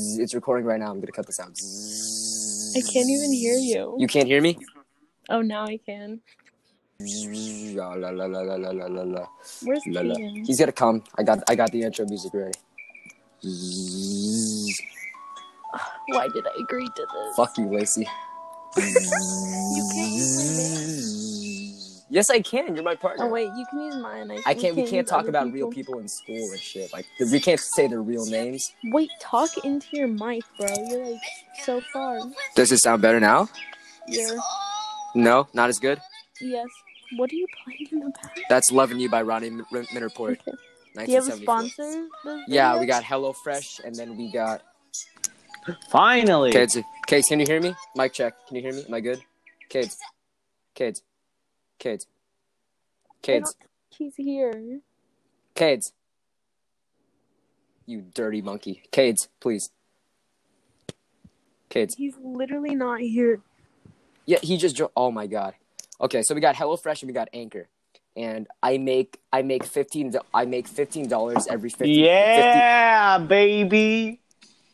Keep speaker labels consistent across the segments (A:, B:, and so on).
A: Zzz, It's recording right now. I'm gonna cut this out.
B: I can't even hear you.
A: You can't hear me.
B: Oh, now I can.
A: Zzz, La, la, la, la, la, la, la, la, la,
B: Where's
A: la, la.
B: Keegan?
A: He's gonna come. I got I got the intro music ready. Zzz,
B: Why did I agree to this?
A: Fuck you, Lacey.
B: You can't use
A: Yes, I can. You're my partner.
B: Oh wait, you can use mine. I,
A: I can't. We can't
B: use
A: talk
B: other
A: about real people in school and shit. Like we can't say their real names.
B: Wait, talk into your mic, bro. You're like so far.
A: Does it sound better now?
B: You're
A: No, not as good.
B: yes. What are you playing in the back?
A: That's "Loving You" by Ronnie M- M- Minterport.
B: Okay. Do you have a
A: 1974.
B: sponsor? this
A: Yeah,
B: video?
A: we got HelloFresh, and then we got.
C: Finally.
A: Kids, kids, can you hear me? Mic check. Can you hear me? Am I good? Kids, kids, kids,
B: I
A: kids,
B: don't think He's here.
A: kids. You dirty monkey, kids, please. Kids.
B: He's literally not here.
A: Yeah, he just jo- oh my god. Okay, so we got HelloFresh and we got Anchor, and I make I make fifteen do- I make fifteen dollars every fifty.
C: yeah, baby.
A: 50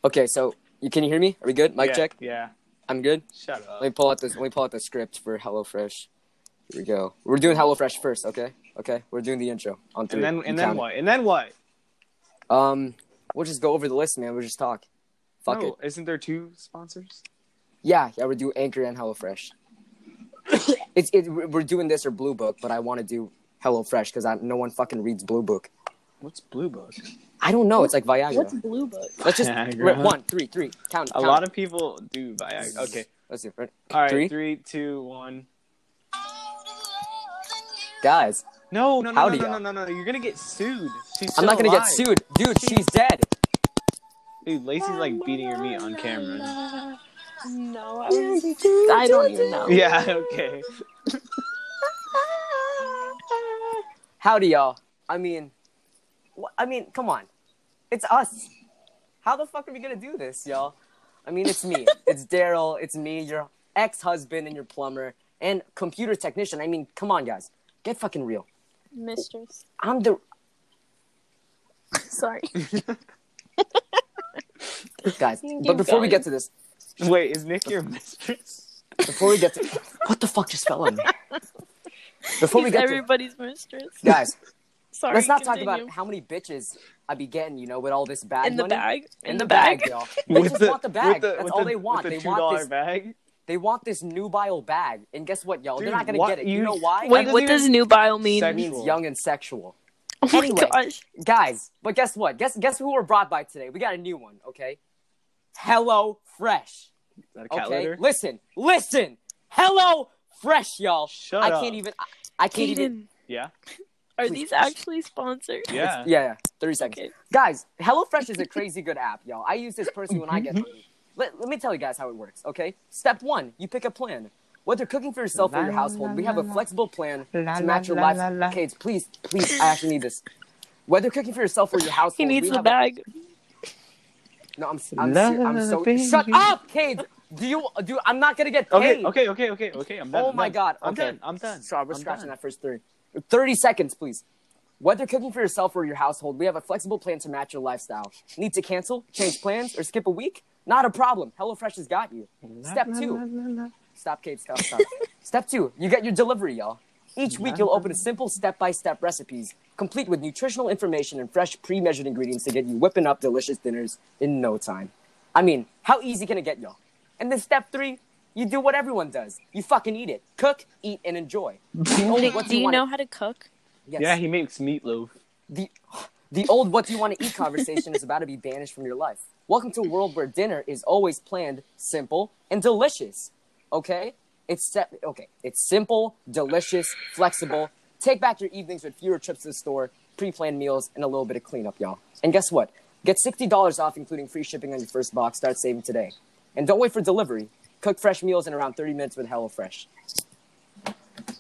A: Okay, so you can you hear me? Are we good? Mic
C: yeah,
A: check.
C: Yeah.
A: I'm good.
C: Shut up.
A: Let me pull out this. Let me pull out the script for HelloFresh. Here we go. We're doing HelloFresh first, okay? Okay, we're doing the intro on three.
C: and then
A: You
C: and then
A: count
C: what? And then what?
A: it. Um, we'll just go over the list, man. We'll just talk. Fuck
C: no,
A: it.
C: isn't there two sponsors?
A: Yeah, yeah. We're doing Anchor and HelloFresh. it's it. We're we're doing this or Blue Book, but I want to do HelloFresh because no one fucking reads Blue Book.
C: What's Blue Book?
A: I don't know. It's like Viagra.
B: What's Blue Book?
A: Let's just
C: Viagra.
A: re- one, three, three. Count.
C: A lot of people do Viagra. Okay.
A: Let's do it. Ready?
C: All right.
A: Three?
C: Three, two, one.
A: Guys,
C: No, no, no,
A: Howdy,
C: no, no,
A: y'all.
C: no, no, no. You're gonna get sued. She's
A: I'm not
C: still
A: gonna get
C: alive.
A: sued, dude. She's dead.
C: Dude, Lacey's like beating her meat on camera.
B: No, I, was, I don't even know.
C: Yeah. Okay.
A: Howdy, y'all. I mean, wh- I mean, come on, it's us. How the fuck are we gonna do this, y'all? I mean, it's me. it's Daryl. It's me, your ex-husband and your plumber and computer technician. I mean, come on, guys, get fucking real.
B: Mistress.
A: I'm the
B: Sorry.
A: guys.
B: You
A: But
B: keep
A: before we
B: going.
A: get to this,
C: Wait, is Nick your mistress?
A: before we get to what the fuck just fell on me. Before we
B: He's
A: get to
B: everybody's mistress.
A: guys.
B: Sorry.
A: Let's not talk
B: continue.
A: about how many bitches I be getting, you know, with all this bag
B: in the
A: money.
B: bag.
A: In, the bag, y'all. They just want the bag.
C: with
A: That's
C: with
A: all
C: the-
A: they want.
C: With the
A: They
C: two dollar
A: want this.
C: bag.
A: They want this nubile bag, and guess what, y'all? They're
C: Dude,
A: not gonna
C: what-
A: get it. You,
C: you-
A: know why?
C: Wait,
B: Wait,
C: doesn't
B: what
C: what
B: does
C: does
B: nubile mean?
A: it
C: Sex-
A: means young and sexual,
B: oh my
A: Anyway.
B: gosh.
A: guys. But guess what? Guess guess who we're brought by today? We got a new one. Okay. Hello Fresh.
C: Is that a cat
A: Okay.
C: litter?
A: Listen, listen. Hello Fresh, y'all.
C: Shut
A: I
C: up.
A: can't even. I, I can't even.
B: Kaden,
C: Yeah.
B: are
A: Please.
B: these actually sponsored?
C: Yeah.
A: Yeah, yeah. Thirty seconds.
B: Okay.
A: guys HelloFresh is a crazy good app y'all i use this personally when i get hungry let, let me tell you guys how it works okay step one you pick a plan whether cooking for yourself or your household we have a flexible plan to match your life kids please please i actually need this whether cooking for yourself or your household
B: He needs
A: we
B: the
A: have a-
B: bag.
A: no i'm, I'm, ser- I'm so shut up kids do you do i'm not gonna get paid
C: Okay, okay, okay, okay, okay. I'm done.
A: Oh
C: I'm
A: my
C: done.
A: god.
C: I'm
A: okay.
C: done. I'm done.
A: Sorry, we're
C: I'm
A: scratching
C: done.
A: that first three. 30 seconds, please. Whether cooking for yourself or your household, we have a flexible plan to match your lifestyle. Need to cancel, change plans, or skip a week? Not a problem. HelloFresh has got you. Step two. Stop, Kate. Stop, stop. step two. You get your delivery, y'all. Each week, you'll open a simple step by step recipes, complete with nutritional information and fresh pre measured ingredients to get you whipping up delicious dinners in no time. I mean, how easy can it get, y'all? And then step three, you do what everyone does you fucking eat it. Cook, eat, and enjoy. The old
B: Nick,
A: what
B: do you
A: wanna-
B: know how to cook?
A: Yes.
C: Yeah, he makes meatloaf.
A: the, the old what do you want to eat conversation is about to be banished from your life. Welcome to a world where dinner is always planned, simple, and delicious. Okay? It's set, okay. It's simple, delicious, flexible. Take back your evenings with fewer trips to the store, pre-planned meals, and a little bit of cleanup, y'all. And guess what? Get $60 off, including free shipping on your first box. Start saving today. And don't wait for delivery. Cook fresh meals in around 30 minutes with HelloFresh.
B: That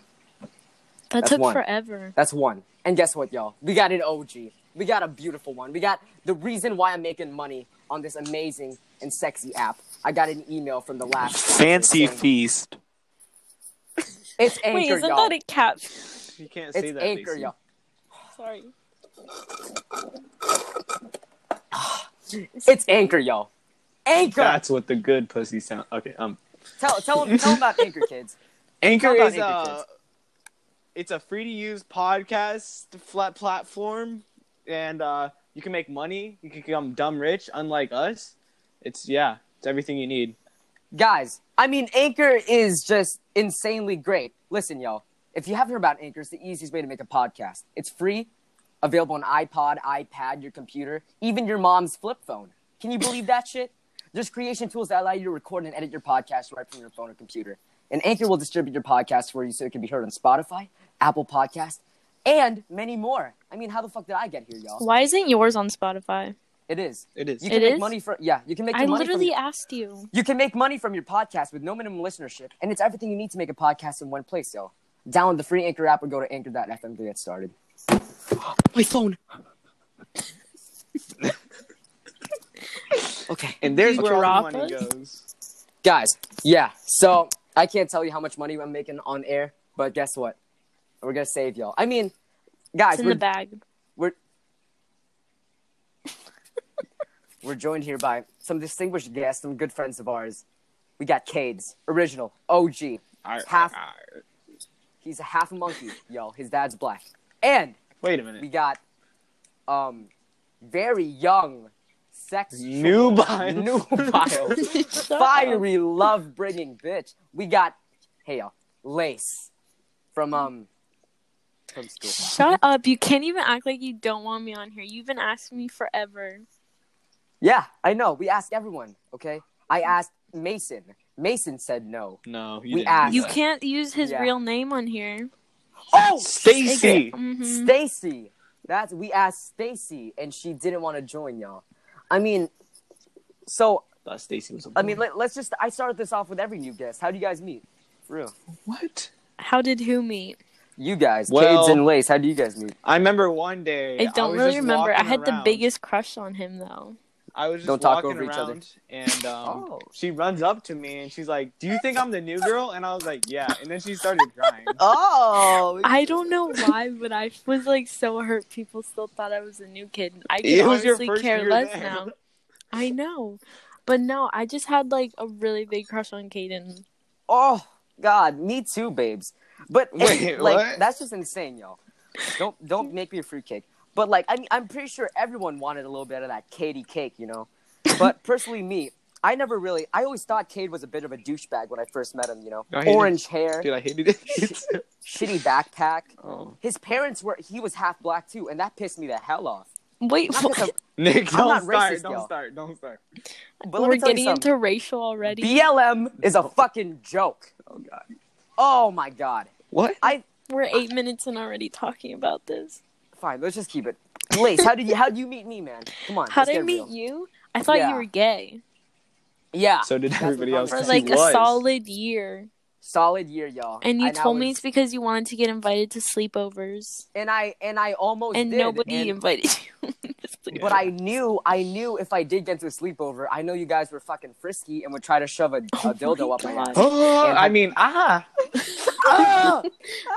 A: That's
B: took
A: one.
B: forever.
A: That's one. And guess what, y'all? We got an OG. We got a beautiful one. We got the reason why I'm making money on this amazing and sexy app. I got an email from the last saying,
C: feast.
A: It's Anchor,
B: Wait, isn't
A: y'all.
B: that a cat?
C: You can't say
A: it's
C: that.
A: Anchor,
C: Lacey.
A: y'all.
B: Sorry.
A: It's Anchor, y'all. Anchor.
C: That's what the good pussy sound. Okay, um,
A: Tell tell them tell 'em about Anchor Kids.
C: Anchor
A: How about
C: is
A: Anchor
C: uh,
A: Kids?
C: it's a free to use podcast flat platform, and uh, you can make money. You can become dumb rich, unlike us. It's yeah, it's everything you need.
A: Guys, I mean Anchor is just insanely great. Listen, y'all. If you haven't heard about Anchor, it's the easiest way to make a podcast. It's free, available on iPod, iPad, your computer, even your mom's flip phone. Can you believe that shit? There's creation tools that allow you to record and edit your podcast right from your phone or computer. And Anchor will distribute your podcast for you so it can be heard on Spotify, Apple Podcast, and many more. I mean, how the fuck did I get here, y'all?
B: Why isn't yours on Spotify?
A: It is.
C: It is.
A: You
B: It
A: can make
B: is?
A: money from yeah. You can make
B: I
A: your money from
B: literally asked you.
A: you can make money from your podcast with no minimum listenership, and it's everything you need to make a podcast in one place, yo. Download the free Anchor app or go to anchor.fm to get started. My phone. okay.
C: and there's
B: You
C: where all
B: drop
C: the money
B: us?
C: goes.
A: Guys, yeah. So I can't tell you how much money I'm making on air, but guess what? We're going to save y'all. I mean, guys,
B: It's in
A: we're,
B: the bag.
A: we're joined here by some distinguished guests, some good friends of ours. We got Cades, original, OG.
C: Arr,
A: Half-
C: arr, arr.
A: He's a half monkey, yo. His dad's black. And
C: Wait a
A: we
C: minute.
A: got um very young, sexual,
C: Nubile.
A: nubile, fiery, love bringing bitch. We got hey y'all, Lace from um from school.
B: Shut up. You can't even act like you don't want me on here. You've been asking me forever.
A: Yeah, I know. We asked everyone. Okay, I asked Mason. Mason said no.
C: No,
A: We
C: you
A: asked.
B: You can't use his
A: Yeah.
B: real name on here.
A: Oh,
C: Stacy.
B: hmm
A: Stacy. That's we asked Stacy, and she didn't want to join y'all. I mean, so
C: Thought Stacy was. a
A: I mean,
C: boy.
A: let, let's just. I started this off with every new guest. How do you guys meet? For real.
C: what?
B: How did who meet?
A: You guys,
C: Well-
A: Cades and Lace, how do you guys meet?
C: I remember one day.
B: I don't
C: was
B: really
C: just
B: remember. I
C: walking
B: had the
C: around.
B: biggest crush on him though.
C: I was just
A: Don't talk
C: walking
A: over each other.
C: around, and um,
A: Oh.
C: she runs up to me and she's like, "Do you think I'm the new girl?" And I was like, "Yeah." And then she started crying.
A: Oh,
B: I don't know why, but I was like so hurt. People still thought I was a new kid. I
C: It
B: could
C: was your
B: honestly
C: first
B: care
C: year
B: less
C: there.
B: now. I know, but no, I just had like a really big crush on Caden.
A: oh God, me too, babes. But
C: Wait,
A: like
C: what?
A: that's just insane, y'all. Don't don't make me a fruitcake. But like I mean, I'm pretty sure everyone wanted a little bit of that Katie cake, you know. But personally, me, I never really. I always thought Cade was a bit of a douchebag when I first met him, you know.
C: I hate him.
A: Orange hair,
C: Dude, I hated it.
A: shitty backpack.
C: oh.
A: His parents were. He was half black too, and that pissed me the hell off.
B: Wait,
A: Not 'cause
B: what?
C: Nick,
A: I'm
C: don't
A: not
C: start.
A: racist,
C: don't
A: y'all.
C: start. Don't start.
A: I'm- but let
B: we're
A: me tell you
B: getting
A: something.
B: into racial already.
A: BLM is a fucking joke.
C: Oh God.
A: Oh my god.
C: What?
B: we're eight minutes in already talking about this.
A: Fine, let's just keep it. Lace, how did you how did you meet me, man? Come on.
B: How
A: let's
B: did I
A: get
B: meet
A: real.
B: you? I thought
A: Yeah.
B: you were gay
A: Yeah.
C: So did
A: Ah. That's
C: everybody
A: what
C: else.
B: for
A: Yes,
B: like
C: He
B: a
C: was.
B: solid year,
A: Solid year, y'all.
B: and you
A: I
B: told me
A: was-
B: it's because you wanted to get invited to sleepovers,
A: and I and I almost
B: and
A: did,
B: nobody
A: and-
B: invited you. to sleepovers.
A: But I knew I knew if I did get to a sleepover, I know you guys were fucking frisky and would try to shove a, a
B: Oh
A: dildo
B: my
A: up my
B: God.
A: ass.
C: Oh, I mean, ah.
A: Ah!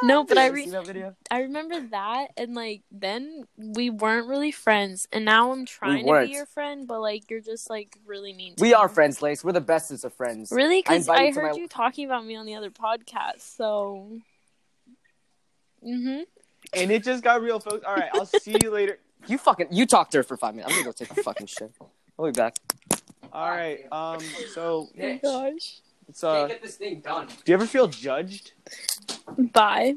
B: no, but I
A: You
B: re-
A: see that video?
B: I remember that, and like then we weren't really friends, and now I'm trying to
A: weren't.
B: be your friend, but like you're just like really mean. To
A: We
B: me.
A: are friends, Lace. We're the bestest of friends.
B: really
A: I
B: because
A: invited
B: I,
A: you to
B: heard
A: my-
B: you talking about me on the other podcast, so. Mhm.
C: And it just got real, folks. All right, I'll see you later.
A: You fucking you talked to her for five minutes. I'm gonna go take a fucking shit. I'll be back.
C: All right. Um. So
B: Oh my gosh.
C: it's uh. Do
A: get this thing done.
C: you ever feel judged?
B: Bye.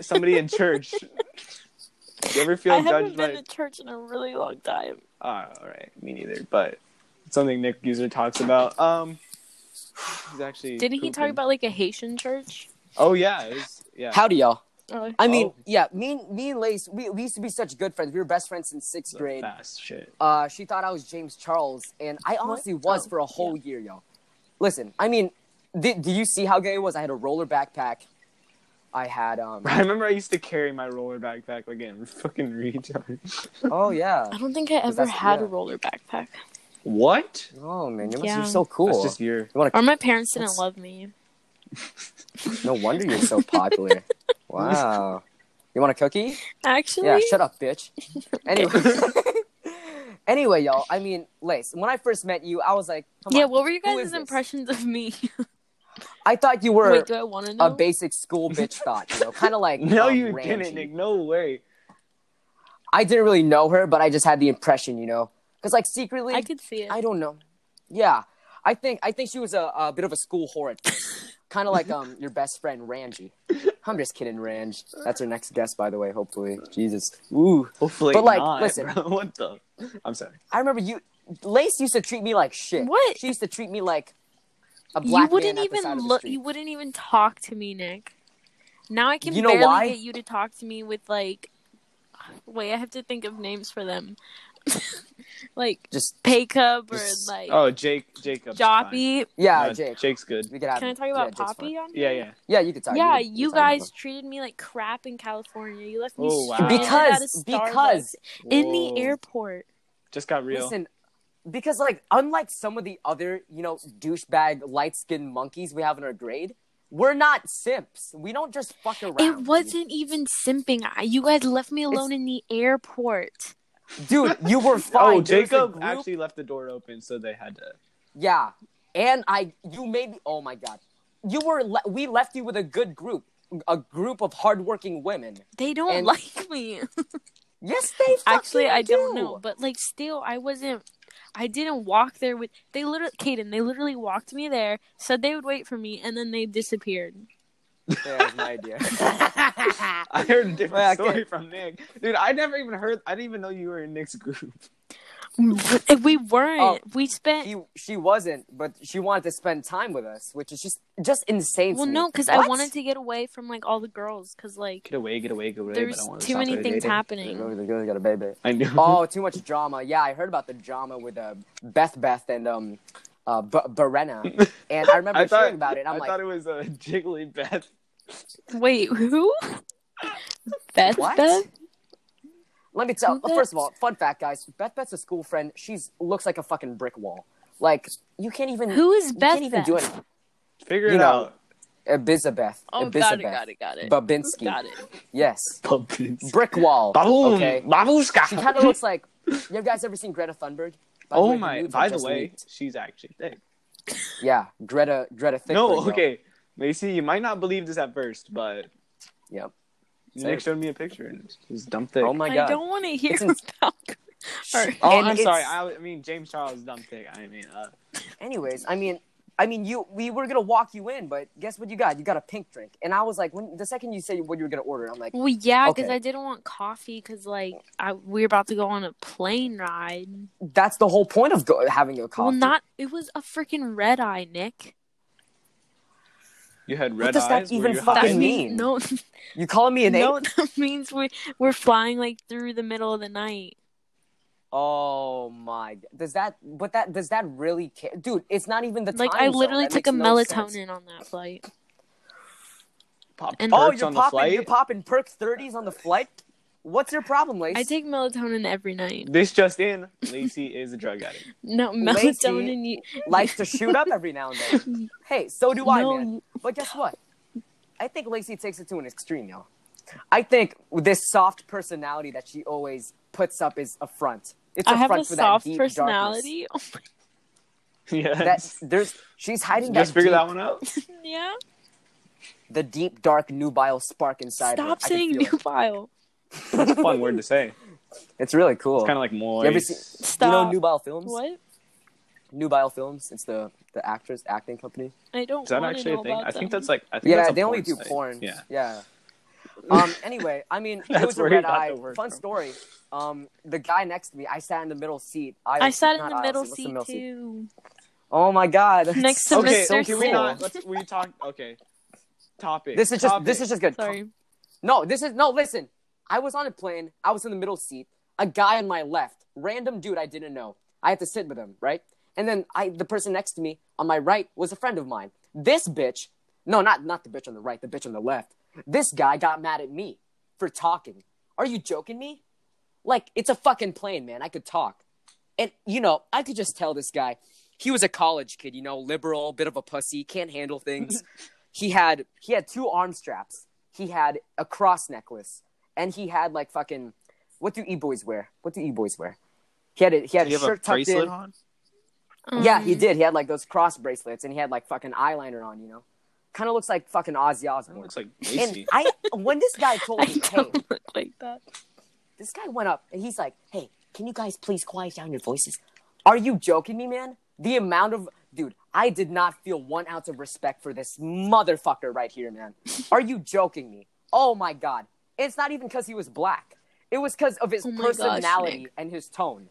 C: Somebody in church. Do you ever feel
B: I haven't
C: judged
B: been
C: by?
B: to church in a really long time.
C: Uh, all right, me neither. But it's something Nick user talks about. Um, he's actually.
B: Didn't he talk
C: pooping.
B: about like a Haitian church?
C: Oh yeah, it was, yeah.
A: Howdy, y'all.
B: Oh,
A: I mean,
C: Oh.
A: yeah, me, and- me and Lace, we, we used to be such good friends. We were best friends since sixth
C: The
A: grade.
C: Fast shit.
A: Uh, she thought I was James Charles, and I honestly was
B: Oh,
A: for a whole year, yo. Listen, I mean, did, do you see how gay it was? I had a roller backpack. I had um.
C: I remember I used to carry my roller backpack like a fucking retard.
A: oh yeah.
B: I don't think I ever
A: that's-
B: had a
A: yeah.
B: roller backpack.
C: What?
A: Oh man, you're,
B: Yeah.
A: you're so cool.
C: That's just your.
A: You want
B: Or my parents didn't
A: That's-
B: love me.
A: to? No wonder you're so popular. wow. You want a cookie?
B: Actually,
A: Yeah. Shut up, bitch. Anyway. Anyway, y'all, I mean, Lace, when I first met you, I was like, come
B: yeah,
A: on,
B: what were you
A: who is
B: guys'
A: this?
B: impressions of me?
A: I thought you were
B: Wait, do I want to know?
A: a basic school bitch thought, you know, kind of like.
C: No,
A: um,
C: you
A: Rangie.
C: didn't, Nick. No way.
A: I didn't really know her, but I just had the impression, you know, because like secretly,
B: I
A: I,
B: could see it.
A: don't know. Yeah, I think I think she was a, a bit of a school whore, kind of like um your best friend Ranji. I'm just kidding, Ranj. That's her next guest, by the way. Hopefully, Jesus. Ooh,
C: Hopefully
A: But, like,
C: not,
A: listen.
C: bro. What the? I'm sorry.
A: I remember you. Lace used to treat me like shit.
B: What?
A: She used to treat me like a
B: you
A: black
B: wouldn't
A: man at the side
B: even
A: of the
B: look.
A: street.
B: You wouldn't even talk to me, Nick. Now I can
A: You know
B: barely
A: why?
B: get you to talk to me with like. Wait, I have to think of names for them. like
A: Just
B: Paycub
A: Just-
B: or like
C: Oh, Jake. Jacob.
B: Joppy.
A: yeah,
C: no,
A: Jake.
C: Jake's good.
A: We could have.
B: Can I talk
A: yeah,
B: about
A: Jake's fine.
B: Poppy on
C: Yeah,
B: here?
C: yeah.
A: Yeah, you could talk.
B: yeah,
A: could- could
B: you
A: talk about
B: guys treated me like crap in California. You left me
C: Oh, wow.
B: stranded at a
A: Because-
B: Starbucks
A: because-
B: in the
C: Whoa.
B: airport.
C: Just got real.
A: Listen, because like unlike some of the other, you know, douchebag light skinned monkeys we have in our grade, we're not simps. We don't just fuck around.
B: It wasn't even simping. I- You guys left me alone in the airport.
A: dude. You were fine.
C: oh,
A: There was a
C: Jacob
A: group-
C: actually left the door open, so they had to.
A: Yeah, and I, you made. me- Oh my god, you were. Le- we left you with a good group, a group of hardworking women.
B: They don't
A: And-
B: like me.
A: Yes, they. fucking
B: Actually, I don't
A: do.
B: know, but like, still, I wasn't. I didn't walk there with. They literally, Caden. They literally walked me there, said they would wait for me, and then they disappeared.
A: That was my idea.
C: I heard a different
A: Well, I
C: story from Nick, dude. I never even heard. I didn't even know you were in Nick's group.
B: we weren't.
A: Oh,
B: we spent.
A: He, she wasn't, but she wanted to spend time with us, which is just just insane.
B: well,
A: to me.
B: no, because I
A: What?
B: wanted to get away from like all the girls, because like
C: Get away, get away, get away.
B: there's
C: but I
B: too many things happening.
A: The girl got a baby.
C: I knew.
A: Oh, too much drama. Yeah, I heard about the drama with uh, Beth Beth and um, uh, B- Barena. And I remember
C: I thought
A: hearing about it. I'm
C: I
A: like,
C: thought it was a uh, Jiggly Beth.
B: Wait, who? Beth.
A: What?
B: Beth.
A: let me tell.
B: Who's
A: First of all, fun fact, guys. Beth Beth's a school friend. She's looks like a fucking brick wall. Like you can't even.
B: Who is
A: you
B: Beth?
A: Can't even
B: Beth?
A: do it.
C: Figure
A: You
C: it
A: know,
C: out.
A: Abizabeth.
B: Oh,
A: Abizabeth.
B: got it, got it, got it.
A: Babinski.
B: Got it.
A: Yes.
C: Pumpkins.
A: Brick wall.
C: Baboom.
A: Okay. She
C: Babushka.
A: kind of looks like. You guys ever seen Greta Thunberg? By the way,
C: Oh
A: her
C: my!
A: nudes
C: By
A: are
C: the
A: just
C: way,
A: leaked.
C: she's actually thick.
A: Yeah, Greta. Greta. Thickley,
C: no,
A: yo.
C: okay, Macy, you might not believe this at first, but
A: Yep.
C: Nick showed me a picture and she's dumb thick.
A: Oh my
B: I
A: god.
B: don't want to hear
A: It's in-
B: about. Or-
C: Oh,
A: And
C: I'm sorry.
A: it's-
C: I, I mean, James Charles is dumb thick. I mean, uh,
A: anyways, I mean, I mean, you we were gonna walk you in, but guess what you got? You got a pink drink, and I was like, when the second you said what you were gonna order, I'm like,
B: Well, yeah, because
A: Okay.
B: I didn't want coffee because like I, we were about to go on a plane ride.
A: that's the whole point of go- having a coffee.
B: Well, not it was a freaking red eye, Nick.
C: you had
A: What
C: red
A: does that
C: eyes. Were
A: even
C: you
A: fucking
C: high?
A: mean?
B: no,
A: you calling me an eight?
B: no, that means we we're flying like through the middle of the night.
A: Oh my! g- Does that? But that does that really care, dude? It's not even the
B: Like
A: time
B: I
A: zone.
B: literally
A: That
B: took a
A: makes no
B: melatonin
A: sense.
B: on that flight.
C: Pop
B: And-
A: Oh,
C: perks
A: you're
C: on the
A: popping,
C: flight.
A: you're popping perk thirties on the flight. What's your problem, Lace?
B: I take melatonin every night.
C: This just in: Lacey is a drug addict.
B: No
A: Lacey-
B: melatonin. You,
A: likes to shoot up every now and then. Hey, so do I,
B: No,
A: man.
B: you-
A: But guess what? I think Lacey takes it to an extreme, y'all. I think with this soft personality that she always puts up is a front. It's a
B: I have
A: front
B: a
A: for
B: soft
A: that deep
B: personality.
A: Darkness.
C: yes.
A: That there's she's hiding that,
C: Just figure
A: deep,
C: that one out.
B: yeah.
A: the deep dark nubile spark inside. her.
B: Stop
A: I can
B: saying
A: feel it.
B: nubile.
C: That's a fun word to say.
A: It's really cool.
C: It's kind of like
A: you ever
C: moist.
A: see,
B: Stop.
A: you know Nubile Films?
B: What?
A: Nubile Films. It's the the actress acting company.
B: I don't.
C: Is that
B: wanna
C: actually
B: know
C: a thing?
B: about
C: I think
B: them.
C: that's like I think
A: Yeah,
C: that's a
A: they only
C: porn
A: do
C: site.
A: porn.
C: Yeah,
A: yeah. Um. Anyway, I mean, it
C: That's
A: was a
C: where he
A: red
C: got
A: eye.
C: the word
A: Fun
C: from.
A: story. Um, the guy next to me, I sat in the middle seat. I,
B: I sat in
A: not
B: the
A: aisle
B: middle
A: what's the
B: seat
A: middle
B: too.
A: Oh my god! that's
B: Next to
A: so
C: okay,
B: Mr.
C: can we
B: Sid.
C: not? Let's we talk. Okay, topic.
A: This is just this
C: topic.
A: is just good.
B: Sorry.
A: No, this is no. Listen, I was on a plane. I was in the middle seat. A guy on my left, random dude I didn't know. I had to sit with him, right? And then I, the person next to me on my right was a friend of mine. This bitch, no, not not the bitch on the right, the bitch on the left. This guy got mad at me for talking. Are you joking me? Like it's a fucking plane, man. I could talk, and you know I could just tell this guy. He was a college kid, you know, liberal, bit of a pussy, can't handle things. he had he had two arm straps. He had a cross necklace, and he had like fucking. What do e boys wear? What do e boys wear? He had a, he had
C: Do you
A: a
C: have a
A: shirt tucked in.
C: bracelet on?
A: Yeah,
B: Um,
A: he did. He had like those cross bracelets, and he had like fucking eyeliner on. You know, kind of looks like fucking Ozzy
C: That
A: Osbourne.
C: looks like
A: And
C: Macy.
A: I when this guy told
B: I
A: me, hey,
B: don't look like that.
A: this guy went up and he's like, "Hey, can you guys please quiet down your voices? Are you joking me, man? The amount of dude, I did not feel one ounce of respect for this motherfucker right here, man. Are you joking me? Oh my god! It's not even because he was black. It was because of his
B: Oh my gosh,
A: personality and his tone.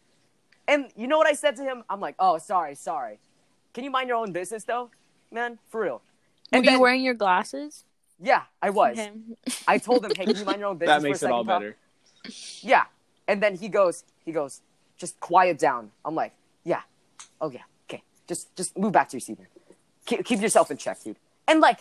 A: And you know what I said to him? I'm like, "Oh, sorry, sorry. Can you mind your own business, though, man? For real."
B: Were
A: And
B: you
A: then-
B: wearing your glasses?
A: Yeah, I was.
B: Okay.
A: I told him, "Hey, can you mind your own business?"
C: that makes
A: for a
C: it all
A: second, pal?"
C: better.
A: yeah and then he goes he goes just quiet down i'm like yeah oh yeah okay just just move back to your seat man. Keep, keep yourself in check dude and like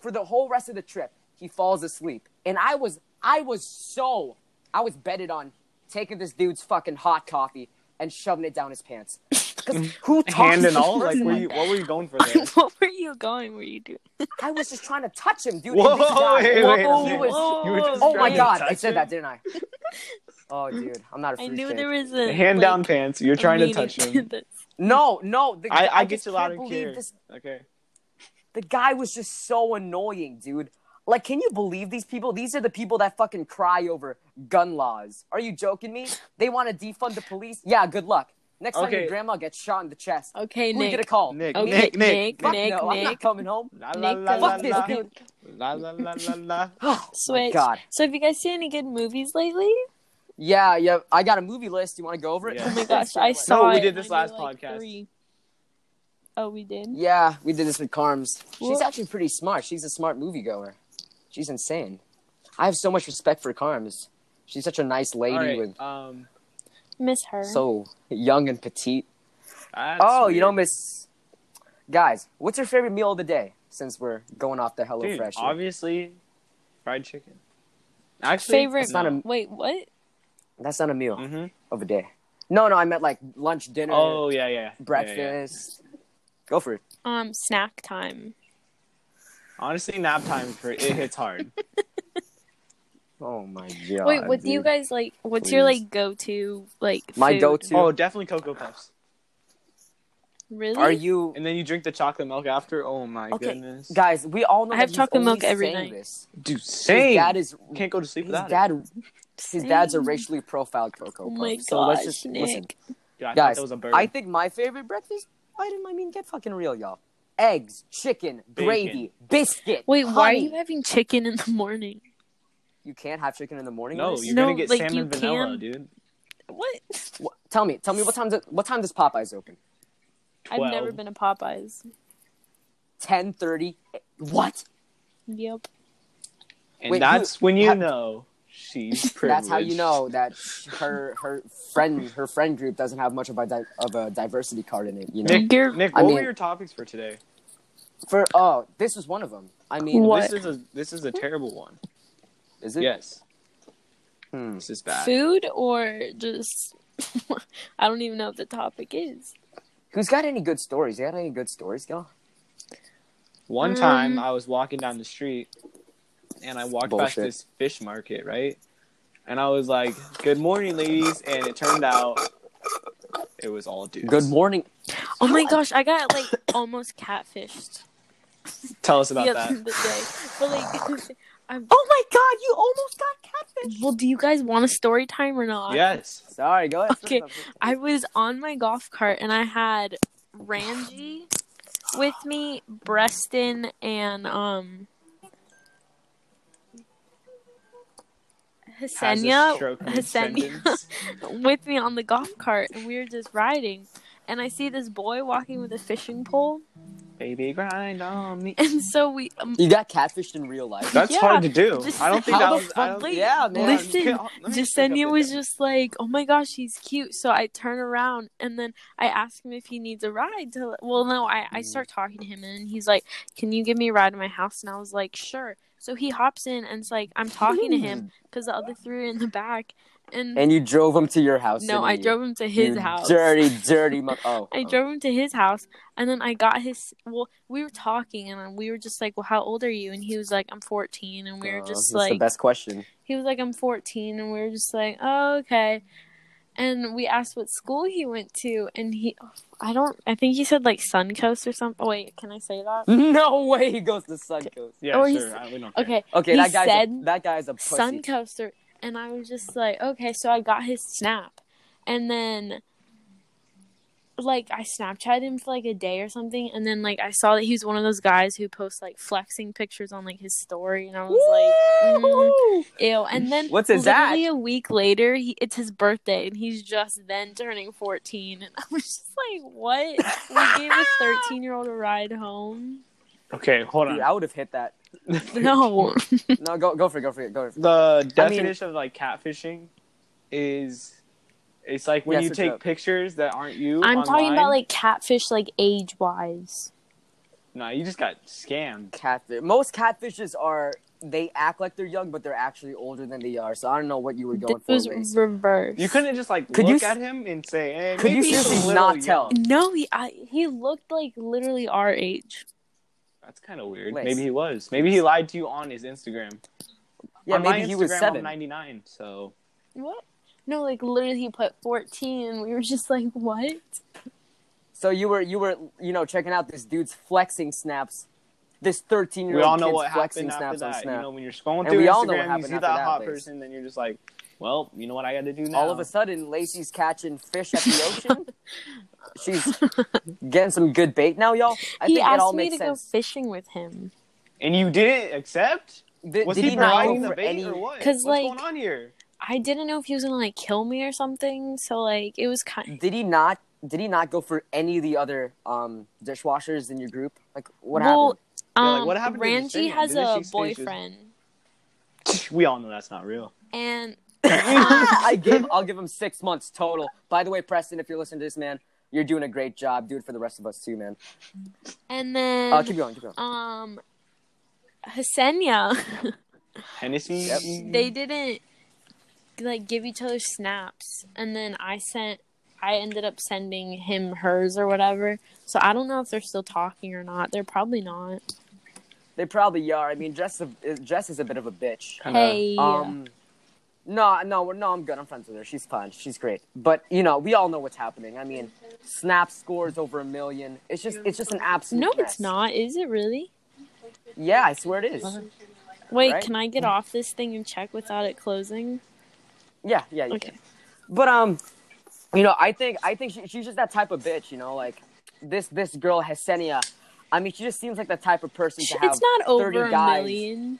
A: for the whole rest of the trip he falls asleep and i was i was so i was betted on taking this dude's fucking hot coffee and shoving it down his pants 'Cause who talks
C: Hand
A: to this
C: and all, like,
A: person
C: were
A: like
C: you,
A: that?
C: what were you going for there?
B: what were you going? Were you doing?
A: i was just trying to touch him dude and
C: Whoa,
A: this guy-
C: wait, wait,
A: Whoa,
C: wait.
A: he was-
B: Whoa.
C: You were just
A: oh my
C: trying to
A: god
C: touch
A: i said
C: him?
A: that didn't i oh dude i'm not a
B: I
A: free
B: knew there was a
C: Hand
B: like,
C: down pants. You're trying to
B: meaning
C: touch him.
B: this.
A: No, no. The,
C: I- I get
A: just
C: you loud
A: can't
C: and
A: believe
C: clear.
A: This,
C: Okay.
A: the guy was just so annoying, dude. Like, can you believe these people? These are the people that fucking cry over gun laws. Are you joking me? They want to defund the police? Yeah, good luck. Next time your
C: Okay.
A: grandma gets shot in the chest,
B: Okay,
A: who
B: Nick.
A: you gonna call?
C: Nick,
B: Okay,
C: Nick, Nick,
B: Nick,
A: Fuck
B: Nick,
A: no, I'm
B: Nick.
A: not coming home.
C: La la
B: Nick
C: la la
A: doesn't-
C: la.
A: Fuck this dude.
C: La la la la la.
A: Oh, my
B: Switch.
A: God.
B: So have you guys seen any good movies lately?
A: Yeah, yeah. I got a movie list. You want to go over it?
C: Yeah.
B: Oh my gosh, I saw
C: we
B: it
C: did
B: and
C: this
B: I knew,
C: last
B: like,
C: podcast.
B: three. Oh, we did.
A: Yeah, we did this with Carms. She's
B: What?
A: actually pretty smart. She's a smart moviegoer. She's insane. I have so much respect for Carms. She's such a nice lady
C: All right,
A: with
C: um,
B: Miss her.
A: so young and petite.
C: that's
A: Oh,
C: weird.
A: you don't miss. Guys, what's your favorite meal of the day? Since we're going off the Hello
C: Dude,
A: Fresh, here?
C: obviously, fried chicken. Actually,
B: favorite.
A: it's not a-
B: Wait, what?
A: that's not a meal
C: Mhm.
A: of a day. No, no, I meant like lunch, dinner,
C: Oh yeah, yeah, yeah.
A: breakfast.
C: yeah, yeah.
A: Go for it.
B: Um, snack time.
C: Honestly, nap time for, it hits hard.
A: Oh my god.
B: Wait, what do you
A: dude.
B: guys like? What's your
A: Please.
B: like go-to like?
A: My
B: food?
A: go-to-
C: oh, definitely cocoa puffs.
B: Really?
A: Are you
C: And then you drink the chocolate milk after. Oh my
A: Okay,
C: goodness,
A: guys? We all know
B: I
A: that
B: have
A: he's
B: chocolate
A: only
B: milk every
A: saying
B: night.
A: This.
C: dude,
A: His
C: same.
A: dad is
C: Can't go to sleep
A: his
C: without it.
A: dad. His dad's a
B: Same.
A: racially profiled cocoa
B: Oh
A: puff.
B: my
A: so let's
B: gosh,
A: just
B: Nick.
A: listen.
C: Dude, I thought
A: Guys,
C: that was a bird.
A: I think my favorite breakfast item. I mean, get fucking real, y'all. Eggs, chicken,
C: Bacon.
A: gravy, biscuit.
B: Wait,
A: honey.
B: why are you having chicken in the morning?
A: You can't have chicken in the morning.
C: no,
A: Liz?
C: you're
B: No,
C: gonna get
B: like,
C: salmon
B: you
C: vanilla,
B: can-
C: dude.
B: What?
A: Wha- tell me, tell me what time does, what time does Popeyes open?
B: I've never
C: 12.
B: been to Popeyes.
A: Ten thirty. What?
B: Yep.
C: And
A: Wait,
C: that's when you
A: ha-
C: know she's privileged.
A: That's how you know that her her friend her friend group doesn't have much of a di- of a diversity card in it. You know,
C: Nick,
B: You're-
C: Nick,
A: I
C: what were
A: mean-
C: your topics for today?
A: for oh, this was one of them. I mean,
B: What?
C: This is a this is a terrible one.
A: is it?
C: Yes,
A: Hmm.
C: this is bad.
B: Food or just? I don't even know what the topic is.
A: Who's got any good stories? You got any good stories, y'all?
C: One time,
B: Um,
C: I was walking down the street, and I walked past
A: Bullshit.
C: this fish market, right? And I was like, "Good morning, ladies," and it turned out it was all dudes.
A: Good morning.
B: Oh my gosh, I got like almost catfished
C: Tell us about
B: the
C: that.
B: other day. But like, I'm,
A: Oh my god, you almost got catfish.
B: well, do you guys want a story time or not?
C: Yes.
A: Sorry, go ahead.
B: Okay. I was on my golf cart and I had Ranji with me, Breston, and um
C: Has a
B: Hesenia
C: stroke of
B: Hesenia
C: sentence.
B: with me on the golf cart and we were just riding. And I see this boy walking with a fishing pole,
C: Baby, grind on me.
B: and so we um,
A: You got catfished in real life.
C: That's
B: Yeah,
C: hard to do.
B: just-
C: I don't think
A: How
C: that
A: the
C: was. I
B: fuck-
C: don't,
B: like,
A: yeah, man.
B: listen,
C: Yeah, let me pick up
B: Jasenia
C: the
B: was
C: gun.
B: just like, "Oh my gosh, he's cute." So I turn around and then I ask him if he needs a ride. To well, no, I I start talking to him and he's like, "Can you give me a ride to my house?" And I was like, "Sure." So he hops in and it's like I'm talking to him because the other three are in the back. And,
A: And you drove him to your house.
B: no,
A: didn't
B: I
A: you?
B: drove him to
A: You
B: his house.
A: Dirty, dirty. Mo- oh,
B: I
A: oh.
B: drove him to his house, and then I got his. Well, we were talking, and we were just like, "Well, how old are you?" And he was like, "I'm 14," and we were
A: Oh,
B: just
A: that's
B: like,
A: the best question.
B: he was like, I'm 14. And we were just like, oh, okay. and we asked what school he went to, and he, I don't, I think he said like Suncoast or something. Oh, wait, can I say that?
A: No way he goes to Suncoast.
C: Yeah,
B: Or Oh, he's-
C: sure. I, we don't care.
B: Okay,
A: Okay,
B: He
A: that guy's a,
B: said
A: that guy's a pussy.
B: Suncoast or, and I was just like, okay, so I got his snap, and then. Like I Snapchat him for like a day or something, and then like I saw that he was one of those guys who posts like flexing pictures on like his story, and I was like, mm-hmm.
A: Woo!
B: Ew. And then
A: What's his
B: literally a week later, he, it's his birthday, and he's just then turning fourteen. And I was just like, "What?" We gave a thirteen-year-old a ride home.
C: Okay, hold on.
A: Dude, I would have hit that.
B: No,
A: No, go go for it, go for it, go for it. I
C: the
A: mean-
C: definition of like catfishing is it's like when
A: Yes,
C: you
A: it's
C: take
A: up.
C: pictures that aren't you.
B: I'm talking
C: online.
B: about like catfish, like age-wise.
C: Nah, you just got scammed.
A: Catfish. Most catfishes are they act like they're young, but they're actually older than they are. So I don't know what you were going
B: This
A: for.
B: was
A: Mace.
B: reverse.
C: You couldn't just like
A: Could you
C: look
A: s-
C: at him and say, "Hey,
A: Could you
C: maybe he's a
A: seriously
C: little
A: not tell?
C: young."
B: No, he I, he looked like literally our age.
C: That's kind of weird.
A: Liz.
C: Maybe he was. Maybe he lied to you on his Instagram.
A: Yeah,
C: on
A: maybe
C: my
A: he was
C: Instagram, I'm
A: seven.
C: 99. So
B: What? No, like literally, he put fourteen, and we were just like, "What?"
A: So you were you were you know checking out this dude's flexing snaps, this thirteen year
C: we all
A: old
C: know
A: kid's
C: what
A: flexing
C: happened after
A: snaps on
C: that.
A: Snap.
C: You know, when you're scrolling
A: And
C: through
A: we all know what
C: Instagram, you
A: happened
C: see that
A: after that,
C: hot
A: Liz.
C: person, then you're just like, "Well, you know what I got to do now."
A: all of a sudden, Lacey's catching fish at the ocean. She's getting some good bait now, y'all. I
B: he
A: think it all
B: asked me
A: makes
B: to
A: sense.
B: go fishing with him.
C: and you didn't accept.
A: Th-
C: Was
A: did
C: he,
A: he not
C: providing
A: go
C: the
A: for
C: bait
A: any?
C: or what?
B: 'Cause,
C: What's
B: like-
C: going on here?
B: I didn't know if he was gonna like kill me or something, so like it was kind.
A: Did he not? Did he not go for any of the other um, dishwashers in your group? Like what
B: well,
A: happened?
C: Yeah,
B: um,
C: like, what happened to this
B: Ranji
C: video?
B: has
C: Did
B: a
C: she stay just-
B: boyfriend,
C: We all know that's not real.
B: and
A: I give. I'll give him six months total. By the way, Preston, if you're listening to this, man, you're doing a great job. Do it for the rest of us too, man.
B: and then
A: Uh, keep going. Keep going.
B: um, Hesenia,
C: Hennessy.
B: they
A: Mm-hmm.
B: didn't like give each other snaps, and then I sent. I ended up sending him hers or whatever. So I don't know if they're still talking or not. They're probably not.
A: They probably are. I mean, Jess, is- Jess is a bit of a bitch.
C: Kinda-
B: Hey,
A: Um, no, no, we're- no, I'm good. I'm friends with her. She's fine. She's great. But you know, we all know what's happening. I mean, Snap scores over a million. It's just, it's just an absolute.
B: no,
A: mess.
B: it's not. Uh-huh. Is it really?
A: Yeah, I swear it is.
B: Wait,
A: Right?
B: can I get off this thing and check without it closing?
A: Yeah, yeah, yeah.
B: Okay.
A: But um, you know, I think, I think she, she's just that type of bitch. You know, like this, this girl Hesenia. I mean, she just seems like the type of person to have.
B: It's not
A: 30
B: over a
A: guys.
B: million.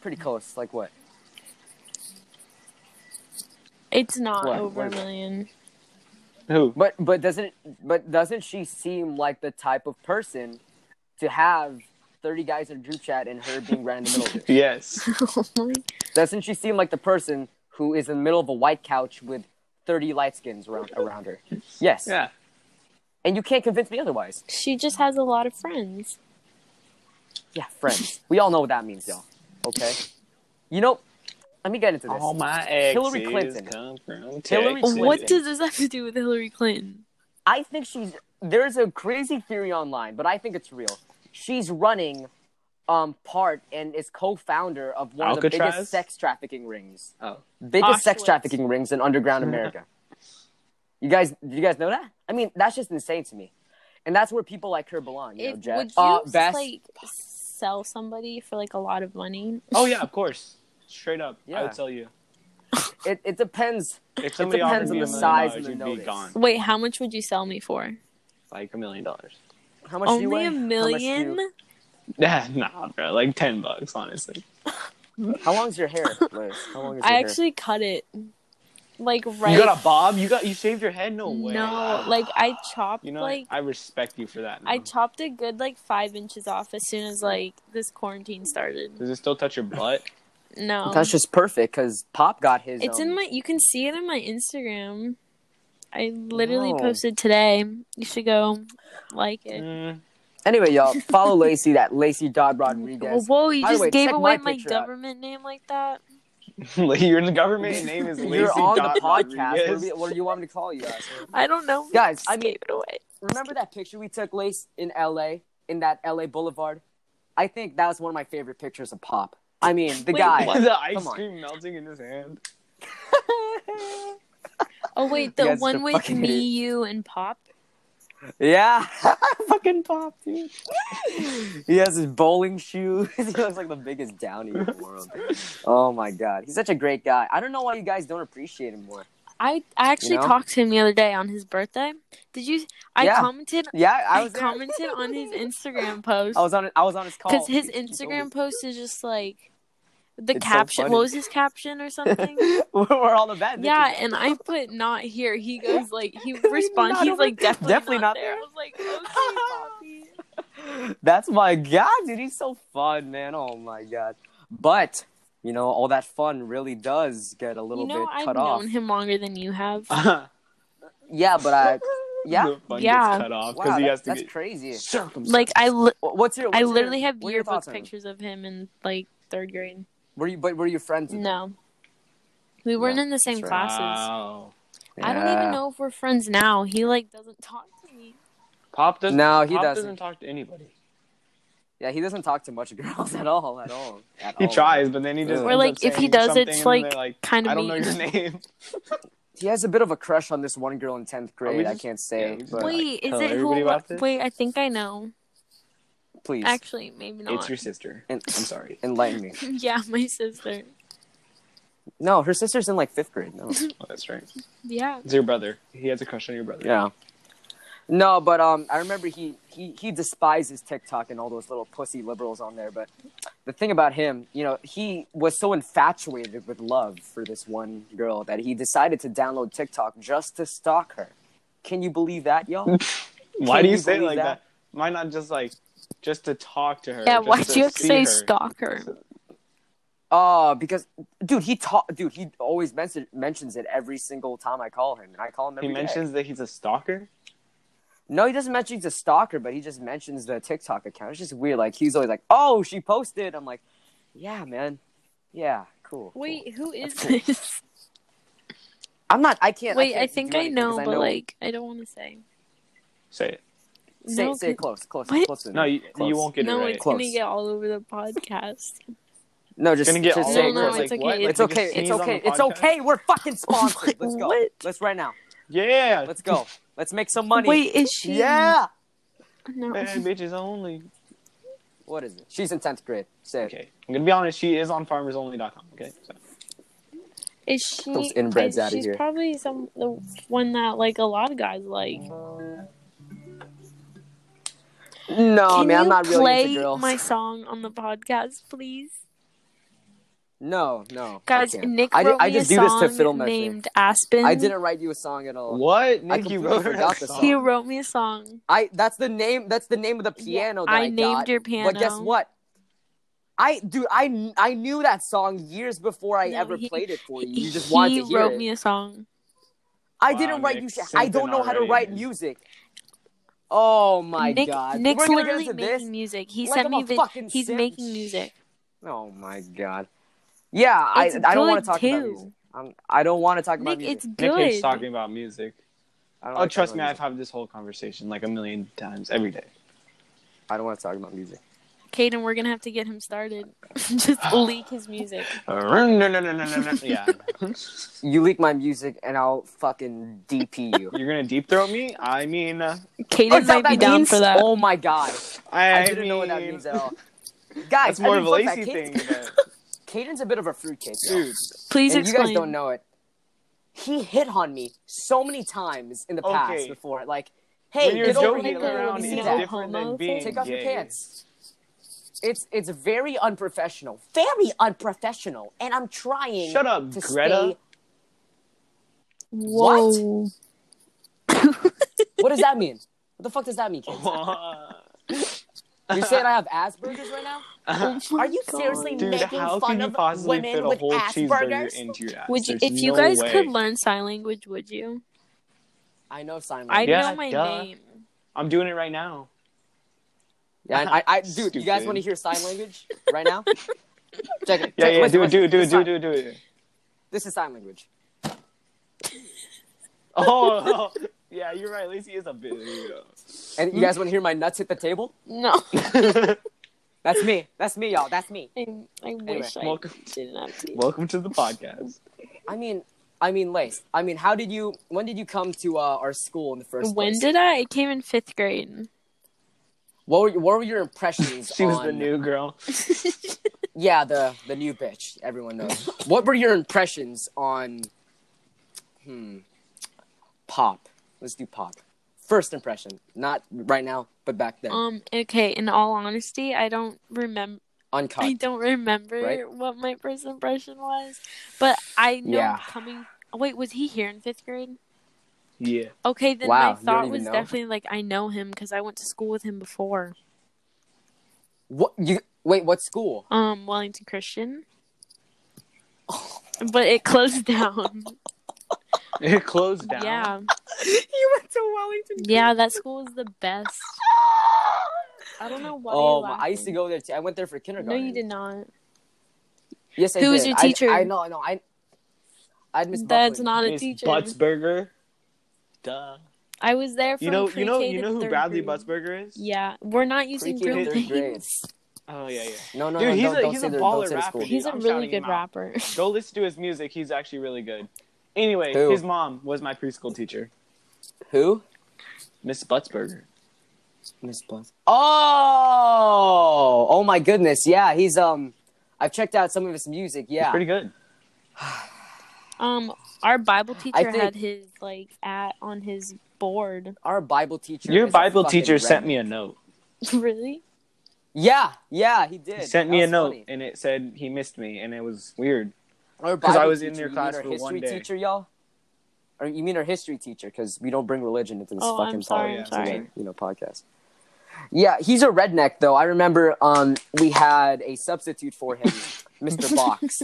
A: Pretty close. Like what?
B: It's not
A: What?
B: over a
A: What?
B: million.
C: Who?
A: But but doesn't but doesn't she seem like the type of person to have thirty guys in a group chat and her being right in the middle of it?
C: Yes.
B: Oh
A: Doesn't she seem like the person who is in the middle of a white couch with thirty light skins around around her? Yes.
C: Yeah.
A: And you can't convince me otherwise.
B: she just has a lot of friends.
A: Yeah, friends. we all know what that means, y'all. Okay. You know, let me get into this.
C: All Oh my
A: Hillary
C: exes
A: Clinton.
C: Come from
A: Hillary
C: Texas.
A: Clinton.
B: What does this have to do with Hillary Clinton?
A: I think she's there's a crazy theory online, but I think it's real. She's running um part and is co-founder of one of the
C: Alcatraz?
A: biggest sex trafficking rings.
C: Oh.
A: Biggest sex
B: Auschwitz.
A: trafficking rings in underground America. you guys do you guys know that? I mean, that's just insane to me. And that's where people like her belong, you know,
B: If,
A: Jess.
B: would you
A: uh, Bess,
B: like sell somebody for like a lot of money?
C: Oh yeah, of course. Straight up,
A: Yeah.
C: I would tell you.
A: it, it depends.
C: If somebody
A: depends
C: offered
A: on
C: me
A: the
C: a million
A: size
C: dollars,
A: and the
C: you'd
A: notice.
C: be gone.
B: Wait, how much would you sell me for?
C: Like a million dollars.
A: How much do you weigh?
B: Only
A: How
B: a
A: much do
B: million?
A: you-
C: Yeah, nah, bro. Like ten bucks, honestly.
A: How long's your hair, Liz? How long is your
B: I
A: hair?
B: actually cut it. Like right
C: You got a bob? You got you shaved your head? No way.
B: No, like I chopped
C: you know,
B: like
C: I respect you for that.
B: I
C: man.
B: chopped a good like five inches off as soon as like this quarantine started.
C: Does it still touch your butt?
B: No.
A: That's just perfect because Pop got his.
B: It's
A: um,
B: in my. You can see it in my Instagram. I literally
A: No.
B: posted today. You should go like it.
C: Mm,
A: Anyway, y'all follow Lacey at Lacey Dodd Rodriguez.
B: Whoa! You
A: By the
B: just
A: way,
B: gave
A: check
B: away
A: my
B: my,
A: picture out.
B: government name like that.
C: You're in the government. Your name is Lacey
A: You're on
C: Dot
A: the podcast. What
C: Rodriguez.
A: do, you, what do you want me to call you? Guys?
B: I don't know.
A: Guys,
B: Just
A: I mean-
B: gave it away.
A: Remember that picture we took, Lace, in LA, in that LA Boulevard? I think that was one of my favorite pictures of Pop. I mean, the
B: Wait,
A: guy.
B: what?
C: the ice
A: Come on.
C: cream melting in his hand.
B: oh wait, the
A: You guys are
B: one with
A: fucking
B: me,
A: idiots.
B: you, and Pop.
A: Yeah, fucking pop, dude. he has his bowling shoes. he looks like the biggest downy in the world. Oh my god, he's such a great guy. I don't know why you guys don't appreciate him more.
B: I I actually
A: know?
B: talked to him the other day on his birthday. Did you? I
A: Yeah.
B: commented.
A: Yeah,
B: I,
A: I was there.
B: commented on his Instagram post
A: I was on. I was on his call.
B: because his
A: He- he
B: Instagram post is just like the
A: It's so
B: caption.
A: funny.
B: what was his caption or something?
A: always- We're all the bad.
B: yeah,
A: bitches.
B: and I put not here. He goes like he
A: Not
B: responds. He's
A: over-
B: like definitely,
A: definitely not
B: not, there.
A: there.
B: I was like, okay, Poppy.
A: That's my god, dude. He's so fun, man. Oh my god. But you know, all that fun really does get a little
B: You know,
A: bit
B: I've
A: cut
B: known
A: off.
B: him longer than you have.
A: Yeah, but I. Yeah.
C: The fun
B: Yeah.
C: Gets cut off
A: Wow,
C: because he
A: that-
C: has to
A: that's
C: get
A: crazy.
C: circumcised.
B: Like I, li-
A: Wh- What's your? What's
B: I
A: your-
B: literally have
A: what are your thoughts
B: yearbook
A: on him?
B: pictures of him in like third grade.
A: Were you? But were you friends? with him?
B: No, we weren't
A: No,
B: in the same
A: that's right.
B: classes.
C: Wow.
B: I don't even know if we're friends now. He like doesn't talk to me.
C: Pop doesn't.
A: No, he
C: Pop
A: doesn't.
C: talk to anybody.
A: Yeah, he doesn't talk to much girls at all. At all. At
C: He
A: all.
C: tries, but then he just.
A: Or,
C: ends
B: like,
C: up
B: if he
C: saying
B: does,
C: something
B: it's,
C: and then they're
B: like,
C: like
B: kind of
C: I don't know
B: mean.
C: your name.
A: He has a bit of a crush on this one girl in tenth
C: we
A: grade. I
C: just-
A: can't
C: yeah,
A: say.
C: we just-
A: but,
C: like,
B: Wait, is
C: tell
B: it
C: everybody
B: who?
C: about this?
B: Wait, I think I know.
A: please,
B: Actually, maybe not.
C: It's your sister.
A: en-
C: I'm sorry.
A: enlighten me.
B: yeah, my sister.
A: No, her sister's in like fifth grade. No.
C: Oh, that's right.
B: Yeah.
C: It's your brother. He has a crush on your brother.
A: Yeah. No, but um, I remember he he he despises TikTok and all those little pussy liberals on there. But the thing about him, you know, he was so infatuated with love for this one girl that he decided to download TikTok just to stalk her. Can you believe that, y'all?
C: Mm. Why
A: Can
C: do
A: you
C: you say it
A: believe
C: like that? Why not just like just to talk to her?
B: Yeah.
C: just
B: Why do you have to
C: see
B: say
C: her?
B: stalker?
A: Oh, because dude, he ta- dude, he always men- mentions it every single time I call him, and I call him every
C: He
A: day.
C: mentions that he's a stalker.
A: No, he doesn't mention he's a stalker, but he just mentions the TikTok account. It's just weird. Like he's always like, "Oh, she posted." I'm like, "Yeah, man. Yeah, cool." cool."
B: Wait, who is
A: That's cool.
B: this?
A: I'm not. I can't.
B: Wait,
A: can't
B: I think
A: do
B: I
A: anything
B: know,
A: 'cause
B: but like I don't want to say.
C: Say it.
A: say,
B: no,
A: say it
B: cause-
A: close, close,
B: What?
A: close. To the
C: No,
A: mic,
C: you,
A: close.
C: you won't get
B: no,
C: it right.
B: it's gonna
A: Close.
B: get all over the podcast.
A: No, just,
C: It's gonna get
A: just
C: all
A: say it
B: No,
A: close.
B: no,
A: Like,
B: it's okay.
C: what?
B: It's
A: it's
C: Like,
A: okay.
C: just
A: It's
C: sneeze on the
A: okay. It's
C: podcast?
A: okay. We're fucking sponsored.
B: my-
A: Let's go.
B: what?
A: Let's right now.
C: Yeah.
A: Let's go. Let's make some money.
B: Wait, is she?
A: Yeah.
B: No.
C: Man, bitches only.
A: What is it? She's in tenth grade. Say it.
C: Okay. I'm gonna be honest. She is on FarmersOnly.com. Okay. So.
B: Is she?
A: Those inbreds
B: I-
A: outta
B: she's
A: here.
B: probably some the one that like a lot of guys like.
A: No,
B: Can
A: Oh, man, I'm
B: you
A: not really
B: play
A: into girls.
B: my song on the podcast, please?
A: No, no, I
B: Guys,
A: can't.
B: Nick
A: I,
B: wrote
A: di- I
B: me
A: just
B: a
A: do
B: song
A: this to fiddle my thing.
B: named Aspen.
A: I didn't write you a song at all.
C: What? Nick,
A: Oh,
C: you
A: completely
C: wrote her
A: forgot
C: a
A: the
C: song.
B: He wrote me a song.
A: I that's the name that's the name of the piano that
B: I
A: I,
B: named
A: got.
B: your piano.
A: But guess what? I dude, I kn- I knew that song years before I
B: No,
A: ever
B: he-
A: played it for you. You just
B: he
A: wanted to hear
B: wrote
A: it.
B: me a song.
A: I
C: Wow,
A: didn't write
C: Nick,
A: you shit. I don't
C: something
A: know how to
C: already,
A: write
C: man.
A: music. Oh my
B: Nick,
A: god. We're
B: Nick's
A: gonna get
B: literally
A: into
B: making
A: this.
B: music. He
A: Like
B: sent
A: I'm
B: me.
A: a
B: vid-
A: fucking
B: he's
A: simp.
B: making music.
A: Oh my god. Yeah, I
B: It's
A: I don't want
B: good,
A: to talk
B: too.
A: about music. I'm, I don't want to talk about
B: Nick,
A: music.
B: it's
C: Nick hates
B: good.
C: talking about music.
A: I don't
C: Oh,
A: like
C: trust
A: talking
C: me,
A: about
C: I've had this whole conversation like a million times every day.
A: music. I don't want to talk about music.
B: Caden, we're gonna have to get him started. Just leak his music.
C: Uh, yeah.
A: You leak my music and I'll fucking DP you.
C: You're gonna deep throat me? I mean, uh, I,
A: Oh,
B: Caden
A: is that
B: might
A: what
B: be
A: that
B: down
A: means?
B: for that.
A: Oh my god. I, didn't
C: mean,
A: know what that means at all. Guys,
C: That's more
A: I
C: of
A: mean,
C: a
A: fuck that.
C: lacy thing,
A: Caden's, Caden's a bit of a fruitcake, y'all.
C: dude.
B: Please
A: and you
B: explain.
A: guys don't know it. He hit on me so many times in the past
C: Okay.
A: before. Like, hey,
C: when you're
A: get over
C: joking
A: here.
B: like a-
A: let me
C: around,
B: you
A: see
C: it's
B: know,
A: that.
C: different
B: homo
C: than being
B: thing.
A: Take off your
C: gay.
A: pants. It's it's very unprofessional, very unprofessional, and I'm trying.
C: Shut up,
A: to
C: Greta.
B: Whoa.
A: Stay... What does that mean? What the fuck does that mean, kids? You're saying I have Asperger's right now?
B: Oh my
A: Are you
B: God.
A: seriously
C: Dude,
A: making
C: how
A: fun
C: can you
A: of
C: possibly
A: women
C: fit a
A: with
C: whole cheeseburger
A: Asperger's?
C: into your ass?
B: Would you,
C: There's
B: if you
C: no
B: guys
C: way.
B: could learn sign language, would you?
A: I know sign
B: I
A: language.
C: Yeah,
B: know my
C: duh.
B: name.
C: I'm doing it right now.
A: Yeah, and I, I, dude, you guys
C: Stupid.
A: want to hear sign language right now? Check it.
C: Yeah,
A: Check-
C: yeah,
A: listen,
C: do it, do
A: listen. This
C: it, do it, do
A: sign-
C: it, do it, do it.
A: This is sign language.
C: Oh, oh, yeah, you're right. Lacey is a bit.
A: And you guys want to hear my nuts hit the table?
B: No,
A: That's me. That's me, y'all. That's me.
B: I, I wish I
C: welcome-
B: didn't have to.
C: Welcome to the podcast.
A: I mean, I mean, Lace. I mean, how did you? When did you come to uh, our school in the first
B: When
A: place?
B: did I? I came in fifth grade.
A: What were what were your impressions?
C: She was
B: Oh,
C: the
A: on-
C: new girl.
A: Yeah, the the new bitch. Everyone knows. what were your impressions on? Hmm. Pop. Let's do pop. First impression, not right now, but back then.
B: Um. Okay. In all honesty, I don't remember.
A: Uncut.
B: I don't remember
A: Right?
B: what my first impression was, but I know
A: Yeah.
B: coming. oh, Wait, was he here in fifth grade?
C: Yeah.
B: Okay, then
A: Wow,
B: my
A: you don't
B: thought
A: even
B: was
A: know?
B: definitely like I know him because I went to school with him before.
A: What you? Wait, what school?
B: Um, Wellington Christian. But it closed down.
C: It closed down.
B: Yeah,
A: you went to Wellington.
B: yeah, that school was the best. I don't know why.
A: Oh,
B: you
A: my- I used to go there. Too. I went there for
B: No,
A: kindergarten.
B: you did not.
A: Yes, I
B: Who was
A: did.
B: your
A: I-
B: teacher?
A: I, know. No, I. I Miss
B: That's
A: Buckley.
B: not a
C: Miss
B: teacher.
C: Buttsberger. Duh.
B: I was there from
C: You know,
B: pre-K
C: you know, you
B: to
C: know who
B: third
C: Bradley
B: grade.
C: Butzberger is?
B: Yeah, we're not using
A: Pre-K to
B: real
C: third
B: names.
A: grade.
C: Oh yeah, yeah.
A: No, no,
C: Dude,
A: no.
C: he's
A: don't,
C: a-
A: don't
C: he's
A: say
C: a
A: the,
C: baller
A: don't say the
C: rapper,
A: school.
B: He's a
C: I'm
B: really
C: shouting
B: good
C: him out.
B: rapper.
C: Go listen to his music. He's actually really good. Anyway,
A: Who?
C: his mom was my preschool teacher,
A: Who?
C: Miss Buttsberger.
A: Miss Buzz. Oh, oh my goodness. Yeah, he's um. I've checked out some of his music.
C: He's
A: Yeah.
C: pretty good.
B: Um, our Bible teacher
A: think-
B: had his like at on his board.
A: Our Bible teacher.
C: Your
A: is a
C: Bible
A: fucking
C: teacher sent
A: redneck.
C: me a note.
B: really?
A: Yeah, yeah, he did.
C: He sent me
A: That
C: a
A: was
C: note,
A: funny.
C: and it said he missed me, and it was weird.
A: Our
C: 'Cause I
A: Bible
C: was in
A: teacher,
C: your
A: you mean
C: class
A: our
C: for
A: history
C: one day.
A: teacher, y'all. Or you mean our history teacher? Because we don't bring religion into this
B: Oh,
A: fucking
B: I'm sorry.
A: podcast.
B: I'm
C: Oh, yeah.
B: sorry.
A: you know podcast. Yeah, he's a redneck though. I remember um we had a substitute for him, Mr. Box.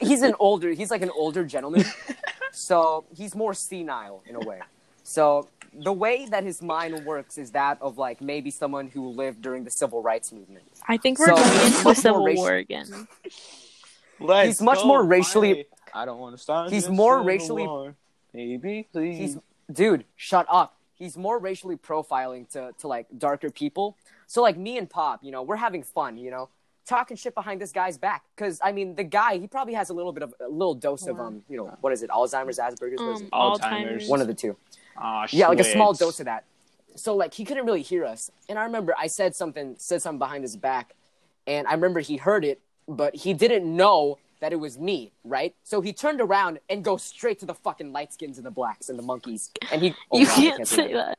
A: he's an older he's like an older gentleman. So he's more senile in a way. So the way that his mind works is that of like maybe someone who lived during the civil rights movement.
B: I think we're
A: So,
B: going into the
A: much
B: Civil
A: more racial-
B: War again.
C: Let's
A: He's much more racially-
C: finally. I don't want to start.
A: He's
C: this
A: more
C: civil
A: racially-
C: war. Maybe please.
A: He's dude, shut up. He's more racially profiling to to like darker people. So like me and Pop, you know, we're having fun, you know, talking shit behind this guy's back. Because I mean, the guy he probably has a little bit of a little dose of um, you know, what is it, Alzheimer's, Asperger's, what is
B: Um,
A: it?
C: Alzheimer's.
B: Alzheimer's.
A: one of the two.
C: Aw,
A: Yeah, like a
C: shit.
A: small dose of that. So like he couldn't really hear us, and I remember I said something, said something behind his back, and I remember he heard it, but he didn't know that it was me, right? So he turned around and goes straight to the fucking light skins and the blacks and the monkeys, and he oh
B: you
A: God, I
B: can't say
A: that.
B: that.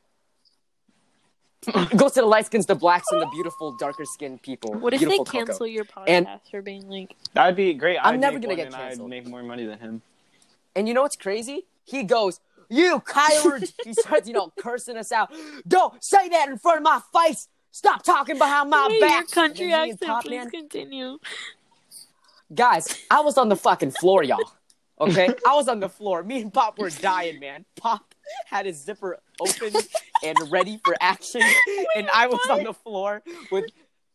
A: It goes to the light skins, the blacks, and the beautiful darker skinned people.
B: What if they
A: beautiful Coco.
B: cancel your podcast
A: And-
B: for being like?
C: That'd be great.
A: I'm
C: I'd
A: never
C: make
A: gonna
C: one
A: get
C: and
A: canceled.
C: I'd make more money than him.
A: And you know what's crazy? He goes, "You coward!" he starts, you know, cursing us out. Don't say that in front of my face. Stop talking behind my
C: Ah,
B: Wait,
A: back.
B: your country
A: And then me and
B: accent.
A: Pop,
B: please
A: man,
B: continue.
A: guys, I was on the fucking floor, y'all. Okay, I was on the floor. Me and Pop were dying, man. Pop had his zipper open and ready for action, and I was on the floor with.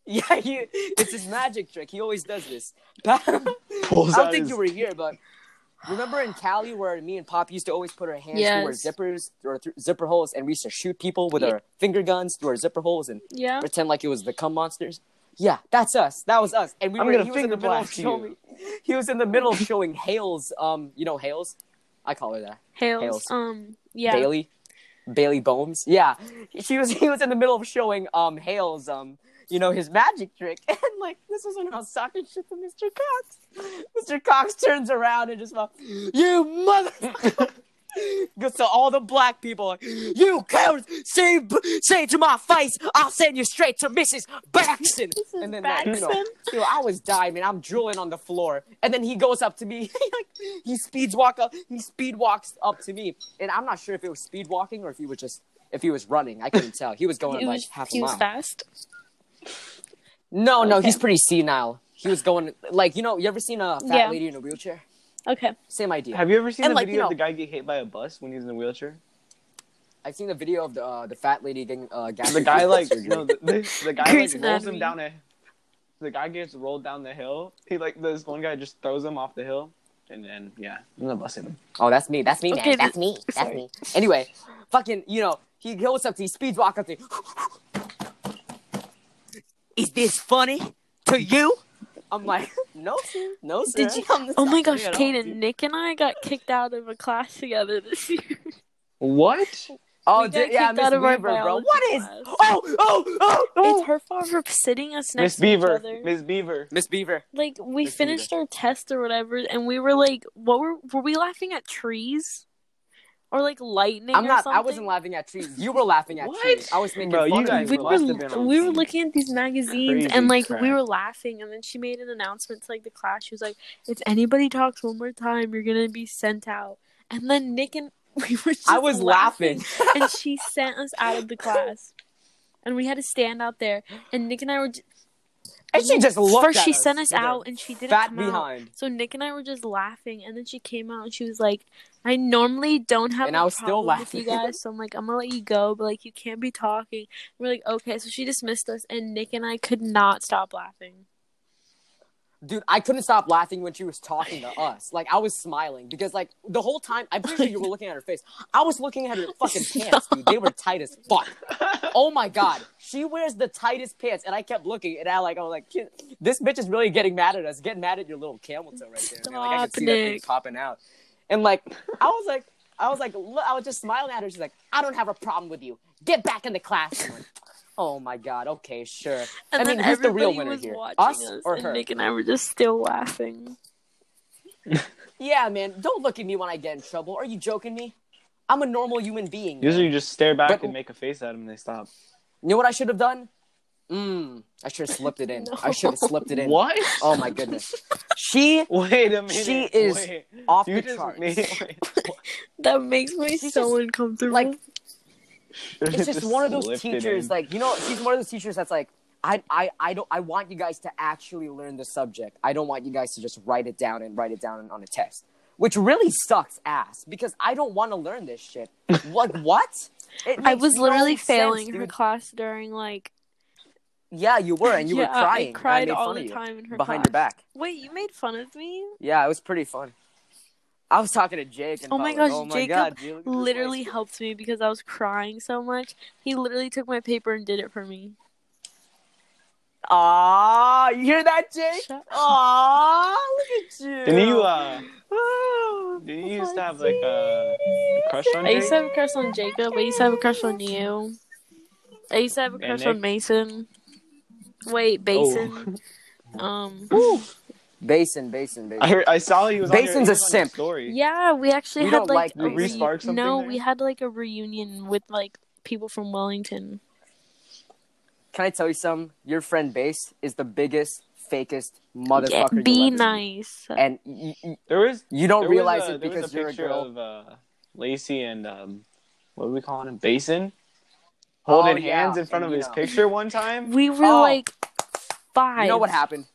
A: Yeah, he, it's his magic trick. He always does this. I
C: Pulls
A: don't
C: out
A: think
C: his-
A: you were here, but remember in Cali where me and Pop used to always put our hands
B: Yes.
A: through our zippers or through zipper holes, and we used to shoot people with
B: Yeah.
A: our finger guns through our zipper holes and
B: Yeah.
A: pretend like it was the cum monsters. Yeah, that's us. That was us. And we
C: I'm
A: were,
C: gonna
A: he was in
C: finger
A: the middle of
C: blast you.
A: showing. He was in the middle of showing Hales. Um, you know Hales. I call her that.
B: Hales.
A: Hales.
B: Um. Yeah.
A: Bailey. Bailey Bones. Yeah, she was. He was in the middle of showing um Hales. Um, you know his magic trick. And like this was when I was talking shit to Mr. Cox. Mr. Cox turns around and just like, "You motherfucker." Goes to all the black people. Like, you cowards! Say, say it to my face. I'll send you straight to Mrs. Baxton.
B: This is
A: And then that,
B: bad.
A: you know, Yo, I was dying, man. I'm drooling on the floor, and then he goes up to me. he, like, he speeds walk up. He speed walks up to me, and I'm not sure if it was speed walking or if he was just if he was running. I couldn't tell. He was going
B: He
A: like
B: was,
A: half a
B: he was
A: mile.
B: fast.
A: No, no,
B: Okay.
A: he's pretty senile. He was going like you know. You ever seen a fat
B: Yeah.
A: lady in a wheelchair?
B: Okay.
A: Same idea.
C: Have you ever seen
A: And,
C: the
A: like,
C: video
A: you
C: of the
A: know-
C: guy get hit by a bus when he's in a wheelchair?
A: I've seen the video of the uh, the fat lady getting uh,
C: The
A: gastric
C: guy like
A: surgery.
C: no, the, the, the guy
B: Grey's
C: like rolls him
B: Anatomy.
C: down a. The guy gets rolled down the hill. He like this one guy just throws him off the hill, and then yeah, and the bus hit him.
A: Oh, that's me. That's me, man.
B: Okay,
A: that's
B: this-
A: me. That's
B: sorry.
A: me. Anyway, fucking, you know, he goes up to, he speeds walk up to. Is this funny to you? I'm like, No, sir. No, sir.
B: Did you?
A: Come to
B: Oh my
A: South
B: gosh,
A: Korea at all,
B: Kaden,
A: dude.
B: Nick and I got kicked out of a class together this year.
C: What?
A: Oh,
B: we got
A: did, yeah,
B: kicked
A: Miss
B: out of our
A: Weaver, bro.
B: biology
A: What is?
B: class.
A: Oh, oh, oh, oh.
B: It's her fault for sitting us next
C: Miss
B: to each
C: Beaver.
B: other.
C: Miss Beaver.
A: Miss Beaver.
B: Like we
A: Miss Beaver.
B: finished our test or whatever, and we were like, "What were were we laughing at trees, or like lightning?"
A: I'm
B: or
A: not. I
B: something?
A: wasn't laughing at trees. You were laughing at
C: What?
A: trees. I was making
C: Bro, you
A: fun
C: guys
A: of
B: we
A: you.
C: were
A: bro.
B: were
C: must have been on
B: we were
C: some
B: looking at these magazines
C: crazy
B: and like
C: crap.
B: we were laughing and then she made an announcement to like the class she was like if anybody talks one more time you're gonna be sent out and then nick and we were just
A: I was laughing.
B: and she sent us out of the class and we had to stand out there and nick and i were j-
A: And she just looked
B: first
A: at
B: she
A: us
B: sent us
A: with her
B: out and she didn't
A: Fat
B: come out
A: behind.
B: so Nick and I were just laughing, and then she came out and she was like, "I normally don't have
A: And
B: a
A: I was still
B: problem with you
A: laughing.
B: guys, so I'm like, I'm gonna let you go, but like you can't be talking." And we're like, "Okay," so she dismissed us, and Nick and I could not stop laughing.
A: Dude, I couldn't stop laughing when she was talking to us. Like I was smiling because like the whole time I'm pretty sure you were looking at her face. I was looking at her fucking pants, dude. They were tight as fuck. Oh my god. She wears the tightest pants and I kept looking and I like I was like "Kid, this bitch is really getting mad at us. Getting mad at your little camel toe right there. man. Like I could
B: Stop,
A: see that thing
B: Nick.
A: popping out. And like I was like I was like look, I was just smiling at her. She's like, "I don't have a problem with you. Get back in the class." I'm like, oh my god. Okay, sure.
B: And
A: I mean,
B: then
A: who's the
B: everybody
A: real winner
B: was
A: here?
B: watching
A: Us
B: us,
A: or
B: and
A: her?
B: Nick and I were just still laughing.
A: Yeah, man. Don't look at me when I get in trouble. Are you joking me? I'm a normal human being.
C: Usually you just stare back
A: But-
C: and make a face at them and they stop.
A: You know what I should have done? Mmm. I should have slipped it in. I should have slipped it in.
C: What?
A: Oh my goodness. She
C: Wait a minute.
A: She is
C: Wait.
A: off
C: You
A: the
C: just
A: charts.
C: made
B: That makes me so uncomfortable.
A: like- It's just, one of those teachers, like you know, she's one of those teachers that's like, I, I, I don't, I want you guys to actually learn the subject. I don't want you guys to just write it down and write it down on a test, which really sucks ass because I don't want to learn this shit. Like what? It
B: I
A: makes
B: was
A: no
B: literally
A: sense,
B: failing her
A: dude.
B: class during like
A: Yeah, you were, and you
B: yeah,
A: were crying.
B: I
A: and
B: cried
A: made
B: all
A: fun
B: the
A: of you
B: time in her
A: behind
B: class.
A: your back.
B: Wait, you made fun of me?
A: Yeah, it was pretty fun. I was talking to Jake. And
B: Oh my
A: Paolo,
B: gosh,
A: oh my
B: Jacob
A: God, dude, look at this
B: literally
A: place."
B: helped me because I was crying so much. He literally took my paper and did it for me.
A: Aw, you hear that, Jake?
B: Shut
A: Aw, look at you.
C: Didn't you, uh,
A: Oh,
C: didn't you used to have, like, a crush on
B: I used
C: Jake?
B: to have a crush on Jacob. I used to have a crush on you. I used to have a
C: And
B: crush on
C: Nick.
B: Mason. Wait, Basin. Um.
A: Basin, basin, basin.
C: I, heard, I saw you was on your-
A: Mason's a
C: he was on your
A: simp.
C: Story.
B: Yeah, we actually
A: We
B: had
A: don't
B: like,
A: like
B: a
A: Did
C: we
B: reu-
C: spark something
B: no,
C: there?
B: we had like a reunion with like people from Wellington.
A: Can I tell you something? Your friend Base is the biggest, fakest motherfucker.
B: Yeah,
A: you'll
B: be
A: ever meet.
B: nice.
A: And you, you,
C: There was
A: you don't
C: there was
A: realize
C: a-
A: it
C: there was
A: because you're a
C: picture
A: girl.
C: Of, uh, Lacey and um, what are we calling him? Basin, holding
A: Oh, yeah,
C: hands in front
A: and
C: of
A: you
C: his
A: know.
C: picture one time.
B: we were
A: Oh.
B: like five.
A: you know what happened?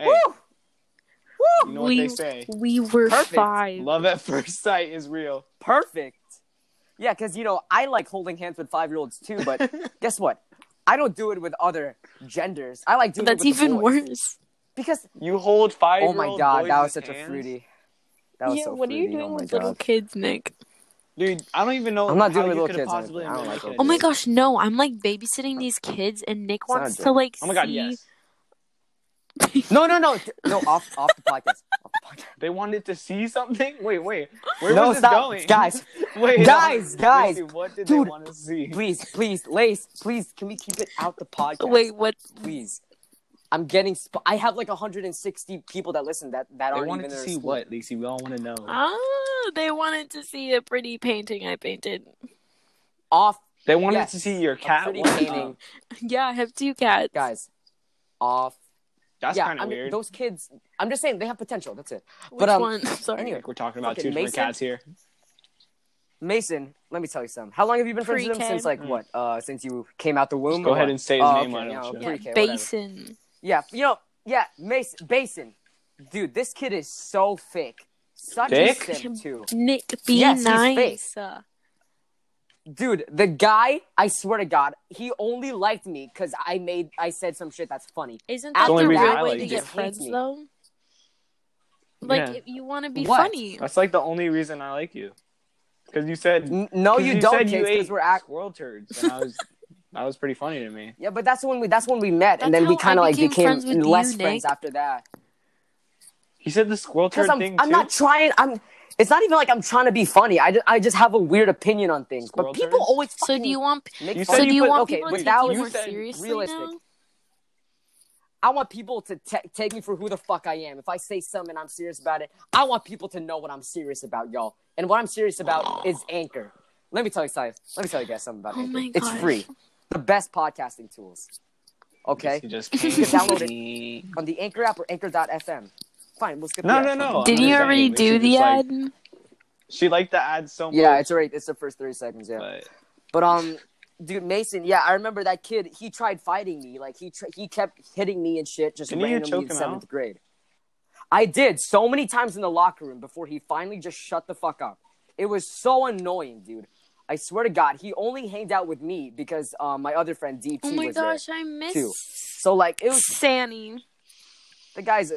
C: Hey,
A: Woo!
C: you
A: Woo!
C: know what
B: we
C: they say?
B: we were
A: Perfect.
B: five.
C: Love at first sight is real.
A: Perfect. Yeah, because you know I like holding hands with five-year-olds too. But guess what? I don't do it with other genders. I like doing
B: That's
A: it with the
B: even
A: boys.
B: worse.
A: Because
C: You hold five.
A: oh my god, that was such a fruity. That was
B: yeah,
A: so
B: what are you
A: fruity,
B: doing
A: oh my
B: with little
A: God.
B: kids, Nick?
C: dude. I don't even know.
A: I'm not
C: how
A: doing
C: you
A: little
C: could have
A: kids or
C: possibly
A: anything. I don't
C: imagined
A: like
C: it.
B: Oh my gosh, no! I'm like babysitting these kids, and Nick
A: not
B: wants
A: a
B: to
A: joke.
B: like
C: Oh my god,
B: see.
C: yes.
A: No, no, no, th- no. Off, off the podcast. Off the podcast.
C: They wanted to see something. Wait, wait. Where
A: no,
C: was this
A: stop,
C: going,
A: guys.
C: Wait,
A: Guys, guys.
C: Lacey, what did
A: Dude.
C: they want to see?
A: Please, please, Lace, please. Can we keep it out the podcast?
B: Wait, what?
A: please. I'm getting. Sp- I have like 160 people that listen. That that
C: They
A: aren't
C: wanted
A: even
C: to
A: in our
C: see
A: school.
C: what, Lacey? We all want to know.
B: Ah, they wanted to see a pretty painting I painted.
A: Off,
C: They wanted
A: Yes.
C: to see your
A: a
C: cat.
A: pretty
C: one
A: painting,
C: up.
B: Yeah, I have two cats.
A: guys. Off.
C: That's
A: yeah,
C: kind
A: I
C: of
A: mean,
C: weird.
A: those kids. I'm just saying they have potential. That's it.
B: Which
A: um,
B: one? Sorry.
A: anyway.
C: Like we're talking about
A: Fucking
C: two different
A: Mason.
C: cats here.
A: Mason, let me tell you something. How long have you been friends with him
B: Pre-K.
A: since like
C: Mm.
A: what? Uh, since you came out the womb.
C: go
A: or
C: ahead
A: what?
C: and say his
A: Oh,
C: name,
A: okay,
C: I don't
A: yeah,
C: know.
B: Yeah,
A: pre-K, whatever.
B: Basin.
A: Yeah, you know, yeah, Mason, Basin, dude, this kid is so fake, such
C: Fake?
A: a simp too.
B: Nick, be
A: Yes, he's
B: nice. Uh,
A: Dude, the guy, I swear to God, he only liked me because I made, I said some shit that's funny.
B: Isn't
A: That's
B: that
A: the
B: the
A: only
B: right
A: reason I
B: way
A: like
B: to
A: you.
B: get
A: Just hates
B: friends,
A: me.
B: though? Like,
C: Yeah.
B: if you want to be
A: What?
B: funny.
C: That's like the only reason I like you, because you said
A: N- no,
C: 'cause
A: you, don't,
C: said
A: Jinx,
C: you ate
A: because we're act.
C: squirrel turds, and I was That was pretty funny to me.
A: Yeah, but that's when we that's when we met, and
B: That's
A: then we
B: how I
A: kind of like
B: became
A: became
B: friends with you,
A: less
B: Nick.
A: friends after that.
C: He said the squirrel turd
A: Because I'm
C: thing
A: I'm
C: too.
A: not trying. I'm. It's not even like I'm trying to be funny. I just, I just have a weird opinion on things.
C: Squirrel
A: but people
C: turds?
A: always
B: So
A: fucking
B: do you want?
A: make
C: You
A: fun
B: So
C: said
A: of
B: do you
A: me.
B: want
A: okay,
B: people
A: but
B: to
A: that
B: take you
A: was
B: more
C: said
B: seriously
A: realistic.
B: now?
A: I want people to ta take me for who the fuck I am. If I say something and I'm serious about it, I want people to know what I'm serious about, y'all. And what I'm serious about is Anchor. Let me tell you something. Let me tell you guys something about
B: Oh
A: Anchor.
B: my
A: It's
B: gosh.
A: free. The best podcasting tools. Okay?
C: He just
A: can download On the Anchor app or anchor.fm. Fine, we'll skip the
C: No, no,
A: ad.
C: no.
B: Didn't you
C: I'm
B: already
C: saying we
B: do
C: should
B: the
C: just, like-
B: ad?
C: She liked the ad so much.
A: Yeah, it's already it's the first 30 seconds, yeah.
C: but
A: But um, dude, Mason, yeah, I remember that kid. He tried fighting me. Like he tr- he kept hitting me and shit, just
C: Didn't you
A: randomly
C: choke
A: in
C: him
A: seventh
C: out?
A: grade. I did so many times in the locker room before he finally just shut the fuck up. It was so annoying, dude. I swear to God, he only hanged out with me because um, my other friend DT
B: Oh my
A: was there.
B: gosh, I miss
A: too. So like, it was
B: Sanny.
A: the guys.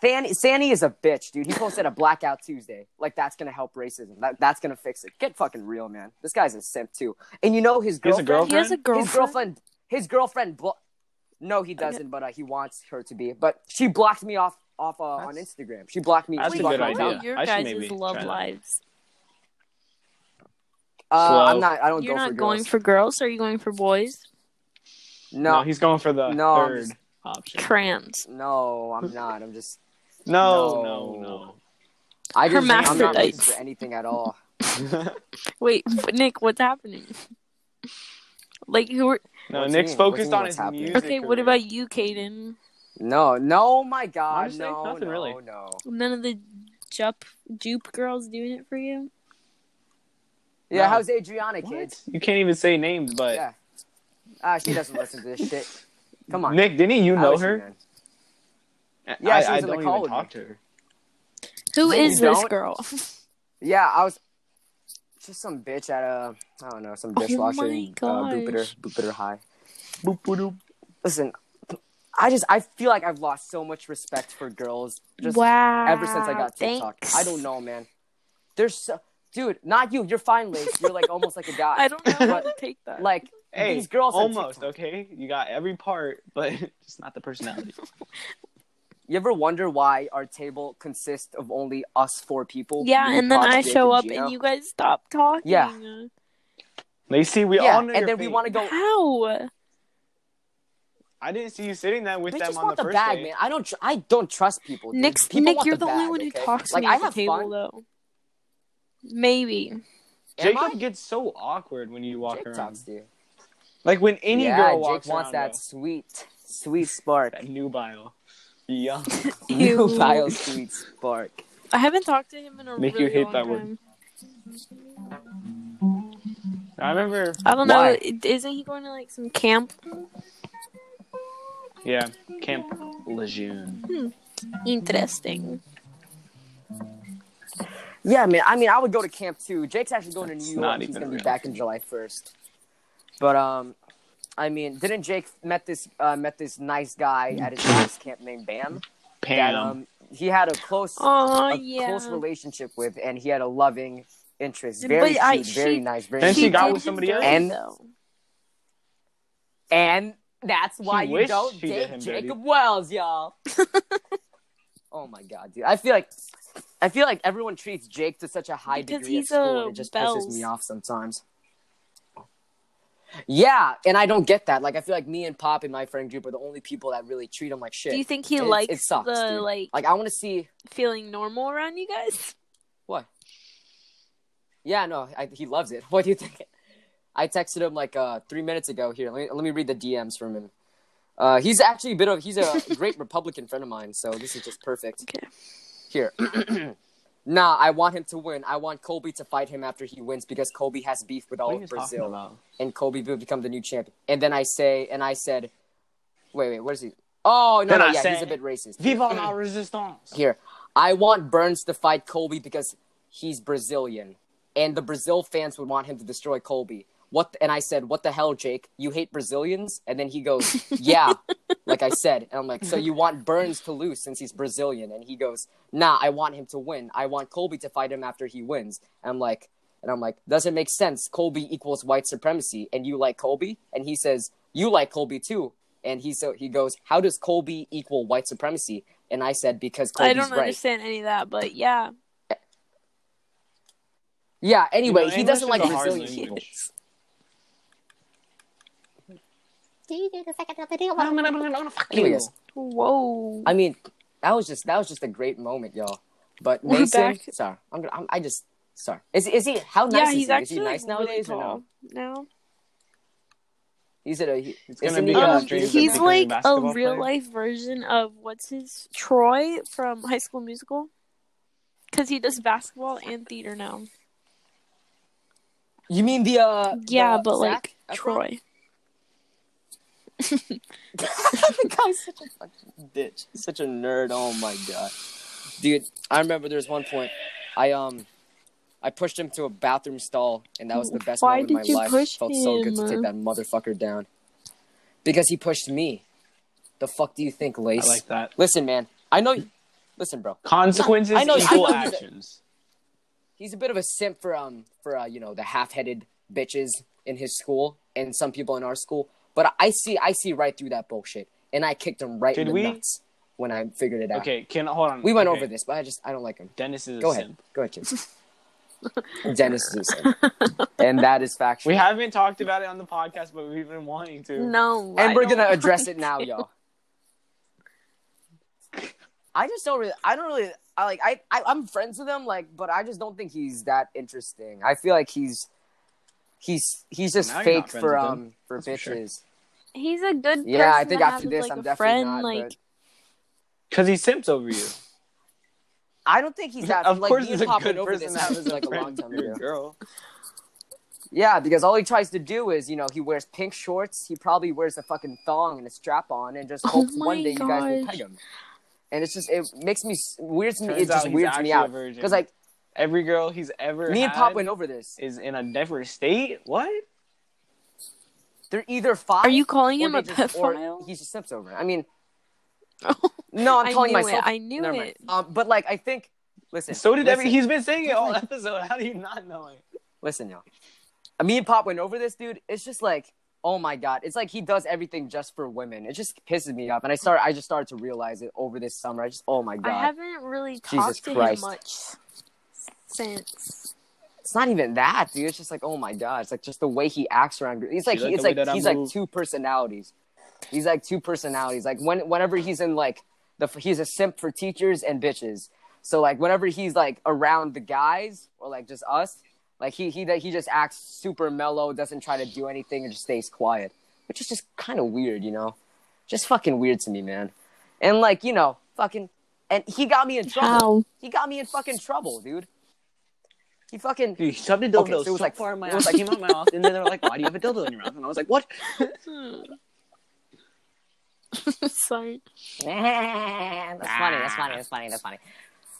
A: Fanny, Sandy is a bitch, dude. He posted a blackout Tuesday. Like that's gonna help racism. That, that's gonna fix it. Get fucking real, man. This guy's a simp too. And you know his
C: He has a
A: girlfriend.
B: He has a girlfriend.
A: His girlfriend. His girlfriend. Blo- no, he doesn't. But uh, he wants her to be. But she blocked me off off uh, on
C: That's-
A: Instagram. She blocked me.
C: that's
A: she
B: Wait,
C: a
A: blocked
C: good
B: how
A: my
B: are
A: account.
C: idea.
B: your
C: I should
B: guys'
C: maybe
B: love
C: try that.
B: lives?
A: Uh,
C: Slow.
A: I'm not. I don't
B: You're
A: Oh, go
B: not
A: for
B: going
A: girls.
B: for girls. Are you going for boys?
A: no,
C: no, he's going for the
A: No, I'm
C: third
A: just-
C: option.
B: Trans.
A: no, I'm not. I'm just. No.
C: No, no, no.
A: I just. I'm not looking
B: Hermaphrodites.
A: for anything at all.
B: Wait, Nick, what's happening? Like who are
C: no,
A: What do you
C: Nick's
A: mean? What do you
C: focused
A: mean
C: on
A: what's
C: his
A: happening?
C: music.
B: Okay, what
C: career.
B: about you, Caden?
A: No, no, my God,
C: Honestly,
A: no,
C: nothing
A: no,
C: really.
A: no.
B: None of the jup jupe girls doing it for you?
A: Yeah,
C: No.
A: how's Adriana,
C: What?
A: kids?
C: You can't even say names, but
A: Yeah. Ah, she doesn't listen to this shit. Come on.
C: Nick, didn't you
A: How
C: know
A: is she,
C: her?
A: man?
C: I-
A: Yeah, she
C: I,
A: was
C: I
A: in the
C: don't
A: call
C: even
A: with
C: talk
A: me.
C: to her.
B: Who
A: No,
B: is
A: you
B: this
A: don't.
B: girl?
A: Yeah, I was just some bitch at a I don't know some
B: Oh
A: dishwasher
B: my
A: in uh, Jupiter
B: gosh.
A: Jupiter High.
C: Boop, boop, boop.
A: Listen, I just I feel like I've lost so much respect for girls just
B: wow.
A: ever since I got TikTok.
B: thanks.
A: I don't know, man. There's so dude, not you. You're fine, Lace. You're like almost like a guy.
B: I don't know how to take that.
A: like
C: Hey,
A: these girls on
C: almost
A: TikTok.
C: okay. You got every part, but just not the personality.
A: You ever wonder why our table consists of only us four people?
B: yeah,
A: Me,
B: and then
A: Pops,
B: I
A: Jake,
B: show up
A: Gino?
B: and you guys stop talking. Uh,
A: Yeah.
C: Lacey, we
A: yeah,
C: all know
A: and
C: your
A: then we
C: fate.
A: want to go.
B: How?
C: I didn't see you sitting there with
A: Bitches
C: them on
A: want
C: the
A: the,
C: first
A: bag,
C: day.
A: man. I don't. Tr- I don't trust people. dude.
B: Nick's,
A: people
B: Nick,
A: want
B: you're
A: the,
B: the, only
A: bag,
B: one who
A: okay?
B: talks to
A: like,
B: me
A: I
B: at the
A: have
B: table,
A: fun.
B: though. Maybe.
A: Am
C: Jacob
A: I?
C: gets so awkward when you walk
A: Jake
C: around.
A: talks to you.
C: Like when any
A: yeah,
C: girl
A: Jake
C: walks
A: wants
C: around,
A: that
C: though,
A: sweet, sweet spark.
C: that nubile. Yeah.
B: Ew.
A: Nubile sweet spark.
B: I haven't talked to him in a
C: Make you
B: really
C: hate
B: long
C: that
B: time.
C: word. I remember.
B: I don't
A: Why?
B: know. it- Isn't he going to like some camp
C: Yeah, Camp Lejeune.
B: Interesting.
A: Yeah, man. I mean, I would go to camp too. Jake's actually going
C: That's
A: to New
C: not
A: York. He's
C: even
A: gonna be
C: real.
A: back in July first. But um, I mean, didn't Jake met this uh, met this nice guy at his house camp named Bam? That,
C: Pam.
A: um, he had a close
B: Oh
A: a
B: yeah.
A: close relationship with, and he had a loving interest.
B: But
A: Very
B: I-
A: cute,
B: she-
A: very nice, very.
C: And she
A: sweet.
C: got
B: did
C: with
B: him
C: somebody
B: dirty,
C: else?
A: And-
B: though.
A: and that's why you
C: wished
A: don't
C: she did
A: date
C: him dirty.
A: Jacob Wells, y'all. oh my god, dude! I feel like I feel like everyone treats Jake to such a high
B: Because
A: degree at
B: he's uh, a
A: school, and it just pisses
B: Bells.
A: me off sometimes. Yeah, and I don't get that. Like, I feel like me and Pop and my friend group are the only people that really treat him like shit.
B: Do you think he
A: It- it
B: likes
A: sucks,
B: the
A: dude.
B: like
A: like, I want to see.
B: feeling normal around you guys?
A: What? Yeah, no, I, he loves it. What do you think? I texted him like uh, three minutes ago. Here, let me, let me read the DMs from him. Uh, he's actually a bit of he's a great Republican friend of mine, so this is just perfect.
B: Okay.
A: Here. nah, I want him to win. I want Colby to fight him after he wins because Colby has beef with all
C: What are
A: of
C: you talking
A: Brazil,
C: about?
A: and Colby will become the new champion. And then I say, and I said, wait, wait, what is he? Oh no,
C: Then
A: no,
C: I
A: yeah,
C: say-
A: he's a bit racist.
C: Viva la resistance.
A: Here, I want Burns to fight Colby because he's Brazilian, and the Brazil fans would want him to destroy Colby. What? And I said, "What the hell, Jake? You hate Brazilians?" And then he goes, "Yeah," like I said, and I'm like, "So you want Burns to lose since he's Brazilian?" And he goes, "Nah, I want him to win. I want Colby to fight him after he wins." And I'm like, And I'm like, doesn't make sense. Colby equals white supremacy, and you like Colby, and he says you like Colby too. And he so he goes, how does Colby equal white supremacy? And I said because Colby's
B: I don't
A: right.
B: understand any of that, but yeah.
A: Yeah. Anyway,
C: You know,
A: he
C: English
A: doesn't
C: is
A: like
C: a hard
A: Brazilians.
C: language.
A: Anyways,
B: Whoa.
A: I mean, that was just that was just a great moment, y'all. But
B: We're
A: Mason,
B: back.
A: sorry, I'm, gonna- I'm I just sorry. Is is he how nice
B: yeah,
A: is
B: he's
A: he? Is
B: actually
A: he nice
B: like, really
A: nowadays or no?
B: tall now.
A: He's at a he,
C: It's gonna
A: Isn't
C: be
A: he,
C: uh,
A: uh,
B: Um,
C: dreams of
B: he's
C: becoming
B: like a
C: basketball
B: real
C: player.
B: life version of what's his Troy from High School Musical, because he does basketball and theater now.
A: you mean the uh
B: Yeah,
A: the
B: but
A: Zac
B: like
A: Efron?
B: Troy.
A: the guy's such a fucking bitch. He's such a nerd. Oh my god, dude. I remember there was one point I um I pushed him to a bathroom stall, and that was the best
B: Why
A: moment of my
B: did you
A: life.
B: push
A: Felt so good to
B: him?
A: take that motherfucker down because he pushed me. The fuck do you think,
C: I
A: Lace?
C: like that.
A: Listen, man. I know. Listen, bro.
C: Consequences
A: I know- I
C: equal
A: know-
C: actions.
A: He's a bit of a simp for um for uh, you know the half-headed bitches in his school and some people in our school. But I- I see I see right through that bullshit, and I kicked him right
C: Did
A: in the
C: we?
A: nuts when I figured it out.
C: Okay, can hold on.
A: We went
C: Okay,
A: over this, but I just I don't like him.
C: Dennis is a
A: Go ahead.
C: simp.
A: Go ahead, kid. Dennis is a simp. and that is factual.
C: We haven't talked about it on the podcast, but we've been wanting to.
B: No,
A: and
B: I
A: we're gonna
B: don't
A: address
B: like
A: it now, y'all. I just don't really. I don't really. I like. I, I I'm friends with him, like, but I just don't think he's that interesting. I feel like he's he's he's just
C: Now you're
A: fake
C: not friends
A: for
C: with him.
A: um for
C: That's for sure.
A: bitches.
B: He's a good.
A: Yeah, I
B: person
A: think
B: to
A: after
B: have,
A: this,
B: like,
A: I'm
B: a
A: definitely
B: friend,
A: not.
B: Like,
A: but
C: Because he simps over you.
A: I don't think he's that.
C: of
A: like,
C: course,
A: me
C: he's
A: and
C: a
A: Pop
C: good
A: went over
C: person
A: this
C: that was
A: like a long time ago.
C: girl.
A: Yeah, because all he tries to do is, you know, he wears pink shorts. He probably wears a fucking thong and a strap on, and just
B: Oh
A: hopes one
B: my
A: day you guys will
B: gosh.
A: peg him. And it's just it makes me s- weirds me.
C: Turns
A: it just
C: out he's
A: weirds
C: actually
A: me
C: a
A: out
C: virgin.
A: because like
C: Every girl he's ever
A: me and
C: had
A: Pop went over this.
C: is in a different state. What?
A: They're either five.
B: Are you calling
A: or
B: him a
A: they just- or
B: pedophile?
A: He just steps over. it. I mean, no, I'm
B: I
A: calling
B: knew it,
A: myself.
B: I knew
A: Never
B: it.
A: mind. Um, but like I think, listen.
C: So did
A: listen,
C: every. He's been saying it all episode. How do you not know it?
A: Listen, y'all. Me and Pop went over this, dude. It's just like, oh my god. It's like he does everything just for women. It just pisses me off, and I start. I just started to realize it over this summer. I just, oh my god.
B: I haven't really talked to
A: Christ.
B: him much since.
A: it's not even that, dude. It's just like, oh my god. It's like just the way he acts around. He's like,
C: You like
A: it's
C: the way
A: like
C: that I
A: he's like
C: move?
A: two personalities. He's like two personalities. Like when whenever he's in like the he's a simp for teachers and bitches. So like whenever he's like around the guys or like just us, like he he he just acts super mellow, doesn't try to do anything, and just stays quiet, which is just kind of weird, you know? Just fucking weird to me, man. And like you know, fucking, and he got me in trouble.
B: How?
A: He got me in fucking trouble, dude. He fucking
C: Dude, he shoved a
A: dildo so
C: like, far in my ass,
A: ass,
C: came out my mouth, and then they're like, "Why do you have a dildo in your mouth?" And I was like, "What?"
B: Hmm. Sorry.
A: that's funny. That's funny. That's funny. That's funny.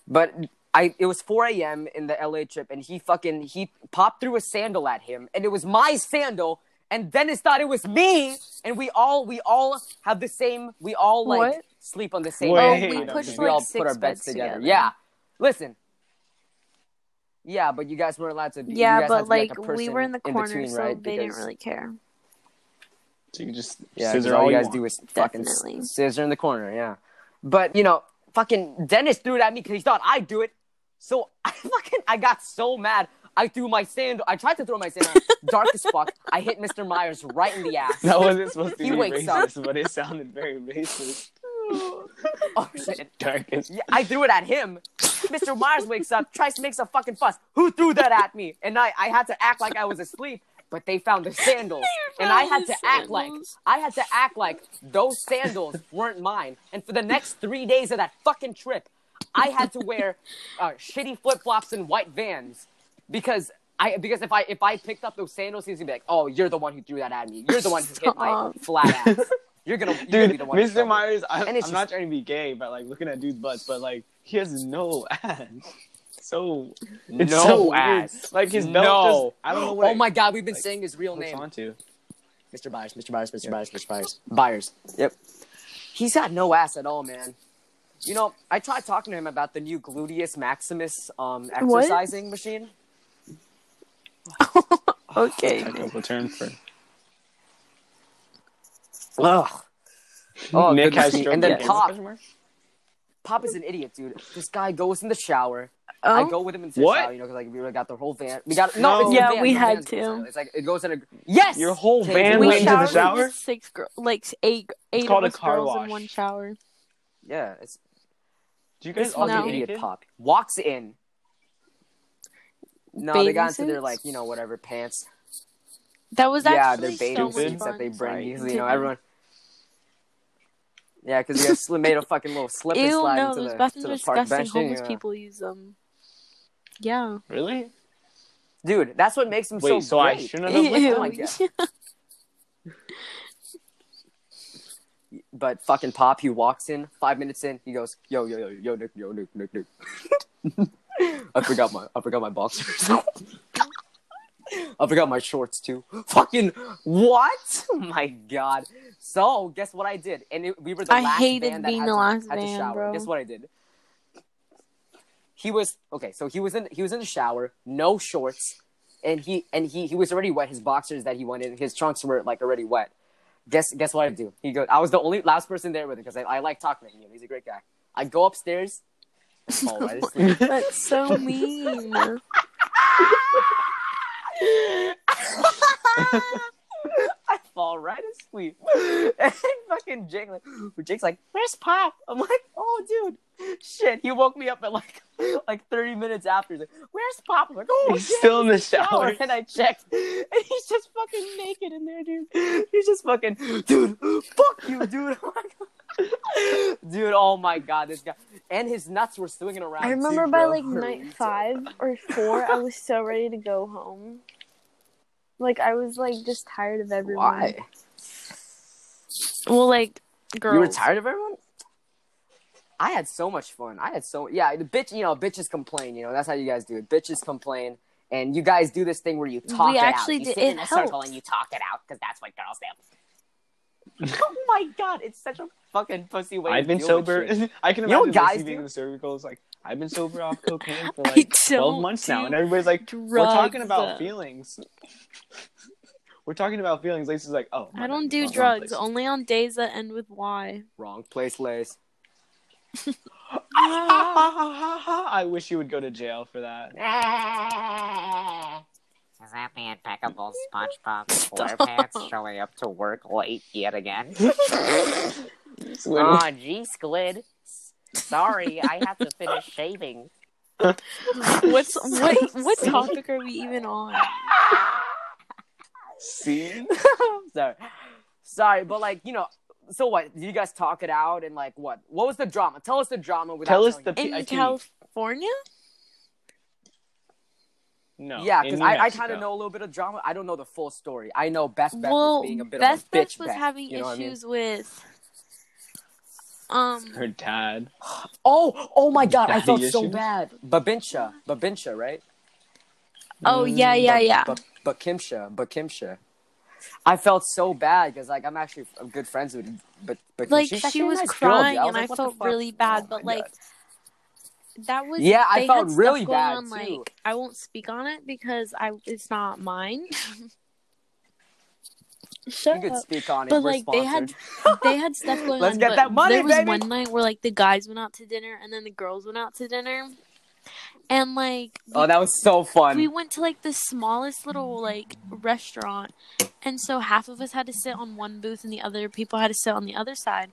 A: But I, it was 4 a.m. in the LA trip, and he fucking he popped through a sandal at him, and it was my sandal. And Dennis thought it was me, and we all we all have the same. We all like
B: What?
A: sleep on the same.
C: Wait,
A: bed
C: Oh, we
A: kind of,
C: pushed,
A: because
B: like,
A: all
B: six
A: put our beds
B: beds
A: together.
B: together.
A: Yeah, listen. Yeah, but you guys weren't allowed to. you
B: Yeah,
A: guys had to
B: but
A: be, like,
B: like,
A: a
B: we
A: person
B: were in the corner,
A: between,
B: so
A: right?
B: they
A: Because-
B: didn't really care.
C: So you can just
A: Yeah, 'cause
C: scissor
A: all you
C: you
A: guys
C: want.
A: do is fucking
B: Definitely.
A: s- scissor in the corner. Yeah, but you know, fucking Dennis threw it at me because he thought I'd do it. So I fucking I got so mad. I threw my sandal. I tried to throw my sandal. dark as fuck. I hit Mr. Myers right in the ass.
C: That wasn't supposed to
A: He
C: be
A: wakes up.
C: racist, but it sounded very racist.
A: Oh shit.
C: Darkest.
A: Yeah, I threw it at him. Mr. Myers wakes up, tries to make some fucking fuss. Who threw that at me? And I, I had to act like I was asleep, but they found the sandals. And I had
B: found
A: to
B: the
A: act like
B: sandals.
A: I had to act like those sandals weren't mine. And for the next three days of that fucking trip, I had to wear uh, shitty flip flops and white vans because I because if I if I picked up those sandals, he's gonna be like, "Oh, you're the one who threw that at me. You're the one who hit my
B: Stop.
A: flat ass. You're gonna, you're gonna be
C: Dude,
A: the one." in
C: Mr.
A: trouble."
C: Myers, I'm, I'm
A: And it's
C: not
A: just-
C: trying to be gay, but like looking at dudes' butts, but like he has no ass. So it's
A: No
C: so weird.
A: ass.
C: Like his belt.
A: No.
C: Just, I don't know what.
A: Oh
C: it
A: my god, we've been
C: like,
A: saying his real
C: hooks
A: name.
C: onto.
A: Mr. Byers, Mr. Byers, Mr.
C: Yeah.
A: Byers, Mr. Byers. Byers. Yep. He's got no ass at all, man. You know, I tried talking to him about the new gluteus maximus um,
B: What?
A: exercising machine.
B: okay.
C: Technical term for.
A: Ugh. Oh,
C: Nick
A: Nick
C: has
A: and then
C: stroke.
A: Pop. Pop is an idiot, dude. This guy goes in the shower. I
B: Oh,
A: go with him into
C: What?
A: the shower, you know, because like we would've got the whole van. We got no, it's the
B: Yeah,
A: van,
B: we
A: the
B: had
A: van's in the
B: to.
A: shower. It's like it goes in a yes.
C: Your whole
A: Okay,
C: van
A: and
B: we
C: went into the
B: showered
C: shower.
B: with six girl, like eight, eight
C: called
B: of
C: a
B: us
C: car
B: girls
C: wash.
B: in one shower.
A: yeah. It's
C: Do you
A: this
C: guys all
A: fucking
B: No.
C: get
A: idiot
C: naked?
A: Pop walks in. No, they
B: Bathing
A: got into their
B: suits?
A: like you know whatever pants.
B: That was
A: yeah, their
B: actually so
A: bathing
B: much
A: suits
B: fun.
A: that they bring
B: Sorry,
A: because you know
B: continue.
A: everyone. Yeah, because you guys made a fucking little slip and
B: Ew,
A: slide
B: no,
A: into
B: those
A: the,
B: bathrooms
A: to
B: are
A: the park
B: disgusting.
A: bench. didn't
B: Homeless
A: you?
B: people use them. Yeah.
C: Really?
A: Dude, that's what makes them so.
C: Wait, so I
A: great.
C: shouldn't have-
A: Ew.
B: Ew.
A: But fucking Pop, he walks in five minutes in. He goes, "Yo, yo, yo, yo, Nick, yo, Nick, Nick, Nick." I forgot my, I forgot my boxers. I forgot my shorts too. Fucking what? Oh my god. So guess what I did? And it, we were the
B: I
A: last
B: hated
A: band that
B: being
A: had
B: the
A: to-
B: last
A: had to
B: band,
A: shower.
B: bro.
A: Guess what I did? He was okay. So he was in he was in the shower, no shorts, and he and he he was already wet. His boxers that he went in, his trunks were like already wet. Guess guess what I do? He goes. I was the only last person there with him because I, I like talking to him. He's a great guy. I go upstairs. Oh, and fall right asleep.
B: That's so mean.
A: I fall right asleep. And fucking Jake, like, Jake's like, "Where's Pop?" I'm like, "Oh, dude, shit." He woke me up at like, like 30 minutes after. He's like, "Where's Pop?" I'm like, "Oh,
C: He's
A: shit,
C: still in the
A: shower.
C: shower.
A: And I checked, and he's just fucking naked in there, dude. He's just fucking, dude. Fuck you, dude. Oh my God. Dude, oh my god, this guy and his nuts were swinging around.
B: I remember
A: too,
B: by
A: bro.
B: like night five or four, I was so ready to go home. Like I was like just tired of everyone.
A: Why?
B: Well, like girls.
A: You were tired of everyone? I had so much fun. I had so yeah, the bitch, you know, bitches complain, you know, that's how you guys do it. Bitches complain. And you guys do this thing where you talk
B: We
A: it
B: actually
A: out. You
B: did-
A: sit in
B: it
A: a circle
B: helped.
A: and you talk it out because that's what girls do. oh my god, it's such a fucking pussy way.
C: I've
A: to
C: been
A: deal with
C: sober.
A: shit.
C: I can
A: You know
C: imagine
A: what guys
C: guys being
A: do?
C: in the cervical is like, I've been sober off cocaine for
B: I
C: like
B: don't
C: 12 months now.
B: do
C: And everybody's like, we're
B: drugs.
C: talking
A: uh,
C: about feelings. we're talking about feelings. Lisa's like, oh. my
B: I don't
C: bad.
B: do
C: Wrong
B: drugs.
C: place.
B: Only on days that end with Y.
A: Wrong place, Lace.
C: I wish you would go to jail for that.
D: Is that the impeccable SpongeBob SquarePants showing up to work late yet again?
C: Literally.
D: Ah, gee, Squid. Sorry, I have to finish shaving.
B: What's what? What topic are we even on?
C: Scene?
A: Sorry. Sorry, but like, you know, so what? Did you guys talk it out and like what? What was the drama? Tell us the drama without
C: Tell us
A: telling
C: the
B: In
C: PIT.
B: California?
C: No.
A: yeah,
C: in
A: because
C: New
A: I, I kind
C: Mexico.
A: of know a little bit of drama. I don't know the full story. I know Beth Beth
B: well,
A: was being a bit
B: Beth
A: of a bitch.
B: Beth was
A: Beth,
B: having
A: you know what I mean?
B: issues with. Um.
C: Her dad.
A: Oh, oh my God! I
C: Daddy
A: felt so
C: issues?
A: bad. Babincha, Babincha, right?
B: Oh
A: Mm,
B: yeah, yeah,
A: Ba-
B: yeah.
A: Ba- Bakimsha, Bakimsha. I felt so bad because like I'm actually f- good friends with, but but
B: like
A: she's
B: she
A: actually a
B: was
A: nice girl, dude.
B: crying
A: was
B: and
A: like,
B: I
A: what the
B: felt
A: fuck?
B: really bad,
A: Oh
B: but
A: my
B: like
A: God.
B: that was
A: Yeah, I
B: they
A: felt
B: had stuff
A: really
B: going
A: bad,
B: on,
A: too.
B: Like I won't speak on it because I it's not mine.
A: you
B: Shut
A: could
B: up.
A: speak on it.
B: But
A: We're
B: like they
A: sponsored.
B: had they had stuff going
A: Let's
B: on.
A: get
B: but
A: that money,
B: there was
A: baby.
B: one night where like the guys went out to dinner and then the girls went out to dinner, and like
A: oh, that was so fun.
B: we went to like the smallest little like restaurant and so half of us had to sit on one booth and the other people had to sit on the other side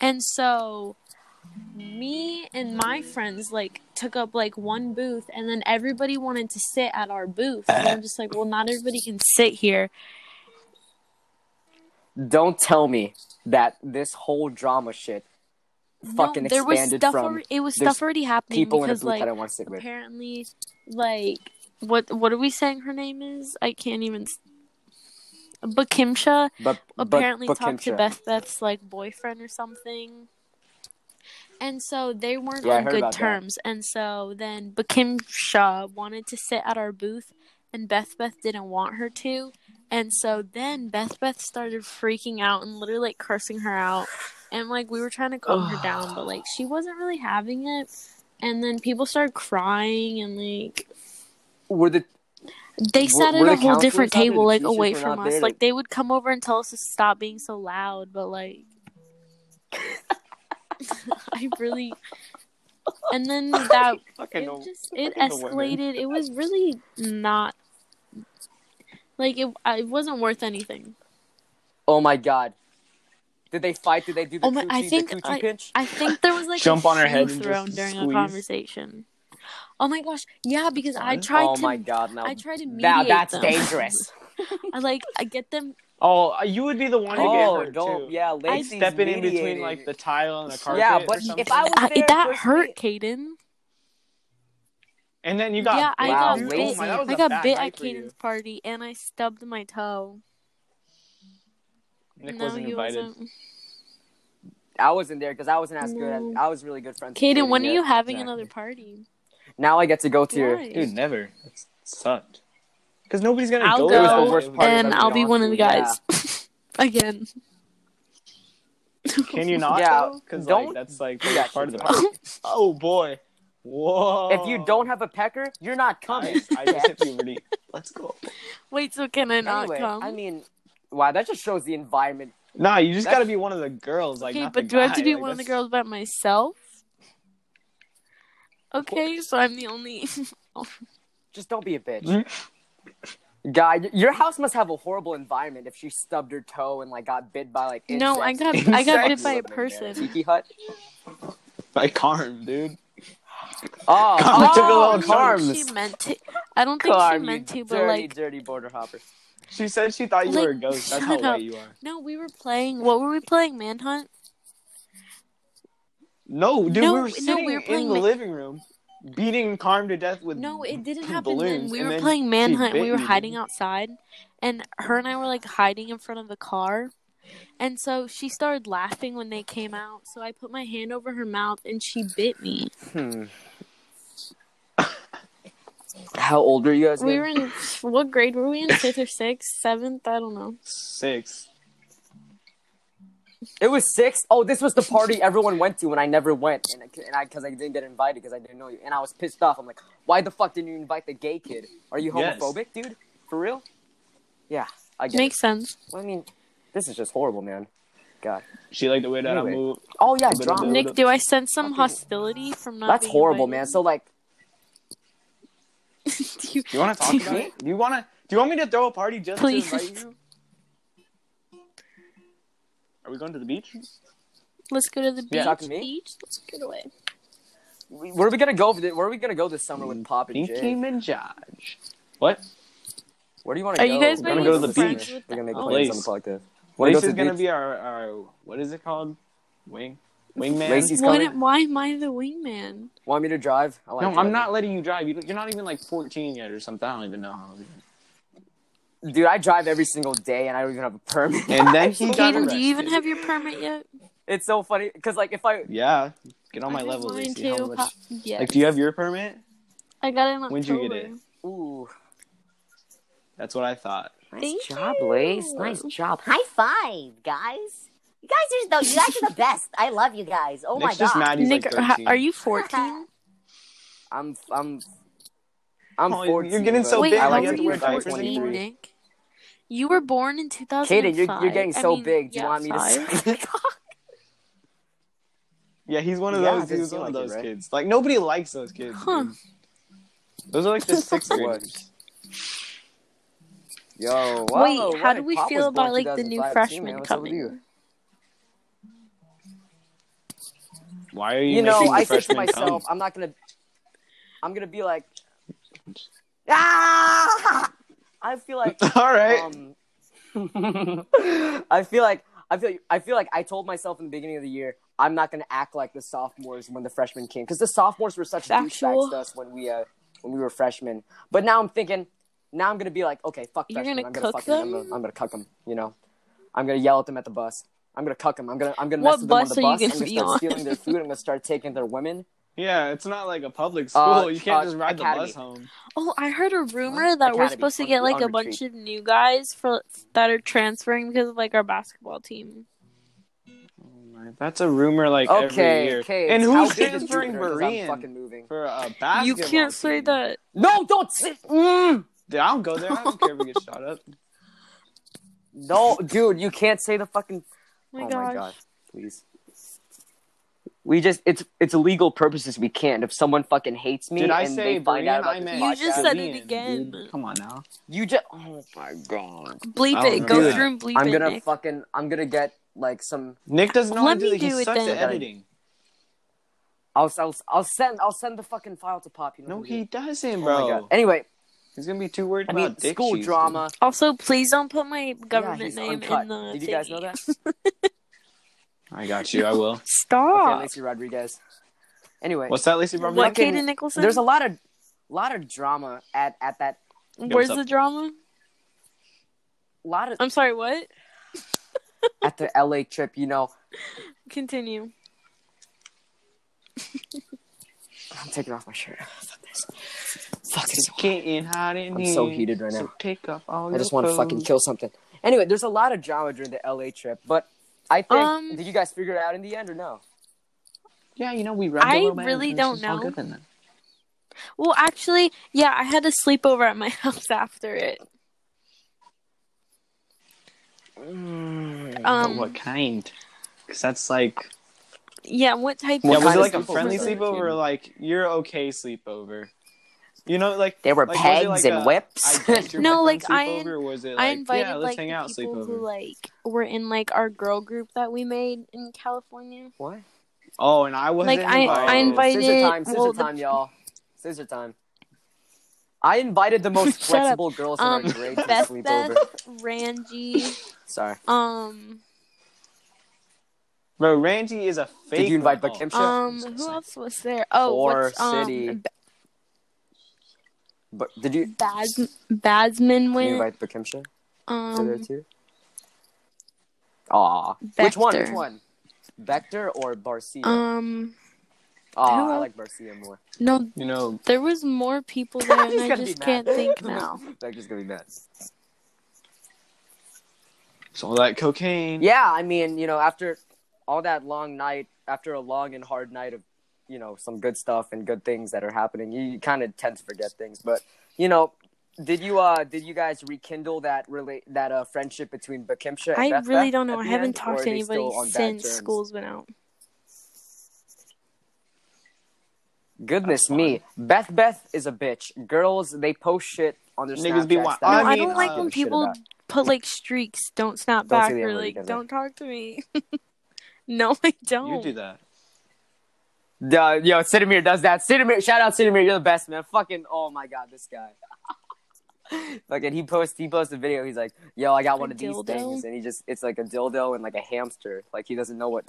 B: and so me and my friends like took up like one booth and then everybody wanted to sit at our booth and i'm just like well not everybody can sit here
A: Don't tell me that this whole drama shit fucking
B: no, there was
A: expanded
B: stuff
A: from
B: alre- it was
A: there's
B: stuff already happening
A: people in a
B: because
A: booth
B: like
A: that I want to sit with.
B: apparently like what what are we saying her name is i can't even s- bakimsha
A: But
B: apparently
A: but, but
B: talked to
A: Kimsha.
B: Beth Beth's like boyfriend or something. And so they weren't
A: Yeah, I
B: on
A: heard
B: good
A: about that.
B: terms. And so then Bakim Shah wanted to sit at our booth and Beth Beth didn't want her to. And so then Beth Beth started freaking out and literally like cursing her out. And like we were trying to calm her down, but like she wasn't really having it. And then people started crying and like
A: Were the
B: They sat
A: were
B: at
A: the
B: a whole
A: counselors not
B: different
A: there?
B: table,
A: The
B: like
A: teachers
B: away
A: were
B: from
A: not
B: us.
A: there to-
B: Like they would come over and tell us to stop being so loud, but like I really. And then that
C: Fucking
B: it
C: no-
B: just it
C: fucking the women.
B: escalated. It was really not like it. uh, It wasn't worth anything.
A: Oh my god. Did they fight? Did they do the
B: Oh my-
A: coochie,
B: I think
A: the coochie
B: I-
A: pinch?
B: I think there was like
C: Jump
B: a
C: on her head
B: shoe
C: and
B: thrown
C: just
B: during a
C: squeeze.
B: conversation. Oh my gosh! Yeah, because I
C: What?
B: tried
A: oh
B: to.
A: my god, now,
B: I tried to mediate
A: now that's
B: them.
A: dangerous.
B: I like I get them.
C: Oh, you would be the one to
A: oh,
C: get hurt
A: don't.
C: too.
A: Yeah,
C: Like,
A: Lacey's
C: stepping in between
A: mediating.
C: like the tile and the carpet.
A: Yeah,
C: or
A: but
C: something.
A: if I was
B: I,
A: there
B: that
A: first
B: hurt,
A: date-
B: Caden.
C: and then you got
B: yeah, I
A: Wow,
B: got
C: blasted.
A: Lacey.
B: bit.
C: Oh my, that was
B: I
C: a
B: got
C: bad
B: bit
C: night
B: at
C: for you.
B: Caden's party, and I stubbed my toe.
C: Nick
B: no,
C: wasn't
B: he
C: invited.
B: wasn't.
A: I wasn't there because I wasn't as good. As,
B: No.
A: I was really good friends. with
B: Caden, when
A: yeah,
B: are you having
A: exactly.
B: another party?
A: Now I get to go to your.
B: Why?
C: Dude, never. That's sucked. Because nobody's gonna
B: I'll
C: go. to
A: It was
B: go,
A: the worst party I've
B: and
A: ever
B: I'll be
A: gone
B: one of
A: to,
B: the guys again.
C: Can you not?
A: Yeah,
C: Because
A: don't
C: like that's like
A: do
C: the
A: that
C: worst part of the
A: shit.
C: party. Oh boy. Whoa.
A: If you don't have a pecker, you're not coming.
C: Guys, I just hit puberty. Let's go.
B: Wait, so can I not
A: anyway,
B: come?
A: I mean, wow, that just shows the environment.
C: Nah, you just
A: That's-
C: gotta be one of the girls. Like,
B: okay,
C: not
B: but
C: the
B: do I have to
C: guy,
B: be
C: like,
B: one of the
C: that's-
B: girls by myself? Okay, so I'm the only.
A: Just don't be a bitch.
C: Mhm.
A: Guy, y- your house must have a horrible environment if she stubbed her toe and like got bit by like. Insects.
B: No, I got I got bit
C: Insects.
B: by a
A: Living in there.
B: person.
A: Tiki hut.
C: By Carm, dude.
A: Oh,
C: Carm took
A: oh,
C: a little
B: I don't
A: Carms.
B: think she meant to. I don't think
A: Carm,
B: she
A: you
B: meant to, but
A: dirty,
B: like,
A: dirty border hopper.
C: She said she thought you
B: Like,
C: were a ghost. That's how
B: shut up.
C: white you are.
B: no, we were playing. What were we playing? Manhunt.
C: No,
B: No,
C: dude, we
B: no,
C: were
B: we
C: sitting
B: were
C: in
B: playing
C: the
B: ma-
C: living room, beating Carm to death with
B: No, it didn't
C: b-
B: happen then.
C: balloons,
B: We
C: and
B: were
C: then she
B: playing Manhunt.
C: bit
B: We were
C: me.
B: hiding outside, and her and I were like hiding in front of the car. And so she started laughing when they came out. So I put my hand over her mouth and she bit me.
A: Hmm. How old were you guys?
B: We
A: again?
B: were in what grade were we in? Fifth or sixth? Seventh? I don't know.
C: Six.
A: It was six. Oh, this was the party everyone went to, and I never went, and I- and I because I, didn't get invited because I didn't know you, and I was pissed off. I'm like, why the fuck didn't you invite the gay kid? Are you
C: Yes.
A: homophobic, dude? For real? Yeah, I get.
B: Makes sense.
A: it. I mean, this is just horrible, man. God.
C: She liked the way that
A: Anyway.
C: I moved.
A: Oh yeah,
C: Little
A: drama.
C: bit.
B: Nick, do I sense some
A: Okay.
B: hostility from not?
A: That's
B: being
A: horrible, man.
B: invited?
A: So like,
B: Do you-
C: You want to talk about it? Do you want to? Do you want me to throw a party just
B: Please.
C: to invite you? Are we going to the beach?
B: Let's go to the beach.
A: Yeah. Talk to me?
B: Beach. Let's get away.
A: we- where are we gonna go? For the, where are we gonna go this summer with Pop and
C: Pinky
A: Jay?
C: Minaj. What?
A: Where do you want to
B: Are
A: go?
B: you guys
A: We're
C: gonna
A: gonna
B: making
C: go to the
B: friends
C: beach.
B: with
A: We're gonna make
B: them? Oh,
A: plans
C: Lace.
A: on the podcast. Wanna go
C: Lace
A: to
C: is
A: the
C: gonna
A: beach?
C: be our, our what is it called? Wing, wingman.
A: Lacey's
B: why,
A: coming.
B: did- why am I the wingman?
A: Want me to drive? I like
C: no, I'm
A: driving.
C: not letting you drive. You, don't- you're not even like 14 yet or something. I don't even know. How old you are.
A: Dude, I drive every single day, and I don't even have a permit.
C: And then he got
B: Caden, do you even
C: arrested.
B: have your permit yet?
A: It's so funny because like if I
C: Yeah, get on
B: I
C: my
B: have
C: level.
B: mine
C: Lacey. How
B: too.
C: much-
B: Pop- yes.
C: Like, do you have your permit?
B: I got it in October.
C: When'd you get it?
A: ooh,
C: That's what I thought.
D: Nice
B: Thank
D: job,
B: you.
D: Lace. Nice job. High five, guys. You guys are the, you guys are the best. I love you guys. Oh
C: Nick's
D: my
C: just
D: god.
C: mad. He's
B: Nick,
C: like
B: are-
C: 13.
B: are you 14?
A: I'm I'm I'm
C: Oh, you're
A: 14.
C: getting so
A: but
B: Wait,
C: big,
A: I
B: how
C: like
A: like
B: old
C: you
B: are
A: to
C: have
B: you
C: to
A: wear
C: wear diapers
B: 14,
C: anymore.
B: Nick? You were born in 2005.
A: Kaden, you're, you're getting
B: I
A: so
B: mean,
A: big. Do
B: yeah,
A: you want me
B: five.
A: to? suck your cock?
C: Yeah, he's one of
A: Yeah, it
C: those.
A: doesn't
C: He's
A: seem
C: one of
A: like it,
C: those
A: right?
C: kids. Like nobody likes those kids.
B: Huh.
C: dude. Those are like the sixth graders.
A: Yo, wow,
B: Wait, how
A: right,
B: do we
A: Pop was
B: feel
A: born
B: about like the new
A: 2005 too, man.
B: freshmen
A: What's up with you?
B: coming?
C: Why are you?
A: You know,
C: making the
A: I think to
C: freshmen
A: myself,
C: come?
A: I'm not gonna. I'm gonna be like, ah! I feel like
C: All right.
A: um, I feel like I feel I feel like I told myself in the beginning of the year I'm not going to act like the sophomores when the freshmen came because the sophomores were such
B: Factual.
A: douchebags to us when we uh, when we were freshmen. But now I'm thinking now I'm going to be like, okay, fuck
B: You're
A: freshmen.
B: gonna
A: I'm gonna
B: cook
A: fucking- I'm
B: them?
A: gonna, I'm gonna cuck them. You know, I'm gonna yell at them at the bus. I'm gonna cuck them. I'm gonna I'm gonna
B: What
A: mess with them on
B: bus
A: the
B: are you
A: bus. I'm gonna
B: gonna be
A: start
B: on?
A: stealing their food. I'm gonna start taking their women.
C: yeah, it's not like a public school.
A: Uh,
C: you can't
A: uh,
C: just ride
A: academy.
C: the bus home.
B: Oh, I heard a rumor that we're
A: Academy,
B: supposed to
A: on-
B: get like
A: on
B: a
A: retreat.
B: bunch of new guys for that are transferring because of like our basketball team.
C: That's a rumor. Like
A: Okay,
C: every year.
A: okay.
C: And
A: it's how
C: who's
A: big is
C: transferring
A: Jupiter? 'Cause I'm
C: Berean
A: Fucking moving.
C: for a basketball?
B: You can't say
C: team?
B: that.
A: No, don't. Say, mm.
C: Dude, I don't go there. I don't care if we get shot up.
A: No, dude, you can't say the fucking.
B: my
A: oh my
B: gosh.
A: god, please. We just it's it's illegal purposes we can't. If someone fucking hates me
C: Did I
A: and
C: say
A: they find out
C: Brian?
A: about
C: I
A: this
C: meant
B: You
A: podcast-
B: just said it
C: Korean,
B: again.
C: dude. Come on now.
A: you just oh my god.
B: Bleep
C: I don't
B: it. Go
A: know.
B: through and bleep
A: I'm
B: it.
A: gonna
B: Nick.
A: fucking I'm gonna get like some
C: Nick doesn't know
B: Let
C: how to do
B: me
C: that. He
B: do it
C: sucks
B: then.
C: at editing.
A: I'll, I'll I'll send I'll send the fucking file to Pop, you know.
C: No,
A: what I mean?
C: he doesn't,
A: Oh my
C: bro.
A: god. Anyway,
C: he's gonna be too worried
A: I
C: about
A: mean
C: dick
A: school
C: cheese,
A: drama.
B: Also, please don't put my
A: yeah,
B: government
A: he's
B: name
A: uncut.
B: in the.
A: Did you guys know
B: thingy.
A: that?
C: dude. I got you. I will.
A: Okay,
B: Stop.
A: Lacey Rodriguez. Anyway,
C: What's that, Lacey Robert?
B: what,
A: fucking-
B: Kaden Nicholson?
A: there's a lot of lot of drama at at that
B: Where's
C: What's up?
B: the drama?
A: lot of
B: I'm sorry. What?
A: at the LA trip, you know.
B: Continue.
A: I'm taking off my shirt. Fuck this. Fuck this.
C: It's getting hot in
A: I'm
C: here.
A: so heated right
C: so
A: now.
C: pick up all
A: I just want to fucking kill something. Anyway, there's a lot of drama during the LA trip, but I think
B: Um,
A: did you guys figure it out in the end or no?
C: Yeah, you know we rubbed
B: I
C: a little bit.
B: really
C: This
B: don't
C: is all
B: know.
C: good in there.
B: Well, actually, yeah, I had to sleep over at my house after it.
C: But
B: Um,
C: what kind? Because that's like.
B: yeah, what type?
A: What
C: yeah, was
A: kind of
C: it like a
A: sleepover
C: friendly
A: was it?
C: sleepover or like you're okay sleepover? You know, like
A: There were
C: like, was it
A: pegs
C: like
A: and
C: a, I
A: whips.
C: guess you're
B: No,
C: my
B: like,
C: friend
B: I
C: sleepover,
B: in-
C: or was it like
B: I invited
C: yeah, let's
B: like
C: hang
B: the
C: out
B: people
C: sleepover?
B: who like were in like our girl group that we made in California.
A: what?
C: oh, and I wasn't
B: Like I,
C: invited.
B: I invited.
A: Scissor time, scissor
B: well, the-
A: time, y'all. Scissor time. I invited the most
B: Shut up.
A: flexible girls in
B: Um,
A: our grade to
B: Beth,
A: sleep over.
B: Beth, Rangie,
A: Sorry.
B: um,
C: Bro, Randy is a fake.
A: Did you invite
C: Raul.
A: Bakimsha?
B: um, who else was there? Oh,
A: Or
B: what's, um,
A: City.
B: Ba-
A: But did you,
B: Bas- Basman
A: did you
B: went.
A: invite Bakimsha to there
B: Um,
A: too? Aw. Which one? Which
B: Bector.
A: one? Vector or Barcia?
B: um,
A: Aw,
B: who
A: I
B: el-
A: like Barcia more.
B: no,
C: You know,
B: there was more people there,
A: He's
B: and I
A: gonna be
B: just
A: mad.
B: can't think now.
A: Vector's gonna be mad.
C: it's all that cocaine.
A: Yeah, I mean, you know, after all that long night, after a long and hard night of, you know, some good stuff and good things that are happening, you, you kind of tend to forget things. But you know, did you uh did you guys rekindle that relate that uh friendship between Bakimsha? And
B: I
A: Beth
B: really
A: Beth
B: don't know.
A: at
B: I
A: the
B: haven't
A: end, or
B: talked to
A: are they still
B: anybody
A: on bad
B: since
A: terms?
B: school's been out.
A: Goodness me, Beth Beth is a bitch. Girls, they post shit on their
C: Niggas be
A: Snapchats
C: want-
A: that
B: No,
C: I
B: I,
C: mean,
B: don't like
C: uh,
B: when
A: give a shit
B: people
A: about.
B: put like streaks. Don't snap
A: Don't say
B: back
A: the
B: or
A: N-word
B: like
A: because of-
B: don't talk to me. no, I don't.
C: You do that.
A: Duh, yo, Sidamir does that. Sidamir, shout out Sidamir, you're the best man. Fucking, oh my god, this guy. Fucking, he posts, he posts a video. He's like, "Yo, I got one
B: A
A: of these
B: dildo?
A: things," and he just, it's like a dildo and like a hamster. Like he doesn't know what.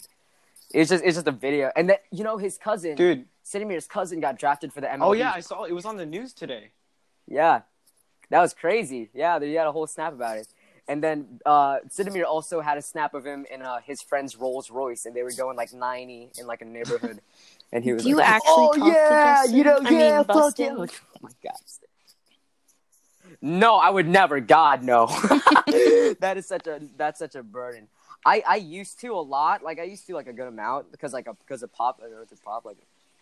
A: It's just, it's just a video, and then you know his cousin,
C: Dude.
A: Sidamir's cousin, got drafted for the MLB.
C: Oh yeah, I saw it was on the news today.
A: yeah, that was crazy. Yeah, he had a whole snap about it. And then uh, Sidamir also had a snap of him in uh, his friend's Rolls Royce, and they were going like ninety in like a neighborhood, and he was
B: Do you
A: like,
B: actually
A: "Oh
B: talk to
A: yeah,
B: Justin?
A: you know,
B: I mean,
A: yeah, fuck
B: Bustin.
A: yeah." Like, oh my god. No, I would never. God, no. that is such a that's such a burden. I I used to a lot. Like I used to like a good amount because like a, because of pop, I know it's a pop like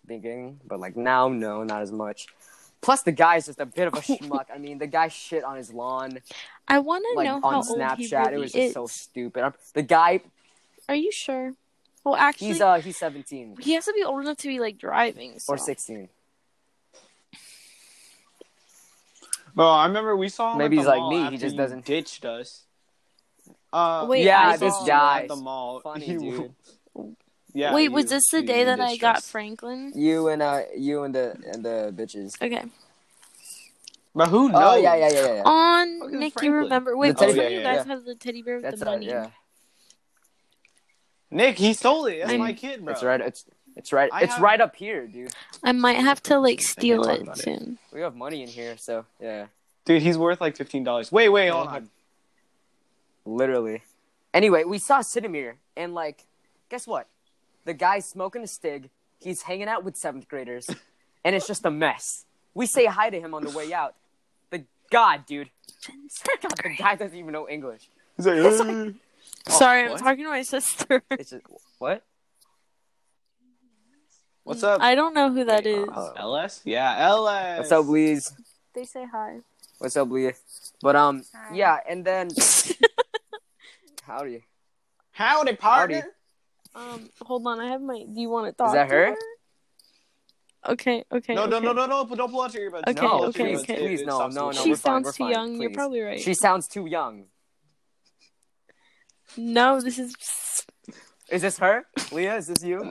A: beginning, but like now, no, not as much. Plus, the guy is just a bit of a schmuck. I mean, the guy shit on his lawn,
B: I want to
A: like
B: know
A: on
B: how old he
A: Snapchat.
B: really
A: It was just
B: is.
A: so stupid. I'm, the guy,
B: Are you sure? Well, actually,
A: he's uh, he's 17
B: he has to be old enough to be like driving. So.
A: or 16.
C: Bro, I remember we saw him.
A: Maybe
C: at
A: he's
C: the
A: like
C: mall
A: me, he
C: after
A: just
C: you
A: doesn't-
C: ditched us. Uh,
B: Wait,
A: Yeah,
B: I
A: this
B: saw-
A: guy.
C: at the mall.
A: Funny,
C: You-
A: dude.
C: Yeah.
B: Wait,
C: you-
B: was this the
C: you-
B: day
C: you
B: that I
C: ditched
B: got
C: us.
B: Franklin?
A: You and uh, you and the and the bitches.
B: Okay.
C: But who knows?
A: Oh yeah, yeah, yeah, yeah. yeah.
B: On
C: Fucking
B: Nick,
C: Franklin.
B: you remember? Wait,
A: teddy
B: which
A: bear,
B: one of you
C: yeah,
B: guys have the teddy bear with
A: That's
B: the
A: uh,
B: bunny?
A: yeah.
C: Nick, he stole it. That's
B: I-
C: my kid, bro.
A: It's right. It's it's right.
C: I
A: it's
C: have-
A: right up here, dude.
B: I might have to like steal
C: talk
B: it
C: about it.
B: soon.
A: We have money in here, so yeah,
C: Dude, he's worth like fifteen dollars. Wait, wait, hold on.
A: literally. Anyway, we saw Sidamir, and like, guess what? The guy's smoking a stig. He's hanging out with seventh graders, and it's just a mess. We say hi to him on the way out. The God, dude, God, the guy doesn't even know English.
C: He's like, "Ugh."
B: Sorry, I'm
C: Oh, what?
B: talking to my sister.
A: It's just what?
C: what's up?
B: I don't know who that is.
A: Uh,
C: LS? Yeah, LS.
A: What's up, Lees?
B: They say hi.
A: What's up, Leah? But um,
B: Hi.
A: yeah, and then howdy.
C: Howdy, partner.
A: Howdy.
B: um, hold on. I have my. Do you want it? talk
A: that
B: to
A: her?
B: Okay. Okay.
C: No, no,
B: okay.
C: no, no, no! Don't pull out your earbuds.
B: Okay,
C: Don't pull out
B: okay,
C: your earbuds.
B: okay.
C: It-
A: Please,
C: it
A: no,
C: stops
A: no,
C: the
A: no,
B: she
A: we're fine,
C: recording.
B: sounds
A: we're
B: too
A: fine,
B: young. You're
A: please.
B: probably right.
A: She sounds too young.
B: No, this is.
A: Is this her? Leah, is this you?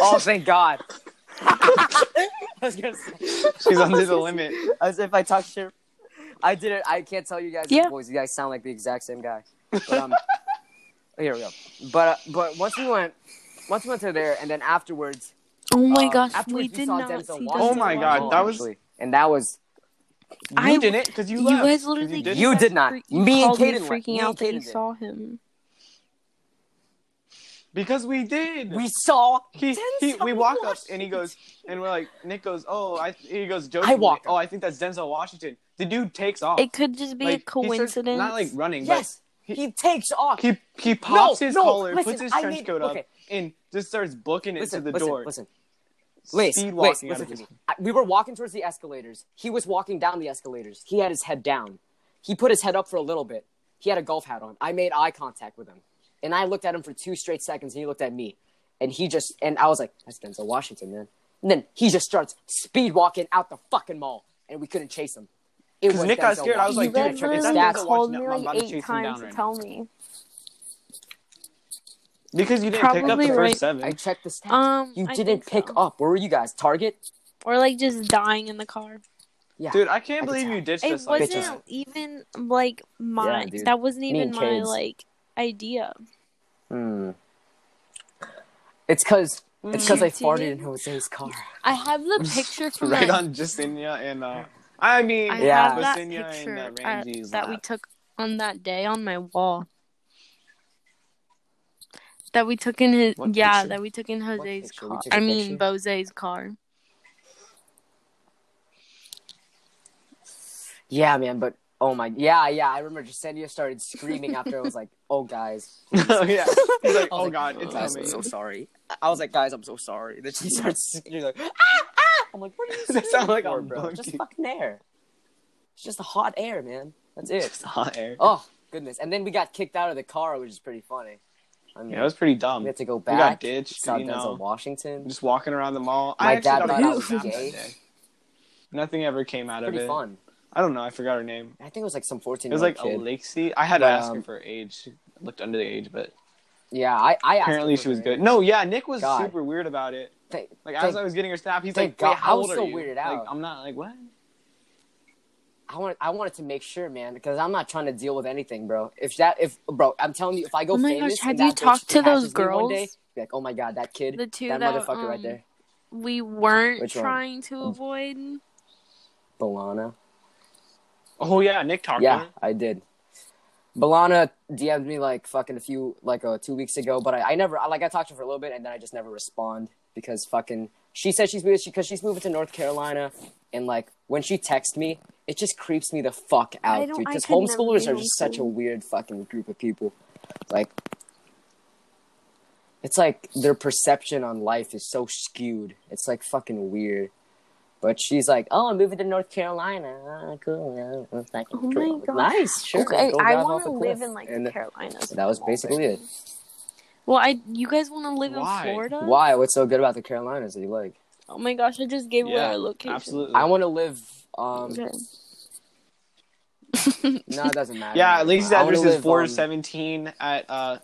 A: Oh, thank God. I was gonna say,
C: She's under the limit.
A: as if I talked shit. I did it. I can't tell you guys
B: Yeah.
A: boys. You guys sound like the exact same guy. But, um, here we go. But uh, but once we went, once we went to there, and then afterwards,
B: Oh my
C: Uh,
A: um,
B: gosh,
A: afterwards
B: we did
A: saw
B: not
A: Denzel
B: see.
A: Washington
C: Oh my
A: on
C: God,
A: the
B: Denzel
C: that
A: wall,
C: was-
A: actually. and that was
B: I-
C: You didn't because you
B: You
C: left.
B: guys
C: 'Cause
B: literally
C: didn't.
A: You did not. Me and
B: called
A: Kaden went. Me
B: freaking
A: and
B: out that you
A: Kaden did.
B: saw him.
C: because we did.
A: we saw.
C: he, he we
A: Denzel
C: walk up
A: Washington.
C: and he goes and we're like Nick goes oh I he goes
A: I
C: jokingly,
A: walk
C: oh I think that's Denzel Washington. The dude takes off.
B: It could just be
C: Oh. Like,
B: a
C: he starts-
B: coincidence.
C: not like running.
A: Yes, he,
C: he-
A: takes off.
C: But he he pops
A: No,
C: his
A: no,
C: collar,
A: listen,
C: puts his
A: I
C: trench
A: need-
C: coat up,
A: okay.
C: and just starts booking it
A: listen,
C: to the
A: listen,
C: door.
A: listen. Lace,
C: speed
A: Lace,
C: walking out
A: listen
C: of
A: to
C: his.
A: me. I- We were walking towards the escalators. He was walking down the escalators. He had his head down. He put his head up for a little bit. He had a golf hat on. I made eye contact with him. And I looked at him for two straight seconds, and he looked at me. And he just, and I was like, that's Denzel Washington, man. And then he just starts speed walking out the fucking mall, and we couldn't chase him. It
C: Because Nick got
A: Denzel
C: scared, I was
A: Washington.
C: like,
B: you
C: dude, it's
B: literally
C: Denzel Washington,
B: called me
C: I'm about
B: like
C: to chase him
B: eight
C: down
B: times to
C: right now.
B: tell me.
C: Because you didn't pick up the
B: Probably
C: first
B: right.
C: seven.
A: I checked the stats.
B: Um,
A: you
B: I
A: didn't
B: think
A: pick
B: so.
A: up. Where were you guys? Target?
B: or like just dying in the car.
C: Dude, I can't
A: I
C: believe
A: can
C: you ditched
B: It
C: us like
B: wasn't
C: that.
A: bitches.
B: even like my.
A: Yeah, dude.
B: that wasn't even
A: and
B: my
A: Cade's.
B: like idea.
A: Hmm. It's because it's because
B: You
A: I farted in
B: did?
A: Jose's car.
B: I have the picture from
C: Right
B: that.
C: on Justinia and uh I mean
B: I
A: Yeah.
B: have that
C: Justinia
B: picture
C: and uh,
B: uh,
C: Ranji's
B: that we
C: lap.
B: took on that day on my wall. That we took in his
C: What
B: yeah.
C: picture?
B: That we took in Jose's
A: picture? We
B: car.
A: took a
B: I mean,
A: picture?
B: Bose's car.
A: Yeah, man. But oh my, yeah, yeah. I remember Justendia started screaming after I was like, "Oh, guys."
C: Oh yeah. He's like,
A: I was
C: oh
A: like,
C: god, it's
A: guys, I'm
C: coming.
A: so sorry. I was like, "Guys, I'm so sorry." Then she starts screaming like, "Ah, ah!" I'm like, "What are you
C: That
A: screaming
C: sound like
A: for,
C: a
A: bro?
C: monkey.
A: Just fucking air. It's just the hot air, man. That's it."
C: It's hot air.
A: Oh goodness! And then we got kicked out of the car, which is pretty funny. I mean,
C: Yeah, it was pretty dumb.
A: um, we had to go
C: got
A: back.
C: ditched,
A: Saw
C: you
A: Denzel
C: know.
A: Washington.
C: Just walking around the mall.
A: My
C: I actually
A: dad
C: thought
A: thought
C: it
A: I
C: was
A: was
C: down
A: gay.
C: that day. Nothing ever came out of
A: Pretty
C: it.
A: fun.
C: I don't know. I forgot her name.
A: I think it was like some
C: It
A: fourteen.
C: was like
A: kid.
C: Alexi. I had to
A: But,
C: ask her
A: um,
C: for her age. She looked under the age, but
A: Yeah, I, I asked
C: apparently
A: him for
C: she was
A: her
C: good.
A: name.
C: No, yeah, Nick was
A: God.
C: super weird about it.
A: Thank,
C: Like
A: thank-
C: as I was getting her snap, he's
A: thank
C: like, Wait,
A: God. I
C: how
A: was
C: old are
A: so
C: you?"
A: weirded
C: Like,
A: out.
C: I'm not like what?
A: I wanted I wanted to make sure, man, because I'm not trying to deal with anything, bro. If that if bro, I'm telling you, if I go
B: Oh my
A: famous,
B: gosh, have
A: and
B: you
A: that bitch
B: talked to
A: catches
B: those
A: me one
B: girls?
A: day, be like, oh my god, that kid,
B: The two
A: that,
B: that,
A: motherfucker right
B: um,
A: there,
B: We weren't
A: Which one? Oh.
B: trying to avoid.
A: Balana.
C: Oh yeah, Nick talked.
A: Yeah,
C: to her.
A: I did. Balana DM'd me like fucking a few like uh, two weeks ago, but I, I never I, like I talked to her for a little bit and then I just never respond because fucking she said she's moving because she's moving to North Carolina and like when she texts me, it just creeps me the fuck out,
B: don't-
A: dude.
B: I
A: Because
B: could never
A: homeschoolers
B: be
A: are just such a
B: homeschooled.
A: weird fucking group of people. Like it's like their perception on life is so skewed. It's like fucking weird. But she's like, "Oh, I'm moving to North Carolina. Ah, cool. Ah, fucking
B: Oh my
A: cool.
B: God.
A: Nice. Sure.
B: Okay,
A: Go
B: I
A: dive
B: want
A: off a
B: to
A: cliff."
B: live in like
A: And
B: the Carolinas.
A: That was basically it.
B: Well, I you guys want to live
C: Why?
B: in Florida?
A: Why? What's so good about the Carolinas that you like?
B: Oh my gosh, I just gave away
C: Yeah,
B: our location.
C: absolutely.
A: I want to live. Um,
B: Okay.
A: no, it doesn't matter.
C: yeah, at least
A: I
C: that
A: wanna
C: address is
A: live,
C: four
A: um,
C: seventeen at uh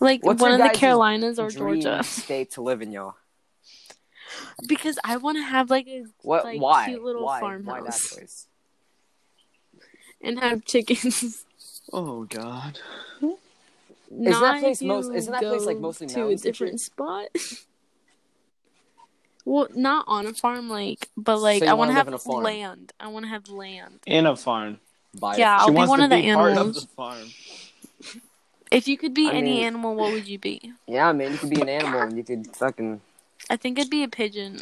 B: Like
A: What's
B: one
A: your
B: in the
A: guys'
B: Carolinas or
A: dream
B: Georgia.
A: state to live in, y'all.
B: because I want to have like a
A: What?
B: Like,
A: why?
B: cute little
A: why? Why that
B: farmhouse.
A: place?
B: and have chickens.
C: Oh god.
A: that
B: Not if
A: place most-
B: you
A: isn't that place, like,
B: go
A: mostly
B: to a
A: mountains and
B: different spot? well, not on a farm, like, but like
A: So you
B: I
A: wanna live
B: want to have
A: on a farm?
B: land. I want to have land.
C: In a farm.
A: Buy it.
B: Yeah, I'll
C: she
B: be
C: wants
B: one
C: to
B: of the
C: be part of
B: animals.
C: the farm.
B: If you could be
A: I
B: any
A: mean-
B: animal, what would you be?
A: Yeah, man. You could be an animal and you could fucking.
B: I think I'd be a pigeon.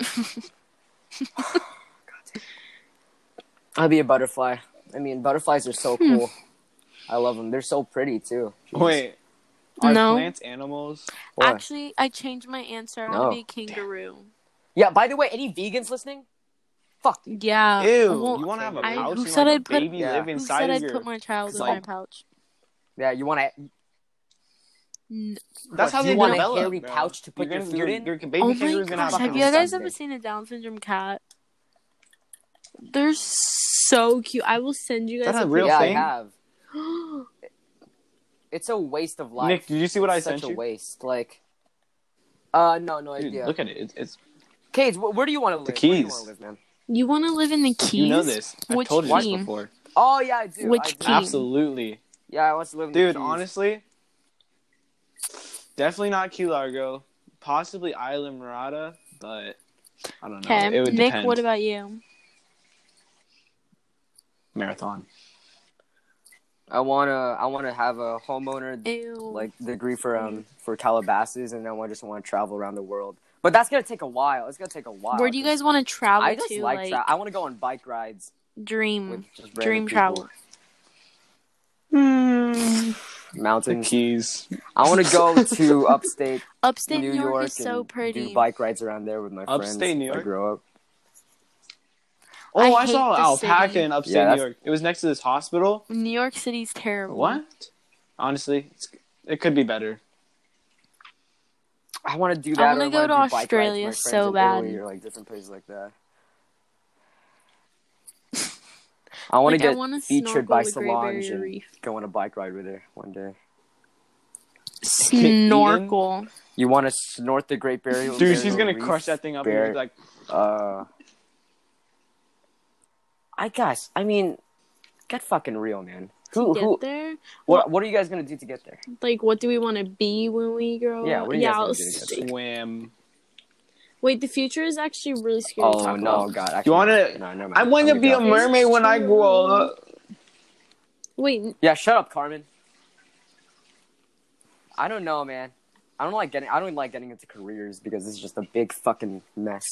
A: I'd be a butterfly. I mean, butterflies are so
B: Hmm.
A: cool. I love them. They're so pretty too. Jeez.
C: Wait. Are
B: No.
C: plants animals?
A: Why?
B: Actually, I changed my answer. I
A: No.
B: want to be a kangaroo.
A: Yeah, by the way, any vegans listening? Fuck you.
B: Yeah.
C: Ew.
B: Uh, Well,
C: you want to have a
B: I-
C: pouch
B: who
C: and
B: said
C: like, a
B: I'd put-
C: baby
A: Yeah.
C: live
B: who
C: inside
B: said
C: of
B: I'd
C: your.
B: put my child in
A: like-
B: my pouch?
A: Yeah, you want to.
B: N-
C: That's how
A: you
C: they
A: want
C: develop.
A: a hairy
C: bro.
A: pouch to put
C: You're
A: your
C: gonna-
A: food
C: your-
A: in?
C: Your baby
B: oh
C: kangaroo's
B: my
C: gonna
B: gosh!
C: have,
B: Have
C: a
B: you guys
A: Sunday.
B: ever seen a Down syndrome cat? They're so cute. I will send you
C: Is
B: guys.
C: that
B: a
C: a real
A: yeah,
C: thing?
A: I have.
B: picture.
A: It's a waste of life.
C: Nick, did you see what I
A: It's such
C: sent
A: a
C: you?
A: waste. Like, uh, no, no
C: Dude,
A: idea.
C: look at it. It's, it's
A: Cage, wh- where do you want to live?
C: The
A: Where do you
C: keys.
A: wanna live, man?
B: you want to live in the Keys?
C: you know this. I
B: Which
C: told you this
B: team?
C: before.
A: Oh yeah, I do.
B: Which
A: I do.
B: key? Team.
C: Absolutely,
A: Yeah, I want to live in the
C: dude.
A: keys.
C: Honestly, definitely not Key Largo. Possibly Isla Mirada, but I don't know.
B: Okay,
C: It
B: Nick.
C: would depend.
B: What about you?
C: marathon?
A: I wanna, I wanna have a homeowner
B: Ew.
A: like degree for um for Calabasas, and then I just want to travel around the world. But that's gonna take a while. It's gonna take a while.
B: Where do you guys want to travel
A: I just
B: to?
A: like,
B: Like,
A: tra- I want to go on bike rides with
B: dream,
A: just random
B: dream
A: people.
B: travel.
C: The
A: mountains.
C: Keys.
A: I want to go to upstate
B: Upstate
A: New,
B: New York,
A: York
B: is so
A: and
B: pretty.
A: do bike rides around there with my friends.
C: Upstate New
A: if I
C: York?
A: grow up.
C: Oh,
B: I
C: I,
B: hate
C: saw an
B: the city.
C: alpaca in upstate
A: Yeah,
C: New
A: that's-
C: York. It was next to this hospital.
B: New York City's terrible.
C: What? Honestly, it's, it could be better.
A: I want to do that.
B: wanna
A: or
B: go to
A: do bike rides with
B: Australia
A: my friends
B: so
A: in
B: bad.
A: Italy or like different places like that. I want
B: Like,
A: to
B: I
A: get
B: wanna
A: featured
B: snorkel
A: by
B: the Great
A: Solange
B: Barrier
A: and
B: Reef.
A: go on a bike ride with her one day.
B: Snorkel.
A: You want to snort the Great Barrier
C: Dude, she's
A: Barrier
C: gonna
A: Reef?
C: crush that thing up
A: Bear-
C: and be like,
A: Uh, I guess. I mean, get fucking real, man. Who?
B: Get
A: who?
B: there.
A: What? What are you guys gonna do to get there?
B: Like, what do we want to be when we grow
A: Yeah,
B: up?
A: what are you guys
B: I'll
A: gonna do to
B: s-
A: get there?
C: swim.
B: Wait, the future is actually really scary. to
A: Oh
B: talk
A: no,
B: about.
A: God!
C: You wanna-
A: No, no,
C: I want to be a mermaid when I grow up.
B: Wait,
A: Yeah, shut up, Carmen. I don't know, man. I don't like getting. I don't like getting into careers because it's just a big fucking mess.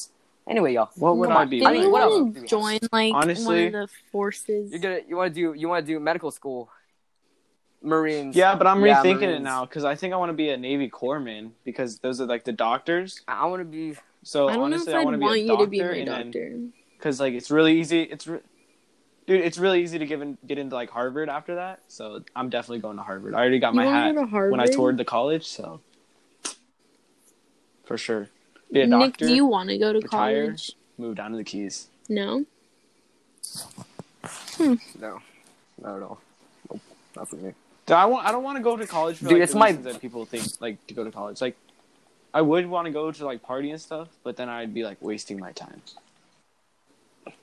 A: Anyway, y'all,
C: What would
A: Come
C: I
A: on.
C: be?
B: didn't
A: mean,
B: you
A: what else?
B: want to join like
C: Honestly-
B: one of the forces?
A: you're gonna you want to do you want to do medical school, Marines.
C: Yeah, but I'm
A: Yeah,
C: rethinking it
A: Marines.
C: now because I think I want to be a Navy corpsman because those are like the doctors.
A: I want to be.
C: So
B: I don't
C: honestly,
B: know
C: I
B: if
C: want
B: I'd
C: to be
B: want
C: a
B: you
C: doctor,
B: to be my
C: and then-
B: doctor.
C: because like it's really easy. It's re- dude, it's really easy to give in, get into like Harvard after that. So I'm definitely going to Harvard. I already got
B: You
C: my
B: wanna
C: hat
B: go to Harvard?
C: when I toured the college, so for sure, be a
B: Nick,
C: doctor.
B: do you want to go to
C: retire.
B: college?
C: move down to the Keys.
B: No.
A: No, not at all. Nope, not for me.
C: Dude, I want. I don't want to go to college. For,
A: Dude,
C: like,
A: it's
C: the
A: my-
C: reasons that people think like to go to college. Like, I would want to go to like party and stuff, but then I'd be like wasting my time.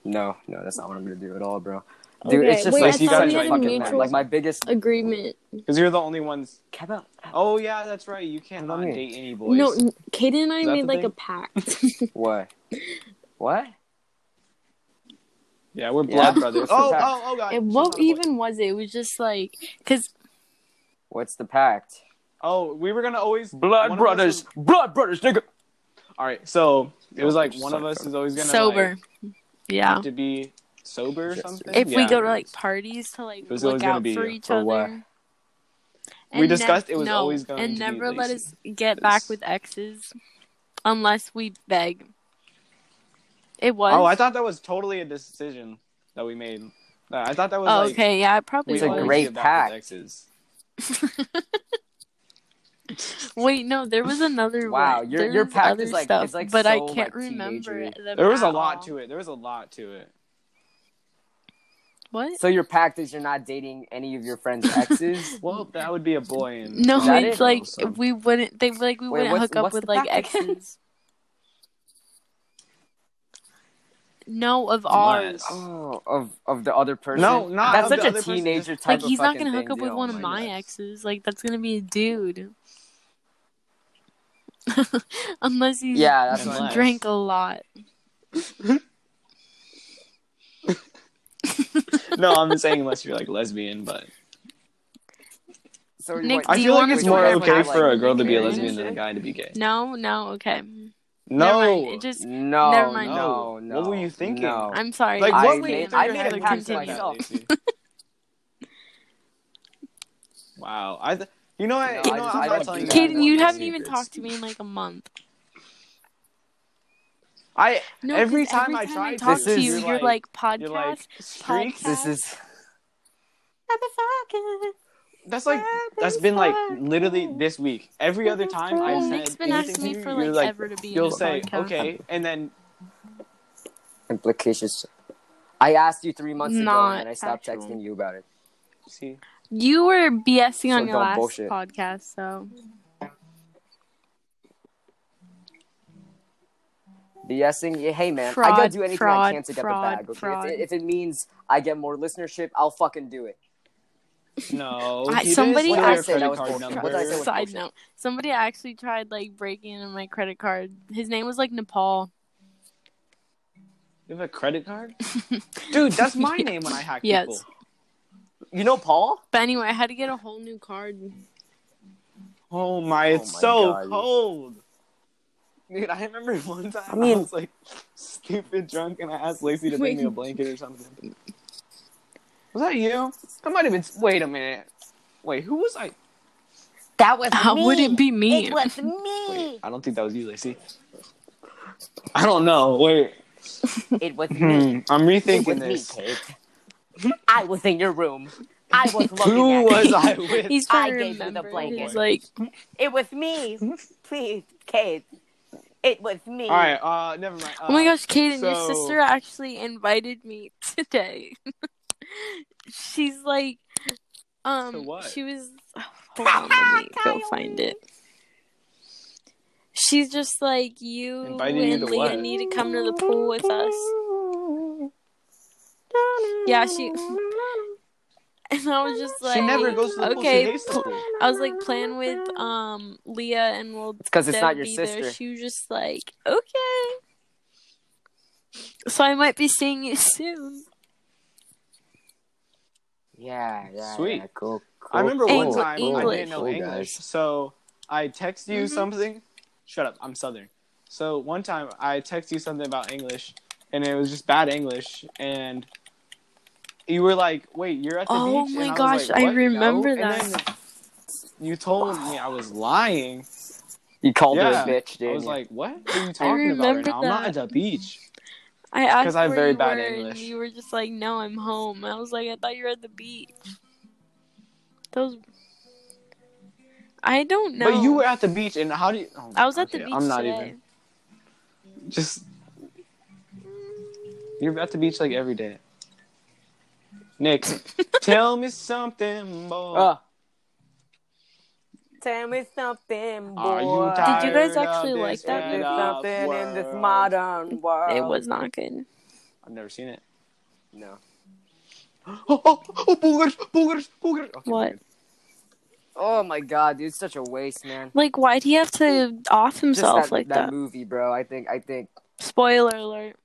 A: No, no, that's not what I'm gonna do at all, bro. Dude,
B: Okay,
A: it's just
B: wait,
A: like
C: I thought we
A: are
C: had a
A: fucking
B: mutual-
A: like my biggest.
B: Agreement.
C: Because you're the only ones.
A: Cap out.
C: Oh yeah, that's right. You cannot
A: What do you mean?
C: date any boys.
B: No, n- Kaden and I
C: Is that
B: made
C: the
B: like a
C: thing?
B: pact.
A: What? What?
C: Yeah, we're
A: Yeah.
C: blood brothers.
A: Oh,
C: oh,
A: oh,
C: oh, oh, god.
B: and what even was it? It was just like because
A: What's the pact?
C: Oh, we were gonna always one
A: Blood
C: of us
A: brothers,
C: was-
A: blood brothers, nigga.
C: All right, so it was
A: Oh,
C: like
A: just
C: one of
A: like
C: us is always gonna
B: sober.
C: like,
B: yeah.
C: have to be sober or
A: Yes,
C: something.
B: If we
C: Yeah.
B: go to like parties to like
C: was always
B: look
C: gonna
B: out
C: be
B: for
C: you,
B: each
A: or
B: other.
A: what?
C: We discussed it was always going
B: and
C: to be
B: never let
C: Lacey.
B: us get back
C: It's-
B: with exes unless we beg. It was.
C: Oh, I thought that was totally a decision that we made. Uh, I thought that was
B: Oh,
C: like,
B: okay, yeah, it probably
C: We
A: It's
B: was.
A: a
C: always
A: great
C: get back with
A: pact.
C: exes.
B: Wait, no, there was another.
A: Wow,
B: one.
A: your-
B: There
A: your
B: was
A: pact
B: other
A: is like-
B: stuff,
A: it's like
B: but I
A: so,
B: can't
A: like,
B: remember.
A: teenagery.
B: them
C: There was a
B: at
C: lot
B: all.
C: to it. There was a lot to it.
B: What?
A: So your pact is you're not dating any of your friends' exes.
C: Well, that would be a boy. And
B: No,
A: Is that
B: it's
A: it?
B: like
C: So-
B: we wouldn't. They like we
A: Wait,
B: wouldn't
A: what's-
B: hook up
A: what's
B: with
A: the
B: like
A: pact again?
B: exes. No, of ours.
A: oh, of of the other person.
C: No, not
A: that's
C: of
A: such
C: the
A: a
C: other person,
A: teenager
C: just-
A: type.
B: Like he's
A: of
B: not
A: fucking
B: gonna hook
A: thing,
B: up with
A: dude.
B: one
A: Oh
B: of my
A: God.
B: exes. Like that's gonna be a dude. Unless you
A: Yeah, that's what.
C: Unless-
A: I'm-
B: drank a lot.
C: no, I'm saying unless you're like lesbian, but
A: So
B: Nick,
A: wait,
B: Do
C: I
B: you
C: feel like
B: wanna
C: it's
B: do
C: more
B: whatever
C: okay
B: you
C: for
A: like,
C: a girl to be a
A: Karen?
C: lesbian than a guy to be gay.
B: No, no, okay. Never
C: No,
B: mind. It just
A: No,
B: Never mind.
A: no, no.
C: What were you thinking?
A: No.
B: I'm sorry.
C: like
A: I
C: what were
A: made-
C: you
B: Continue.
C: through
A: I
C: your
A: made
C: head
A: a
C: when you
A: pact
C: said
A: with
C: that,
A: myself.
C: Lacey? wow, I th- you know what?
A: No,
C: You
A: I
C: know
A: just-
C: what?
A: I
C: I'm
A: don't
C: not telling
A: do
C: you.
A: that.
C: guys
B: Kaden,
A: no,
B: you
C: my
B: haven't even
C: secrets.
B: talked to me in like a month.
C: I
B: No,
C: Every
B: 'cause
C: time I try to,
B: talk to
A: this
B: you,
A: is-
B: you're like, podcast.
C: you're like streaks.
A: This is
C: That's like that's been like literally this week. Every other time I
B: well,
C: said
B: Nick's been
C: anything
B: asking
C: to
B: me
C: you,
B: for
C: you're
B: like,
C: like
B: ever to be
C: you'll
B: in the
C: say
B: podcast.
C: okay, and then
A: implications. I asked you three months ago,
B: Not
A: and I stopped
B: actual.
A: texting you about it.
C: see.
B: You were BSing
A: So
B: on your
A: don't
B: last
A: bullshit.
B: podcast, so
A: BSing, yeah, hey man, I
B: Fraud,
A: gotta do anything I
B: fraud,
A: can to get
B: fraud,
A: the bag. Okay?
B: fraud.
A: If, if it means I get more listenership, I'll fucking do it.
C: No,
B: I-
C: he just
B: somebody
C: put your
B: asked-
C: credit
A: That was
C: card
A: bullshit.
C: number.
A: What did I say?
B: side note. Somebody actually tried like breaking into my credit card. His name was like Nepal.
C: You have a credit card, dude. That's my name when I hack
B: Yes.
C: people.
A: You know, Paul.
B: But anyway, I had to get a whole new card.
C: Oh my, it's
A: my
C: so
A: God.
C: cold. Dude, I remember one time I,
A: I mean-
C: was like stupid drunk and I asked Lacey to bring
B: Wait.
C: me a blanket or something. Was that you? That might have been. Wait a minute. Wait, who was I?
A: That was
B: How would it be
A: me.
B: me?
C: I don't think that was you, Lacey. I don't know. Wait,
A: It was
C: Hmm, I'm rethinking this.
A: Kate. I was in your room. I was
C: Who was I with?
B: He's
A: I
B: trying to
A: gave you the
B: remember. He's
A: blanket.
B: like,
A: It was me. Please, Kate. It was me.
C: All right. Uh, never mind. Uh,
B: oh my gosh, Kaden,
C: so-
B: your sister actually invited me today. She's like, um,
C: To what?
B: she was. Hold on, let me go find it. She's just like you
C: Invited you
B: and
C: to
B: Leah
C: what?
B: need to come to the pool with us. Yeah, she. And I was just like,
C: she never goes to the pool.
B: okay,
C: She hates the
B: pl-
C: pool.
B: I was like playing with um Leah and we'll
A: It's because it's
B: Deb
A: not your
B: be
A: sister.
B: There. She was just like, okay. So I might be seeing you soon.
A: Yeah, yeah.
C: Sweet.
A: yeah, cool, cool.
C: I remember one
B: Eng-
C: time I didn't
B: English.
C: know
A: Cool,
C: English,
A: guys.
C: so I text you
B: Mhm.
C: something. Shut up, I'm Southern. So one time I text you something about English, and it was just bad English, and you were like, "Wait, you're at the
B: Oh
C: beach?"
B: my
C: and was
B: gosh,
C: like,
B: I
C: "What?
B: remember
C: No?" And
B: that.
C: then you told me I was lying.
A: You called
C: Yeah.
A: her a bitch, dude.
C: I was like, "What are you talking about right
B: remember
C: now? I'm not at
B: that.
C: the beach."
B: I asked
C: 'Cause I have
B: where
C: very
B: you
C: bad
B: were,
C: English.
B: and you were just like, "No, I'm home." I was like, "I thought you were at the beach." Those. I don't know.
C: But you were at the beach, and how do you? oh,
B: I was at the
C: okay,
B: beach
C: I'm not
B: today.
C: even. Just you're at the beach like every day. Nick, tell me something
B: Oh.
C: more.
A: Uh, Tell me something,
C: Are you
A: boy.
C: tired
B: Did you guys
C: of
B: actually
C: this
B: like that
C: red
B: movie?
C: up
A: something in this
C: world?
A: modern world?
C: Oh.
B: It was not good.
C: I've never seen it.
A: no.
C: Oh, oh, oh boogers, boogers, boogers. Okay,
B: What?
C: good.
A: Oh my god, dude, it's such a waste, man.
B: Like, why would he have to off himself
A: Just that,
B: like
A: that
B: that?
A: movie, bro. I think, I think
B: Spoiler alert.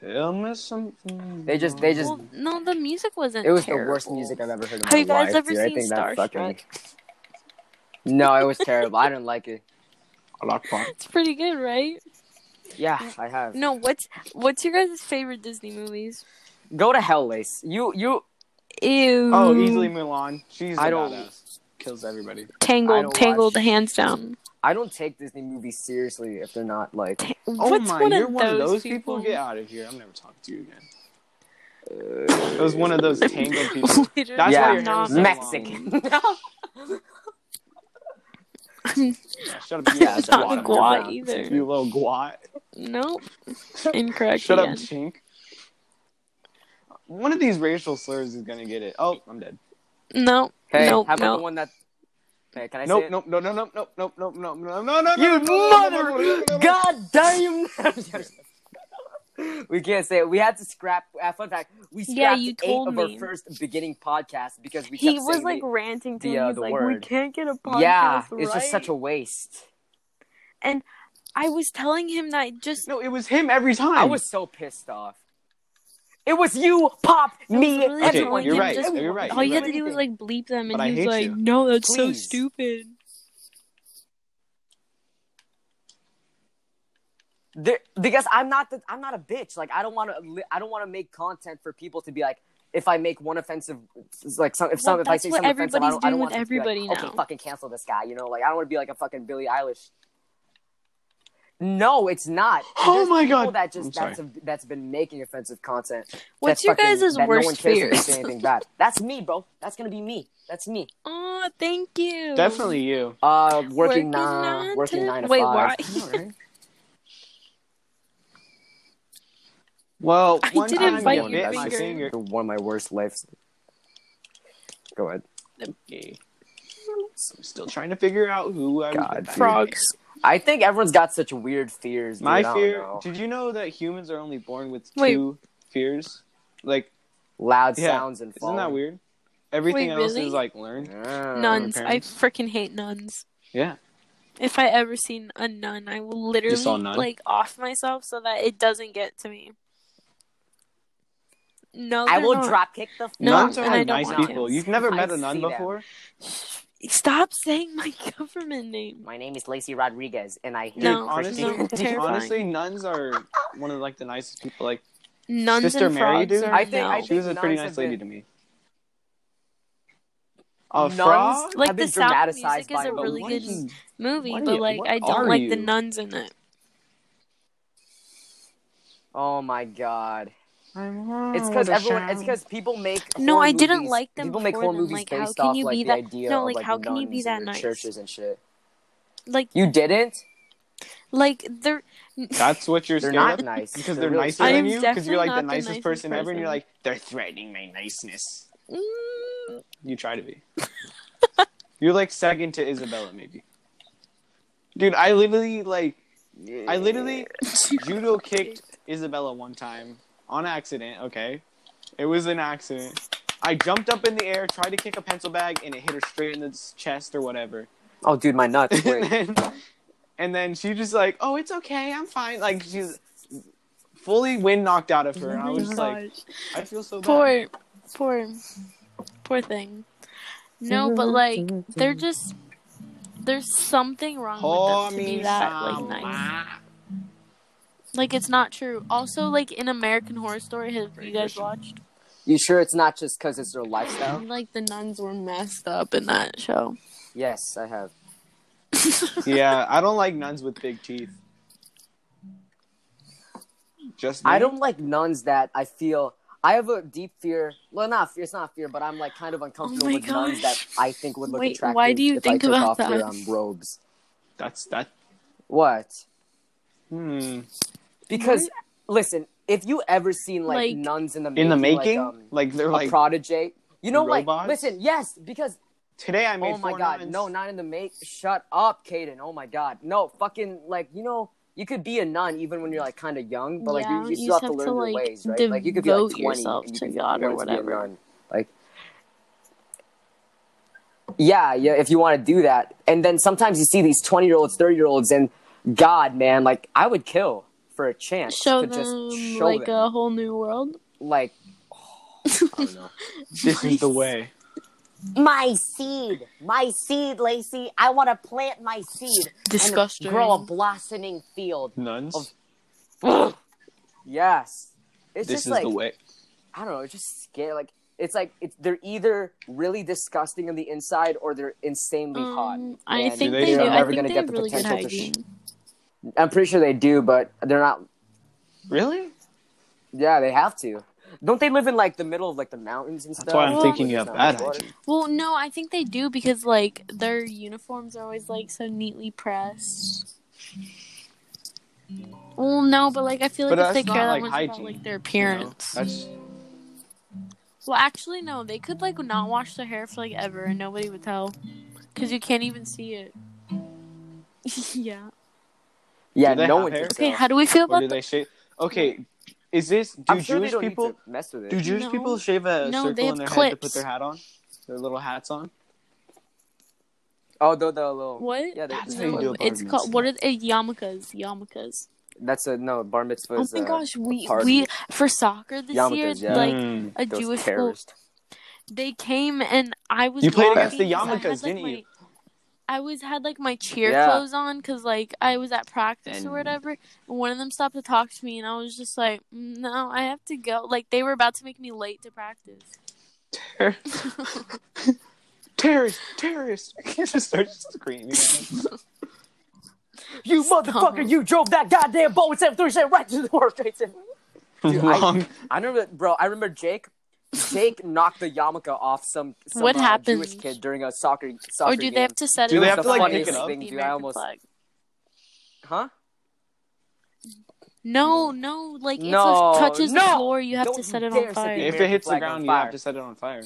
C: Tell me something.
A: they just, they just,
B: Well, no, the music wasn't.
A: it was the
B: terrible.
A: worst music I've ever heard in
B: Have
A: my
B: you guys
A: life,
B: ever
A: dude. I
B: seen
A: think that's fucking.
B: Starstruck?
A: No, it was terrible. I didn't like it.
C: I like fun.
B: It's pretty good, right?
A: Yeah, I have.
B: No, what's what's your guys' favorite Disney movies?
A: Go to hell, Lace. You, you.
B: Ew.
C: Oh, easily Mulan. She's I
A: I
C: don't
A: don't-
C: badass. kills everybody.
A: I
B: Tangled,
A: don't
B: Tangled,
A: watch-
B: hands down.
A: I don't take Disney movies seriously if they're not like.
B: Ta-
C: Oh
B: what's
C: my,
B: one,
C: you're
B: of
C: one of
B: those
C: those
B: people?
C: people. Get out of here. I'm never talking to you again. It was one of those tangled people.
B: Literally
C: That's
A: Yeah.
C: why your hair was so long.
A: Mexican.
C: Yeah, shut up.
A: Yeah,
C: You little
A: it's not a
C: guat.
A: guat
B: either.
C: You little guat.
B: Nope. Incorrect.
C: Shut up,
B: again.
C: chink. One of these racial slurs is gonna get it. Oh, I'm dead.
B: Nope.
A: Hey,
B: nope.
A: how about
B: nope.
A: the one that? Hey, can I
C: Nope,
A: say it?
C: nope, no, no, no, no, no, no, no, no, no, no.
A: You
C: no, no, no, no, no,
A: mother!
C: no, no.
A: God damn! we can't say it. We had to scrap. Uh, fun fact: We scrapped
B: Yeah, you told
A: eight of
B: me.
A: our first beginning podcasts because we
B: He
A: kept
B: was
A: saying
B: like
A: the-
B: ranting to
A: the,
B: me.
A: uh,
B: He's
A: the
B: like, we
A: word.
B: can't get a podcast
A: yeah,
B: right.
A: it's just such a waste.
B: I was telling him that just
C: No, it was him every time.
A: I was so pissed off. It was you, Pop,
B: was
A: me,
B: really
C: Okay,
A: everyone.
C: you're
B: him
C: right.
B: just-
C: You're right.
B: all you
C: you're
B: had
C: right.
B: to do was like bleep them,
C: But
B: and
C: I
B: he
C: hate
B: was like,
C: you.
B: "No, that's so
A: Please.
B: stupid."
A: There- because I'm not the, I'm not a bitch. Like I don't want to. I don't want to make content for people to be like. If I make one offensive, like some, if some,
B: Well,
A: if I
B: that's
A: say
B: what
A: something offensive, I
B: everybody's
A: don't, I don't
B: doing
A: want
B: with
A: them to be like,
B: everybody
A: Okay,
B: now.
A: fucking cancel this guy. You know, like I don't want to be like a fucking Billie Eilish. No, it's not.
C: Oh
A: There's
C: my
A: people
C: God.
A: That
C: I'm
A: just
C: sorry.
A: that's a, that's been making offensive content.
B: What's
A: That's
B: your
A: fucking-
B: guys'
A: that no one cares
B: worst
A: if they
B: fears?
A: say anything bad. That's me, bro. That's gonna be me. That's me.
B: oh, thank you.
C: Definitely you.
A: Uh, working,
B: Working
A: nine,
B: nine
A: working
B: to-
A: nine to
B: wait,
A: five.
B: why?
A: I know, right?
C: Well,
B: I
C: one
B: did
C: time
B: invite
C: you
B: you,
C: bit my
B: Bigger.
C: finger.
A: You're one of my worst lives. Go ahead.
C: Okay. I'm still trying to figure out who I
A: God,
C: was.
A: dude.
B: Frogs.
A: I think everyone's got such weird fears. Dude. I
C: My
A: don't
C: fear.
A: know.
C: Did you know that humans are only born with
B: Wait.
C: two fears? Like,
A: loud
C: Yeah.
A: sounds and
C: isn't
A: falling.
C: that weird? Everything
B: Wait,
C: else
B: really?
C: is like learned.
A: Yeah.
B: Nuns.
C: your
B: I
C: parents.
B: freaking hate nuns.
C: Yeah.
B: If I ever seen a nun, I will literally
C: saw a nun?
B: like off myself so that it doesn't get to me. No,
A: I
B: they're
A: will
B: not.
A: drop kick the.
B: No,
C: Nuns
A: fuck
C: are
B: and
A: out
B: I
C: like
A: of
B: don't
C: nice
A: nuns.
B: want to.
C: people. You've never
A: I
C: met a
A: see
C: nun
A: them.
C: before?
B: Stop saying my government name.
A: My name is Lacey Rodriguez, and I hate
C: Dude,
B: No,
C: honestly,
B: no, terrifying.
C: honestly, nuns are one of like the nicest people. Like,
B: Nuns
C: Sister
B: and
C: Mary,
B: frogs
C: dude?
B: are
A: I think-
B: no.
A: I
C: she was a pretty
A: nuns have
C: nice lady
A: been-
C: to me. A
A: Nuns?
C: frog?
B: like
A: have
B: the
A: been
B: sound of
A: dramatized
B: music is
A: by
B: a
A: the
C: But
B: really
C: what
B: good
C: is-
B: movie,
C: what
B: but
C: are-
B: like
C: what
B: I
C: are
B: don't like the
C: you?
B: nuns in it.
A: Oh my god!
C: I'm
A: It's because
C: all
A: everyone.
C: ashamed.
A: It's because people make.
B: Oh, No,
A: horror
B: I didn't
A: movies-
B: like them
A: People make
B: before
A: horror
B: then,
A: movies
B: like, how
A: based
B: can
A: off
B: you
A: like
B: be
A: the
B: that-
A: idea
B: no,
A: of
B: like,
A: like,
B: how can you be
A: nuns
B: that
A: and
B: nice?
A: churches and shit.
B: Like
A: You didn't.
B: like they're
C: That's what you're
A: They're not
C: scared of?
A: nice
C: Because
A: They're
C: they're
A: really
C: nicer
B: I am
C: than you? Because
B: definitely
C: you're like the
B: not the
C: nicest,
B: nicest
C: person, ever, and you're
B: person.
C: like, they're threatening my niceness.
B: Mm,
C: You try to be. you're like second to Isabella, maybe. Dude, I literally, like, I literally judo kicked Isabella one time on accident, okay? It was an accident. I jumped up in the air, tried to kick a pencil bag, and it hit her straight in the s- chest or whatever.
A: Oh, dude, my nuts.
C: and,
A: Wait.
C: then, and then she just like, oh, it's okay, I'm fine. Like she's fully wind knocked out of her. And I was just like,
B: gosh.
A: Oh
C: I feel so bad.
B: poor poor poor thing. No, but like they're just there's something wrong
C: Oh,
B: with them to
C: me
B: be that like
C: some
B: nice.
C: ma-
B: Like it's not true. Also, like in American Horror Story, have you guys watched?
A: You sure it's not just because it's their lifestyle?
B: Like the nuns were messed up in that show.
A: Yes, I have.
C: yeah, I don't like nuns with big teeth. Just
A: I
C: me?
A: don't like nuns that I feel. I have a deep fear. Well, not fear. It's not fear, but I'm like kind of uncomfortable
B: Oh my
A: with nuns that
B: gosh.
A: I think would look
B: Wait,
A: attractive.
B: why do you
A: if
B: think
A: I took
B: about
A: off Their,
B: that?
A: um, robes.
C: That's that.
A: What?
C: Hmm.
A: Because listen, if you ever seen like,
B: Like-
A: nuns in the making,
C: In the making,
A: like, um,
C: like they're
A: a
C: like
A: protege, you know, like
C: robots?
A: listen, yes, because
C: today I made
A: oh my
C: four
A: god,
C: nuns.
A: no, not in the make. Shut up, Caden. Oh my god, no, fucking like you know. You could be a nun even when you're like kind of young, but like
B: Yeah,
A: you, you still have to learn your
B: like,
A: ways, right? Like you could be
B: devote
A: like 20
B: yourself
A: and you
B: to
A: could
B: God or
A: want to be a
B: whatever.
A: nun. Like, yeah, yeah. If you want to do that, and then sometimes you see these 20 year olds, 30 year olds, and God, man, like I would kill for a chance
B: Show
A: to
B: them
A: just show
B: like
A: them,
B: a whole new world.
A: like I don't know.
C: This is the way.
D: My seed, my seed, Lacey. I want to plant my seed
B: Disgusting.
D: and grow a blossoming field.
C: Nuns.
A: Of- Yes, it's
C: this
A: just
C: is
A: like
C: the way.
A: I don't know. It's just scary. Like it's like it's, they're either really disgusting on the inside or they're insanely hot.
B: Um, I
A: and
B: think
C: they
B: they, do.
C: are
B: I
C: never
B: think
A: gonna
B: they
A: get
B: have
A: the
B: really good
A: potential to
B: hygiene.
A: I'm pretty sure they do, but they're not.
C: Really?
A: Yeah, they have to. Don't they live in like the middle of like the mountains and stuff?
C: That's why I'm
B: Well-
C: thinking you
A: It's not
C: have bad
A: much water.
C: hygiene.
B: Well, no, I think they do because like their uniforms are always like so neatly pressed. Well, no, but like I feel like
C: But
B: if they
C: that's
B: care
C: not,
B: that
C: like,
B: much about
C: hygiene,
B: like their
C: you know?
B: appearance.
C: That's
B: Well, actually, no. They could like not wash their hair for like ever, and nobody would tell, because you can't even see it. yeah.
A: Yeah,
C: Do they
A: no
C: have
A: one. Can
C: hair?
B: Okay.
A: tell.
B: How do we feel
C: or
B: about
C: do
B: that?
C: they shave? Okay, is this do
A: I'm sure they
C: Jewish
A: don't need
C: people
A: to mess with it?
C: do Jewish
B: No.
C: people shave a
B: No, they
C: circle in
B: have
C: their head to put
B: clips.
C: their hat on, their little hats on?
A: oh, the, the little.
B: What?
A: Yeah, they,
C: That's how you
B: no,
C: do a bar
B: it's called
C: mitzvah.
B: what are they, yarmulkes? Yarmulkes.
A: that's a no bar mitzvah.
B: Oh
A: is,
B: my
A: uh,
B: gosh, we
A: party.
B: we for soccer this year,
A: Yarmulkes, yeah.
B: like
C: Mm.
B: a
A: those
B: Jewish school,
A: terrorists.
B: they came and I was.
C: You played against the
B: walking 'cause I had,
C: yarmulkes, didn't
B: my-
C: you?
B: I was had like my cheer
A: Yeah.
B: clothes on because like I was at practice
C: And-
B: or whatever. And one of them stopped to talk to me, and I was just like, "Mm, "No, I have to go." Like they were about to make me late to practice.
C: Ter- terrorist, terrorist! You just start screaming.
A: You
B: Stop.
A: motherfucker, you drove that goddamn Boeing 737 right to the World Trade Center. Dude, I-
C: Wrong.
A: I remember, bro. I remember Jake. Jake knocked the yarmulke off some, some
B: What
A: uh,
B: happened?
A: Jewish kid during a soccer soccer
B: Or do
A: game.
B: they have to set
C: Do
B: it?
C: they
B: up
C: have
B: with
C: to, like,
B: the
C: pick it up?
B: American
A: Dude, I almost-
B: flag?
A: Huh?
B: No, no, like
A: No,
B: if it touches the
A: no!
B: floor, you have
A: Don't
B: to
A: you
B: set it
A: dare set
B: on
A: the-
B: fire.
C: If it hits the
A: Flag on
C: ground, you have
A: fire.
C: to set it on fire.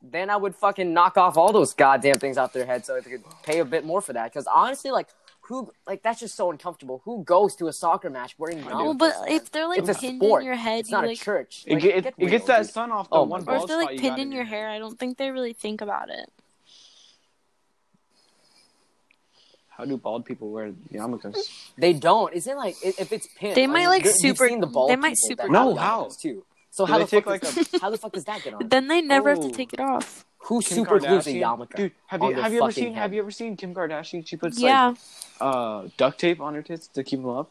A: Then I would fucking knock off all those goddamn things out their head so I could pay a bit more for that. Because honestly, like who, like that's just so uncomfortable. Who goes to a soccer match wearing yarmulkes?
B: well, but if they're like
A: it's a
B: pinned
A: sport.
B: in your head,
A: it's
B: you
A: not a
B: like,
A: church,
C: It,
A: Like,
C: ge- it,
A: get
C: it
A: real,
C: gets that
A: dude.
C: sun off the
A: Oh
C: one
A: my
B: or
C: ball
B: if they're
C: spot
B: like
C: you
B: pinned
C: got
B: in your hair, I don't think they really think about it.
C: How do bald people wear yarmulkes?
A: They don't. Isn't like i- if it's pinned.
B: They might, like,
A: you've
B: super-
A: seen the bald
B: they might
A: people
B: super-
A: that
C: No,
A: got
C: how?
A: yarmulkes, Too. So
C: Do
A: how
C: they
A: the fuck
C: take,
A: does-
C: like,
A: how the fuck does that get on?
B: Then they never have
C: Oh.
B: to take it off.
A: Who
C: Kim
A: super glues a
C: Kardashian?
A: yarmulke?
C: Dude, have
A: on
C: you
A: their
C: have you ever
A: fucking
C: seen
A: head?
C: have you ever seen Kim Kardashian? She puts
B: yeah,
C: like uh duct tape on her tits to keep them up.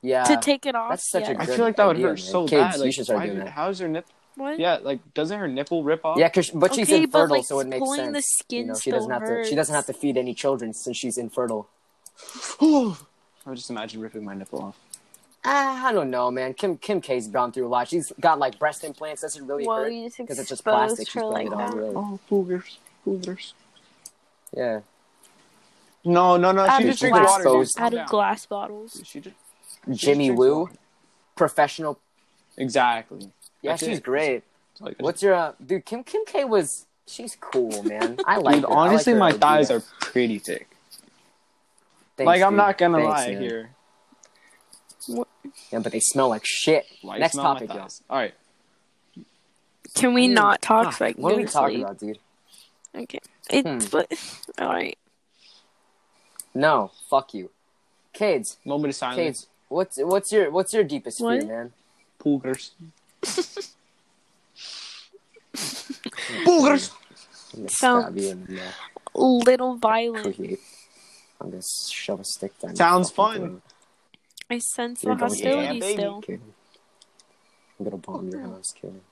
A: Yeah.
B: to take it off.
A: that's such a
B: yeah.
C: I
A: Good
C: feel like that would
A: idea,
C: hurt
A: man.
C: so
A: Kids,
C: bad.
A: you
C: Like,
A: should start
C: why
A: doing
C: did-
A: that.
C: How's her nipple?
B: What?
C: Yeah, like doesn't her nipple rip off?
A: Yeah, 'cause- but she's
B: Okay, but,
A: infertile,
B: like,
A: so it makes
B: pulling
A: sense.
B: the skin
A: you know, she
B: still
A: doesn't have to. She doesn't have to feed any children since she's infertile.
C: I would just imagine ripping my nipple off.
A: Ah, I don't know, man. Kim Kim K's gone through a lot. She's got like breast implants. Doesn't really
B: Well,
A: hurt
B: you just
A: because it's just
B: exposed
A: plastic. She's
B: her
A: putting
B: like
A: it on
B: that.
A: really.
C: Oh, boogers, boogers.
A: Yeah.
C: No, no, no.
B: out
C: She
B: of
C: just drinks
B: glass,
C: water. dude.
A: exposed.
C: Calm
B: out of
C: down.
B: glass bottles.
C: She just
A: Jimmy
C: drinks
A: Woo,
C: water.
A: professional.
C: Exactly.
A: Yeah,
C: That's
A: she's
C: it.
A: great.
C: It's Like,
A: What's your uh, dude? Kim Kim K was. She's cool, man. I like.
C: dude,
A: her. I like
C: honestly,
A: her
C: my
A: idea.
C: thighs are pretty thick.
A: Thanks,
C: like, I'm
A: dude.
C: not gonna
A: Thanks,
C: lie
A: man.
C: here.
A: Yeah, but they smell like shit.
C: Why you
A: Next
C: smell my
A: topic, y'all.
C: thighs? All right.
B: Can we not talk? So I can
A: Ah, What are
B: go
A: we
B: to
A: talking
B: sleep?
A: about, dude?
B: Okay. It's
A: Hmm.
B: but all right.
A: No, fuck you, kids.
C: Moment of
A: Cades,
C: silence.
A: what's what's your what's your deepest
B: What?
A: fear, man?
C: Boogers. boogers.
A: I'm gonna
B: Sounds-
A: stab you in the neck.
B: Little violent.
A: Cookie. I'm gonna shove a stick down. your
C: Sounds
A: fucking
C: fun.
A: throat,
B: I sense
A: You're
B: the
A: going to- Yeah,
B: hostility
C: baby.
B: still.
A: kid. I'm gonna bomb your house, kid.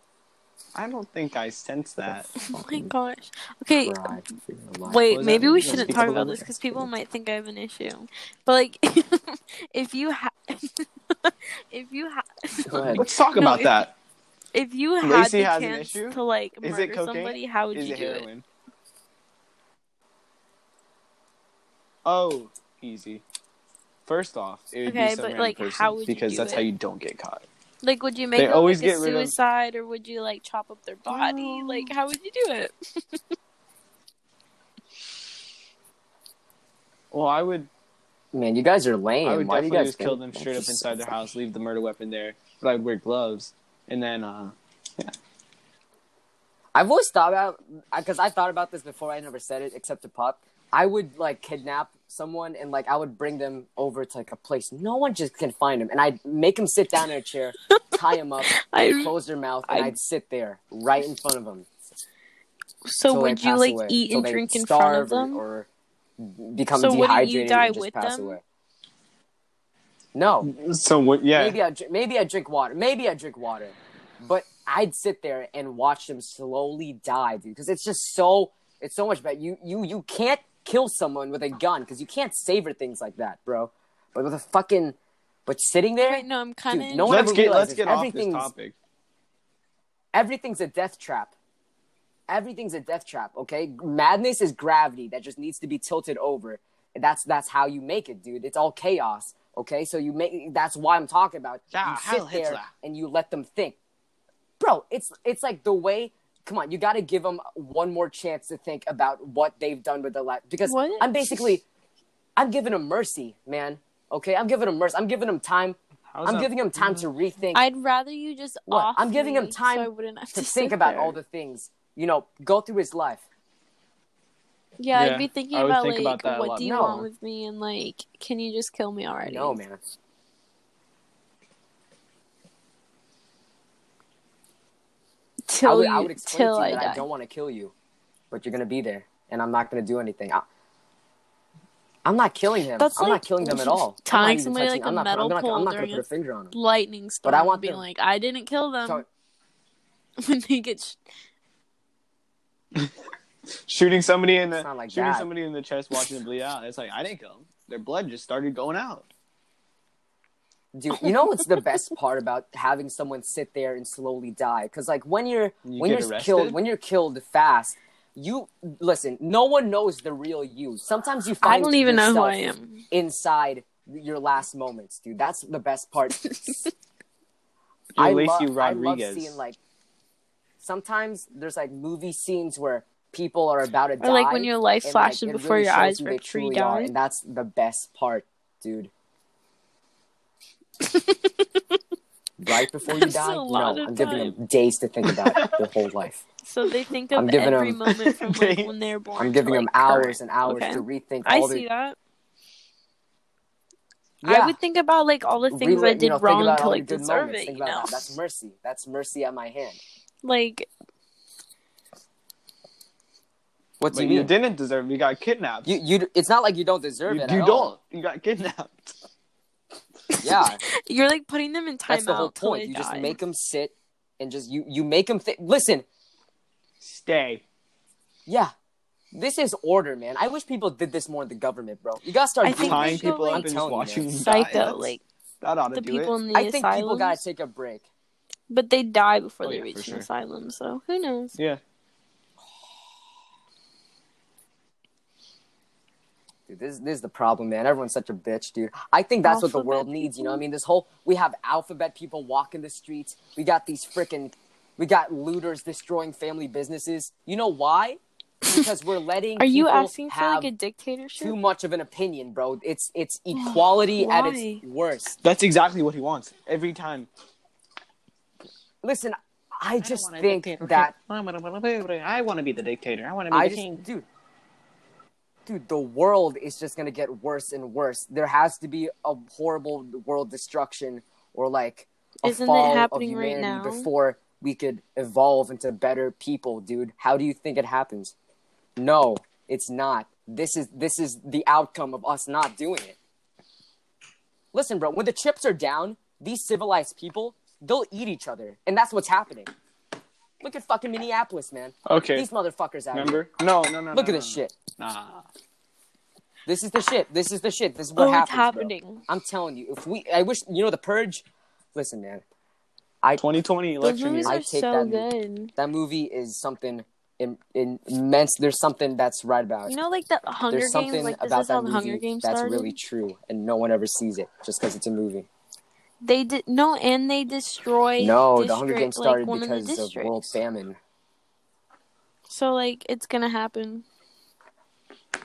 C: I don't think I sense that.
B: Oh
A: Hmm.
B: my gosh. Okay.
A: Cry for your life.
B: Wait,
C: was
B: maybe
C: that?
B: we
C: That was
B: shouldn't
C: people
B: talk
C: that
B: about
C: were
B: this because people might think I have an issue. But like, if you ha- if you ha-
A: Go ahead.
C: Let's talk
B: No,
C: about
B: it-
C: that.
B: if you had
C: Lacey
B: the
C: has an
B: chance
C: issue?
B: to like
C: Is it
B: murder
C: cocaine?
B: somebody, how would
C: Is
B: you
C: it
B: do it?
C: heroin? Oh, easy. First off, it would
B: Okay,
C: be some
B: but,
C: random
B: like,
C: person
B: how would you
C: because
B: do
C: that's
B: it?
C: how you don't get caught.
B: Like, would you make
C: They
B: them
C: always
B: like,
C: get
B: a
C: rid of-
B: suicide, or would you like chop up their body? Like, how would you do it?
C: Well, I would.
A: Man, you guys are lame.
C: I would
A: Why do you
C: definitely
A: guys
C: just kill
A: think
C: them
A: that?
C: straight up inside their house, leave the murder weapon there, but I would wear gloves, and then uh,
A: I've always thought about because I thought about this before. I never said it except to Pop. I would like kidnap someone and like I would bring them over to like a place no one just can find them, and I'd make them sit down in a chair, tie them up,
B: I
A: close their mouth, and
B: I-
A: I'd sit there right in front of them.
B: so would you like eat and drink in front of them?
A: or become
B: So wouldn't
A: dehydrated
B: you die
A: and just
B: with
A: pass
B: them?
A: away? No,
C: so what? Yeah,
A: maybe I dr- maybe I drink water. Maybe I drink water, but I'd sit there and watch them slowly die, dude. Because it's just so it's so much better. You you you can't kill someone with a gun because you can't savor things like that, bro. But with a fucking but sitting there,
B: Wait, no, I'm kind
A: Dude, no
B: of.
A: one-
C: let's
A: ever
C: get
A: realizes
C: let's get off this
A: everything's-
C: topic.
A: everything's a death trap. Everything's a death trap. Okay, madness is gravity that just needs to be tilted over. And that's that's how you make it, dude. It's all chaos. Okay, so you make that's why I'm talking about.
C: Yeah,
A: you
C: Heil
A: sit there
C: Hitler.
A: and you let them think, bro. It's it's like the way. Come on, you got to give them one more chance to think about what they've done with their life because
B: What?
A: I'm basically, I'm giving them mercy, man. Okay, I'm giving them mercy. I'm giving them time.
C: How's
A: I'm
C: that-
A: giving them time to rethink
B: I'd rather you just.
A: What?
B: off
A: I'm giving him
B: me,
A: time
B: so I wouldn't have
A: to
B: to,
A: think
B: sit
A: about
B: there.
A: all the things, you know, go through his life.
B: Yeah,
C: Yeah,
B: I'd be thinking
C: I would
B: about
C: think
B: like,
C: about that a
B: what
C: lot.
B: do you
A: No.
B: want with me, and like, can you just kill me already?
A: No, man.
B: Till
A: I would,
B: you,
A: I would explain
B: till
A: to you
B: I
A: that
B: die.
A: I don't want to kill you, but you're going to be there, and I'm not going to do anything. I, I'm not killing him.
B: That's
A: I'm
B: like
A: not killing them at all.
B: tying
A: I'm not even
B: somebody
A: touching-
B: like a
A: I'm not,
B: metal
A: I'm not,
B: pole
A: I'm not going to
B: during
A: put
B: a-
A: a finger on him.
B: Lightning storm.
A: But I want
B: being
A: them-
B: like, I didn't kill them
A: So-
B: when they get. Sh-
C: shooting somebody in the
A: It's not like
C: shooting
A: that.
C: somebody in the chest, watching them bleed out. It's like I didn't kill them. Their blood just started going out.
A: Dude, you know what's the best part about having someone sit there and slowly die? Because like when you're
C: You
A: when
C: get
A: you're
C: arrested?
A: killed when you're killed fast, you listen. No one knows the real you. Sometimes you find
B: I don't even know who I
A: yourself
B: am.
A: inside your last moments, dude. That's the best part.
C: You're
A: I
C: Lacey
A: love, I
C: Rodriguez.
A: love seeing like sometimes there's like movie scenes where people are about to die.
B: Or like when your life
A: and,
B: flashes
A: it
B: before
A: really
B: your
A: shows
B: eyes
A: who
B: where
A: they
B: a tree
A: truly are,
B: died.
A: and that's the best part, dude. right before you
B: That's
A: die,
B: a
A: no,
B: lot of
A: I'm giving
B: time.
A: them days to think about it their whole life.
B: So they think
A: I'm
B: of
A: giving
B: every
A: them-
B: moment from like
C: They-
B: when they're born.
A: I'm
B: to,
A: giving them
B: like,
A: hours
B: current.
A: and hours
B: Okay.
A: to rethink
B: I
A: all
B: see
A: their.
B: that.
A: Yeah.
B: I would think about like all the things
A: Rela-
B: I
A: you
B: did
A: know, think
B: wrong
A: about
B: to
A: all
B: like
A: your good
B: deserve
A: moments.
B: it.
A: Think
B: You
A: about
B: know,
A: that. That's mercy. That's mercy at my hand.
B: like
A: What
C: But you, didn't deserve. it. You got kidnapped.
A: You, you, it's not like you don't deserve
C: You-
A: it.
C: you
A: at
C: don't.
A: all.
C: You got kidnapped.
A: Yeah,
B: you're like putting them in timeout.
A: that's the whole
B: till
A: point.
B: they
A: You just
B: die.
A: make them sit and just you you make them think. Listen,
C: Stay.
A: yeah, this is order, man. I wish people did this more in the government, bro. You gotta start.
B: I think
A: doing
C: Tying
B: they go,
A: shit.
C: people
B: like,
C: up and just
A: telling you,
C: watching
A: man.
C: them die.
B: psycho,
C: That's-
B: like
C: that ought to
B: the
C: do
B: people
C: it.
B: in the
A: I think people
B: asylum.
A: gotta take a break.
B: But they die before
C: Oh,
B: they
C: yeah,
B: reach
C: for
B: an
C: sure.
B: asylum, so who knows?
C: Yeah.
A: Dude, this, this is the problem, man. Everyone's such a bitch, dude. I think that's what the
B: Alphabet
A: world needs. You know, what I
B: people.
A: mean, this whole we have alphabet people walking the streets. We got these freaking, we got looters destroying family businesses. You know why? Because we're letting.
B: Are you
A: people
B: asking for
A: have
B: like a dictatorship?
A: too much of an opinion, bro. It's it's equality at its
B: Why?
A: worst.
C: That's exactly what he wants every time.
A: Listen, I just
D: want a
A: think
D: dictator.
A: that
C: I want to be the dictator. I want to be
A: I
C: the king.
A: just dude, dude, the world is just gonna get worse and worse. There has to be a horrible world destruction or like a
B: Isn't it
A: fall
B: happening
A: of
B: right
A: humanity
B: now?
A: before we could evolve into better people, dude. How do you think it happens? No, it's not. This is this is the outcome of us not doing it. Listen, bro, when the chips are down, these civilized people, they'll eat each other. And that's what's happening. Look at fucking Minneapolis, man.
C: Okay.
A: These motherfuckers out here.
C: Remember? No, no, no.
A: Look
C: no,
A: at this
C: no.
A: shit.
C: Nah.
A: This is the shit. This is the shit. This is what
B: oh,
A: happens.
B: it's
A: bro.
B: happening.
A: I'm telling you, if we, I wish, you know, the purge. Listen, man, I
C: 2020
B: Those
C: election year.
B: movies
A: I
B: are
A: take
B: so
A: that movie.
B: good.
A: that movie is something in, in immense. There's something that's right about. it.
B: You know, like the Hunger
A: There's
B: Games.
A: something
B: Like this
A: about
B: is how
A: that
B: the Hunger
A: movie
B: Games
A: that's
B: started.
A: really true, and no one ever sees it just because it's a movie.
B: They did no, and they destroy.
A: No,
B: district,
A: the Hunger Games
B: like,
A: started
B: one of the
A: because of world
B: districts.
A: famine.
B: So like, it's gonna happen.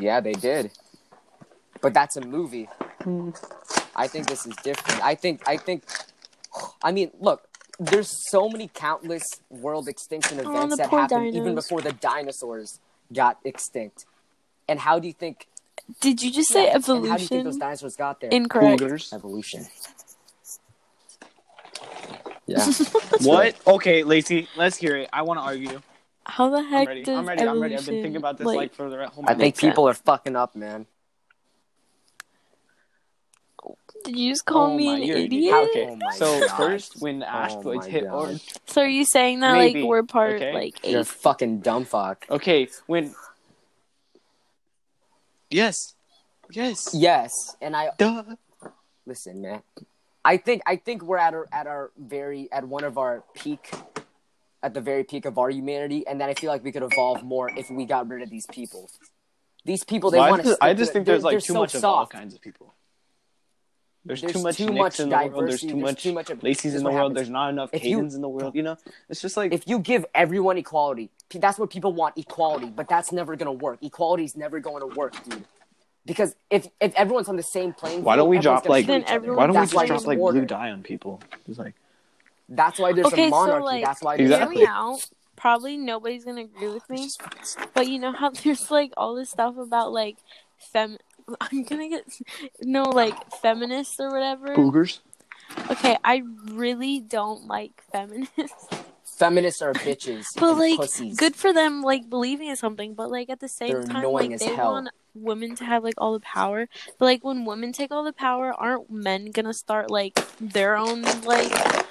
A: Yeah, they did. But that's a movie.
B: Hmm.
A: I think this is different. I think I think I mean, look, there's so many countless world extinction
B: Oh,
A: events
B: the
A: that
B: poor
A: happened even
B: dinos.
A: before the dinosaurs got extinct. And how do you think
B: Did you just say
A: yeah, and
B: evolution?
A: how do you think those dinosaurs got there?
B: Incorrect.
C: Cougars.
A: evolution. Yeah.
C: What? Okay, Lacey, let's hear it. I want to argue.
B: How the
C: I'm
B: heck
C: ready.
B: does
C: I'm ready. I'm
B: evolution?
C: ready. I've been thinking about this like, for the whole.
A: I think
B: Makes sense.
A: people are fucking up, man.
B: did you just call
C: Oh
B: me
C: my-
B: an
C: you're an
B: idiot?
C: idiot. Okay,
A: Oh my
C: so
A: God. Oh
C: first when asteroids
A: my
C: hit
A: God.
C: Earth,
B: So are you saying that
C: Maybe.
B: like we're part
C: Okay.
B: like
A: You're a
B: eighth?
A: fucking dumb fuck.
C: okay, when yes, yes,
A: Yes, and I
C: duh,
A: listen, man. I think I think we're at our at our very at one of our peak, at the very peak of our humanity, and then I feel like we could evolve more if we got rid of these people. These people, they
C: Well, I
A: want
C: just-
A: to.
C: I just think there's like too
A: so
C: much
A: soft.
C: of all kinds of people. There's,
A: There's
C: too much
A: too
C: Nicks
A: much
C: in the world. There's
A: diversity,
C: too
A: there's
C: much,
A: too much of-
C: Lacey's
A: this is
C: in the
A: what
C: world.
A: happens.
C: There's not enough
A: If you-
C: Haydens in the world. You know, it's just like
A: If you give everyone equality, pe- that's what people want equality, but that's never gonna work. Equality's never going to work, dude. Because if if everyone's on the same plane,
C: Why don't we drop, like-
B: Then everyone-
C: why don't we
B: That's
C: just
B: why
C: drop
B: there's
C: like blue dye on people? It's like
A: That's why there's
B: Okay,
A: a
B: so,
A: monarchy.
B: like,
A: that's why there's
C: Exactly.
B: Hear me out. Probably nobody's gonna agree with me, but you know how there's like all this stuff about like fem. I'm gonna get no like feminists or whatever.
C: boogers.
B: Okay, I really don't like feminists,
A: feminists are bitches,
B: but
A: and
B: like
A: pussies.
B: good for them like believing in something. But like at the same
A: They're
B: time,
A: annoying
B: like
A: as
B: they
A: hell.
B: want women to have like all the power. But like when women take all the power, aren't men gonna start like their own like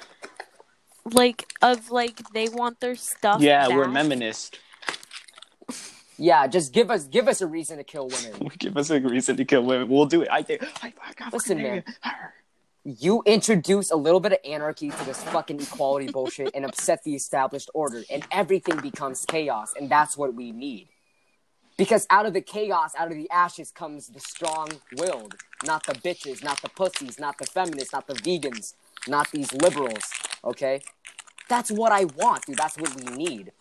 B: like of like they want their stuff?
C: Yeah, we're
B: back?
C: feminist.
A: Yeah, just give us give us a reason to kill women.
C: Give us a reason to kill women. We'll do it. I think. I, I got
A: Listen, man. You introduce a little bit of anarchy to this fucking equality bullshit and upset the established order, and everything becomes chaos, and that's what we need. Because out of the chaos, out of the ashes comes the strong willed, not the bitches, not the pussies, not the feminists, not the vegans, not these liberals, okay? That's what I want, dude. That's what we need.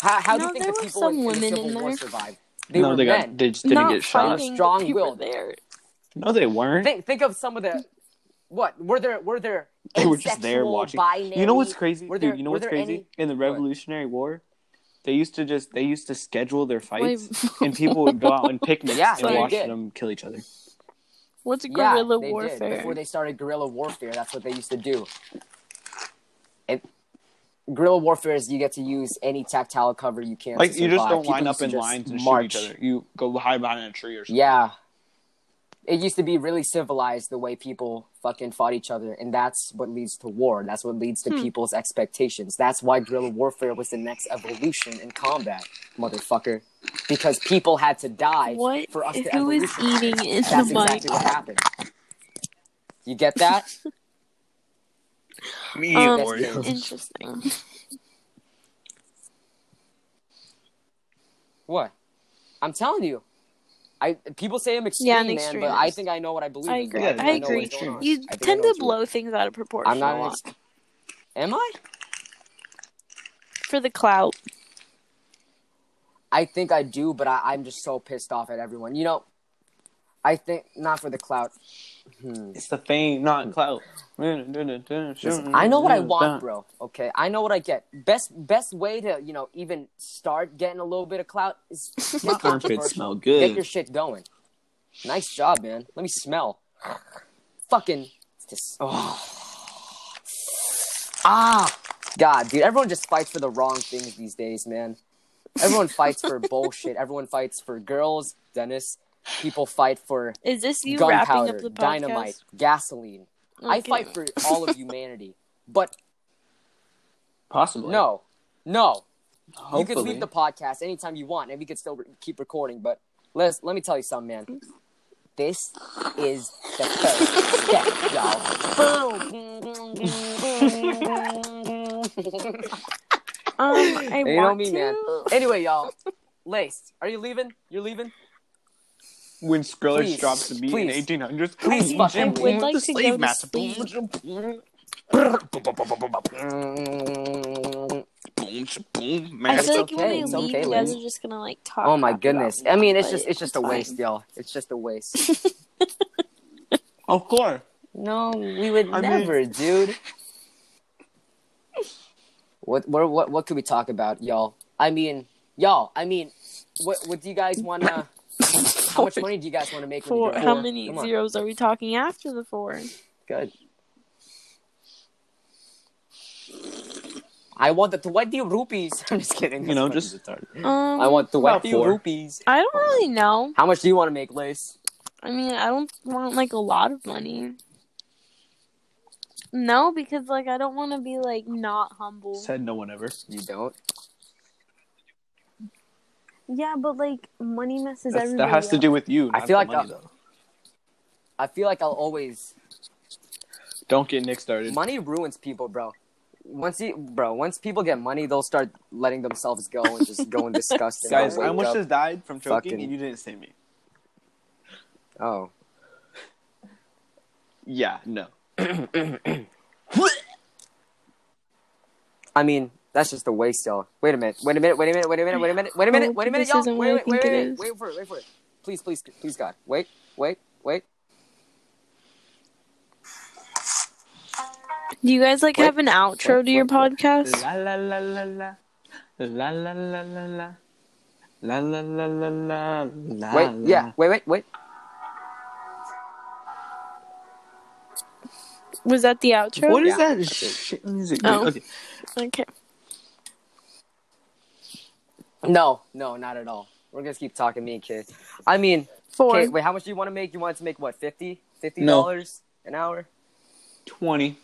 A: How, how
B: No,
A: do you think
B: there
A: the
B: were
A: people
B: some
A: in, in the
B: women
A: Civil
B: in
A: War
B: there.
A: survived? They
C: No,
A: were
C: they got.
A: men.
C: They just didn't
B: Not
C: get shot.
B: fighting, but
A: Strong
B: people
A: willed.
B: There.
C: No, they weren't.
A: Think think of some of the what were there were there
C: They were just there
A: asexual,
C: watching.
A: binary-
C: you know what's crazy,
A: were
C: dude?
A: there-
C: You know
A: were
C: what's
A: there
C: crazy?
A: any-
C: In the Revolutionary War, they used to just they used to schedule their
B: Wait,
C: fights, and people would go out and picnics
A: Yeah,
C: and
B: they
C: watch
A: did.
C: them kill each other.
B: what's
A: yeah,
B: guerrilla
A: they Did.
B: warfare?
A: Before they started guerrilla warfare, that's what they used to do. And guerrilla warfare is you get to use any tactile cover you can.
C: Like
A: to
C: you just
A: survive.
C: don't
A: People
C: line
A: used
C: up
A: to
C: in
A: just
C: lines and
A: march.
C: shoot each other. You go hide behind a tree or something.
A: Yeah. It used to be really civilized the way people fucking fought each other, and that's what leads to war. That's what leads
B: Hmm.
A: to people's expectations. That's why guerrilla warfare was the next evolution in combat, motherfucker. Because people had to die
B: What?
A: for us to
B: Who is
A: evolution.
B: eating in
A: That's
B: the mic?
A: exactly what happened. You get that?
C: Me
B: Um,
A: or you.
B: interesting.
A: what? I'm telling you. I people say I'm extreme,
B: Yeah, an
A: man, but
B: extremist.
A: I think I know what I believe.
B: I
A: in,
B: agree.
A: bro. think
C: I
A: know what's
C: agree.
A: going on. I
B: You
A: think I
B: tend
A: know
B: to
A: what's
B: blow things out of proportion
A: I'm not
B: a
A: an
B: lot
A: ex- Am I?
B: for the clout.
A: I think I do, but I, I'm just so pissed off at everyone. You know, I think not for the clout. Hmm,
C: It's the fame, not clout.
A: Listen, I know what I want, bro. Okay, I know what I get. Best best way to you know even start getting a little bit of clout is get
C: My armpits
A: controversial.
C: smell
A: Get your
C: good.
A: shit going. Nice job, man. Let me smell. Fucking. it's Just, oh. Ah, God, dude. Everyone just fights for the wrong things these days, man. Everyone fights for bullshit. Everyone fights for girls, Dennis. People fight for
B: Is this you wrapping up
A: gunpowder,
B: the podcast? Oh,
A: dynamite, gasoline. I
B: Okay. Um,
A: fight for all of humanity. But
C: Possibly.
A: no, no,
C: Hopefully.
A: you could leave the podcast anytime you want, and we could still re- keep recording. But let's let me tell you something, man. This is the first step, y'all. Boom.
B: Um, I
A: You know
B: want
A: me,
B: to.
A: man. anyway, y'all, Lace, are you leaving? You're leaving?
C: when Skrillex
A: Please,
C: drops the beat
A: please.
C: in 1800s.
A: Please fucking- I would
B: like to go to sleep.
A: Mm,
B: I
A: It's
B: feel like
A: okay,
B: when we
A: it's
B: leave,
A: okay,
B: you guys
A: Lynn.
B: are just gonna like talk.
A: Oh my
B: crap about
A: goodness!
B: me,
A: I mean, it's
B: but
A: just it's just a
B: fine.
A: waste, y'all. It's just a waste.
C: Of course.
A: No, we would
C: I mean-
A: never, dude. What, what what what could we talk about, y'all? I mean, y'all. I mean, what what do you guys want to? how much money do you guys want to make? when you
B: Four.
A: get
B: How
A: four?
B: many
A: Come on.
B: zeros are we talking after the four?
A: Good. I want the twenty rupees. I'm just kidding.
C: You know,
A: That's
C: just
B: Um,
A: funny. I want the
C: About
A: twenty
C: four.
A: rupees.
B: I don't really know.
A: How much do you want to make, Lace?
B: I mean, I don't want like a lot of money. No, because like I don't want to be like not humble.
C: said no one ever.
A: You don't.
B: yeah, but like money messes
C: That's-
B: everything.
C: That has to do with you.
A: I
C: not
A: feel
C: the
A: like
C: money,
A: I'll-
C: though.
A: I feel like I'll always
C: Don't get Nick started.
A: money ruins people, bro. Once you, bro, once people get money, they'll start letting themselves go and just going disgusting.
C: Guys,
A: Wake
C: I almost
A: up.
C: just died from choking,
A: fucking-
C: and you didn't see me.
A: oh,
C: Yeah, no.
A: I mean, that's just a waste, y'all. Wait a minute. Wait a minute. Wait a minute. Wait a minute. Wait a minute. Wait a minute. Wait a minute,
B: This
A: y'all.
B: isn't
A: Wait,
B: what I
A: wait, wait,
B: think
A: wait,
B: it
A: wait,
B: is.
A: wait for it. Wait for it. Please, please, please, God. Wait, wait, wait.
B: Do you guys like have an outro to your podcast?
C: La la la la la. La la la la la. La la la la la. la,
A: Wait.
C: la.
A: Yeah. Wait. Wait. Wait.
B: Was that the outro?
C: What is
A: Yeah.
C: that shit music?
B: Oh.
C: Okay.
B: Okay.
A: No. No. Not at all. We're gonna keep talking, me and Kid. I mean,
B: Four.
A: okay, wait. How much do you want to make? You want to make what? Fifty? Fifty
C: No.
A: dollars an hour?
C: 20.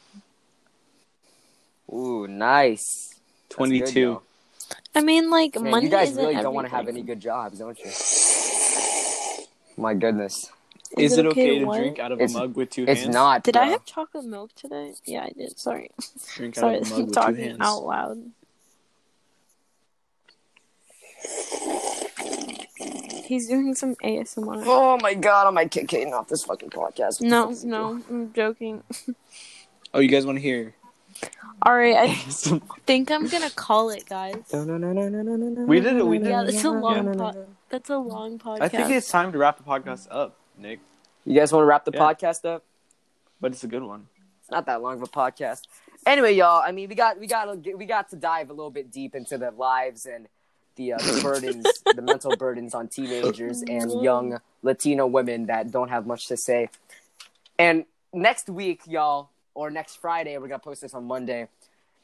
A: Ooh, nice. That's good,
C: 22.
A: though.
B: I mean, like
A: Man,
B: money.
A: you guys
B: isn't
A: really don't want to have any
B: everything.
A: good jobs, don't you? My goodness,
C: Is, it okay, to
B: what?
C: drink out of
A: It's-
C: a mug with two
A: it's
C: hands?
A: not.
B: Did I
A: bro.
B: have chocolate milk today? Yeah, I did. Sorry,
C: Drink out
B: sorry,
C: of a mug
B: I'm
C: with two
B: talking
C: hands.
B: out loud. He's doing some ASMR.
A: Oh my god, am I kicking off this fucking podcast? What the fuck
B: No,
A: is he doing?
B: no, I'm joking.
C: Oh, you guys want to hear?
B: All right, I think I'm gonna call it, guys.
C: we did it. We did.
B: Yeah, that's a long
A: no,
B: pod. That's a long podcast.
C: I think it's time to wrap the podcast up, Nick.
A: You guys want to wrap the
C: Yeah.
A: podcast up?
C: But it's a good one.
A: It's not that long of a podcast. Anyway, y'all, I mean, we got we got to we got to dive a little bit deep into the lives and the, uh, the burdens, the mental burdens on teenagers and young Latino women that don't have much to say. And next week, y'all, or next Friday, we're gonna post this on Monday.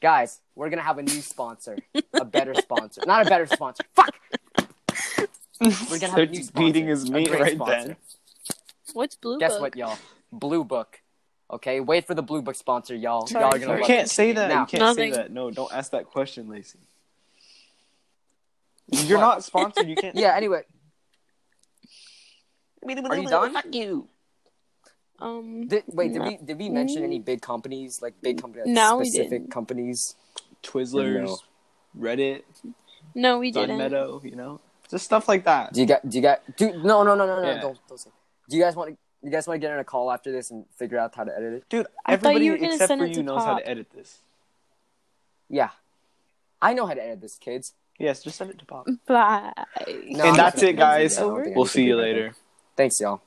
A: Guys, we're gonna have a new sponsor, a better sponsor, not a better sponsor. Fuck, we're gonna have a new
C: They're
A: sponsor,
C: beating his
A: a
C: meat
A: great
C: right
A: sponsor.
C: then.
B: What's blue?
A: Guess
B: Book?
A: what, y'all? Blue Book. Okay, wait for the Blue Book sponsor, y'all.
B: Sorry,
A: y'all are gonna
B: sorry.
C: You
A: love
C: can't say that.
A: Now.
C: You can't
B: Nothing.
C: say that. No, don't ask that question, Lacey.
A: What?
C: You're not sponsored. You can't.
A: Yeah, anyway. Are you done?
D: Fuck you.
B: Um,
A: Did, wait, did
B: No.
A: we did we mention any big companies like big companies, like
B: No, we
A: specific
B: didn't.
A: companies?
C: Twizzlers, Reddit,
B: no, we
C: Sun
B: didn't.
C: Meadow. You know, just stuff like that.
A: Do you got do you got do no no no no no
C: Yeah.
A: don't don't say. Do you guys want to you guys want to get on a call after this and figure out how to edit it?
C: Dude,
B: I thought
C: everybody
B: you were gonna
C: except
B: send
C: for
B: it
C: you
B: to
C: knows how to
B: Pop.
C: edit this.
A: Yeah, I know how to edit this, kids.
C: Yes, just send it to Pop.
B: Bye.
A: No, I'm
C: and
A: not
C: that's
A: gonna
C: it,
A: do that. I
C: guys.
A: don't think I
C: We'll
A: can
C: see
A: do
C: you
A: that.
C: later.
A: Thanks, y'all.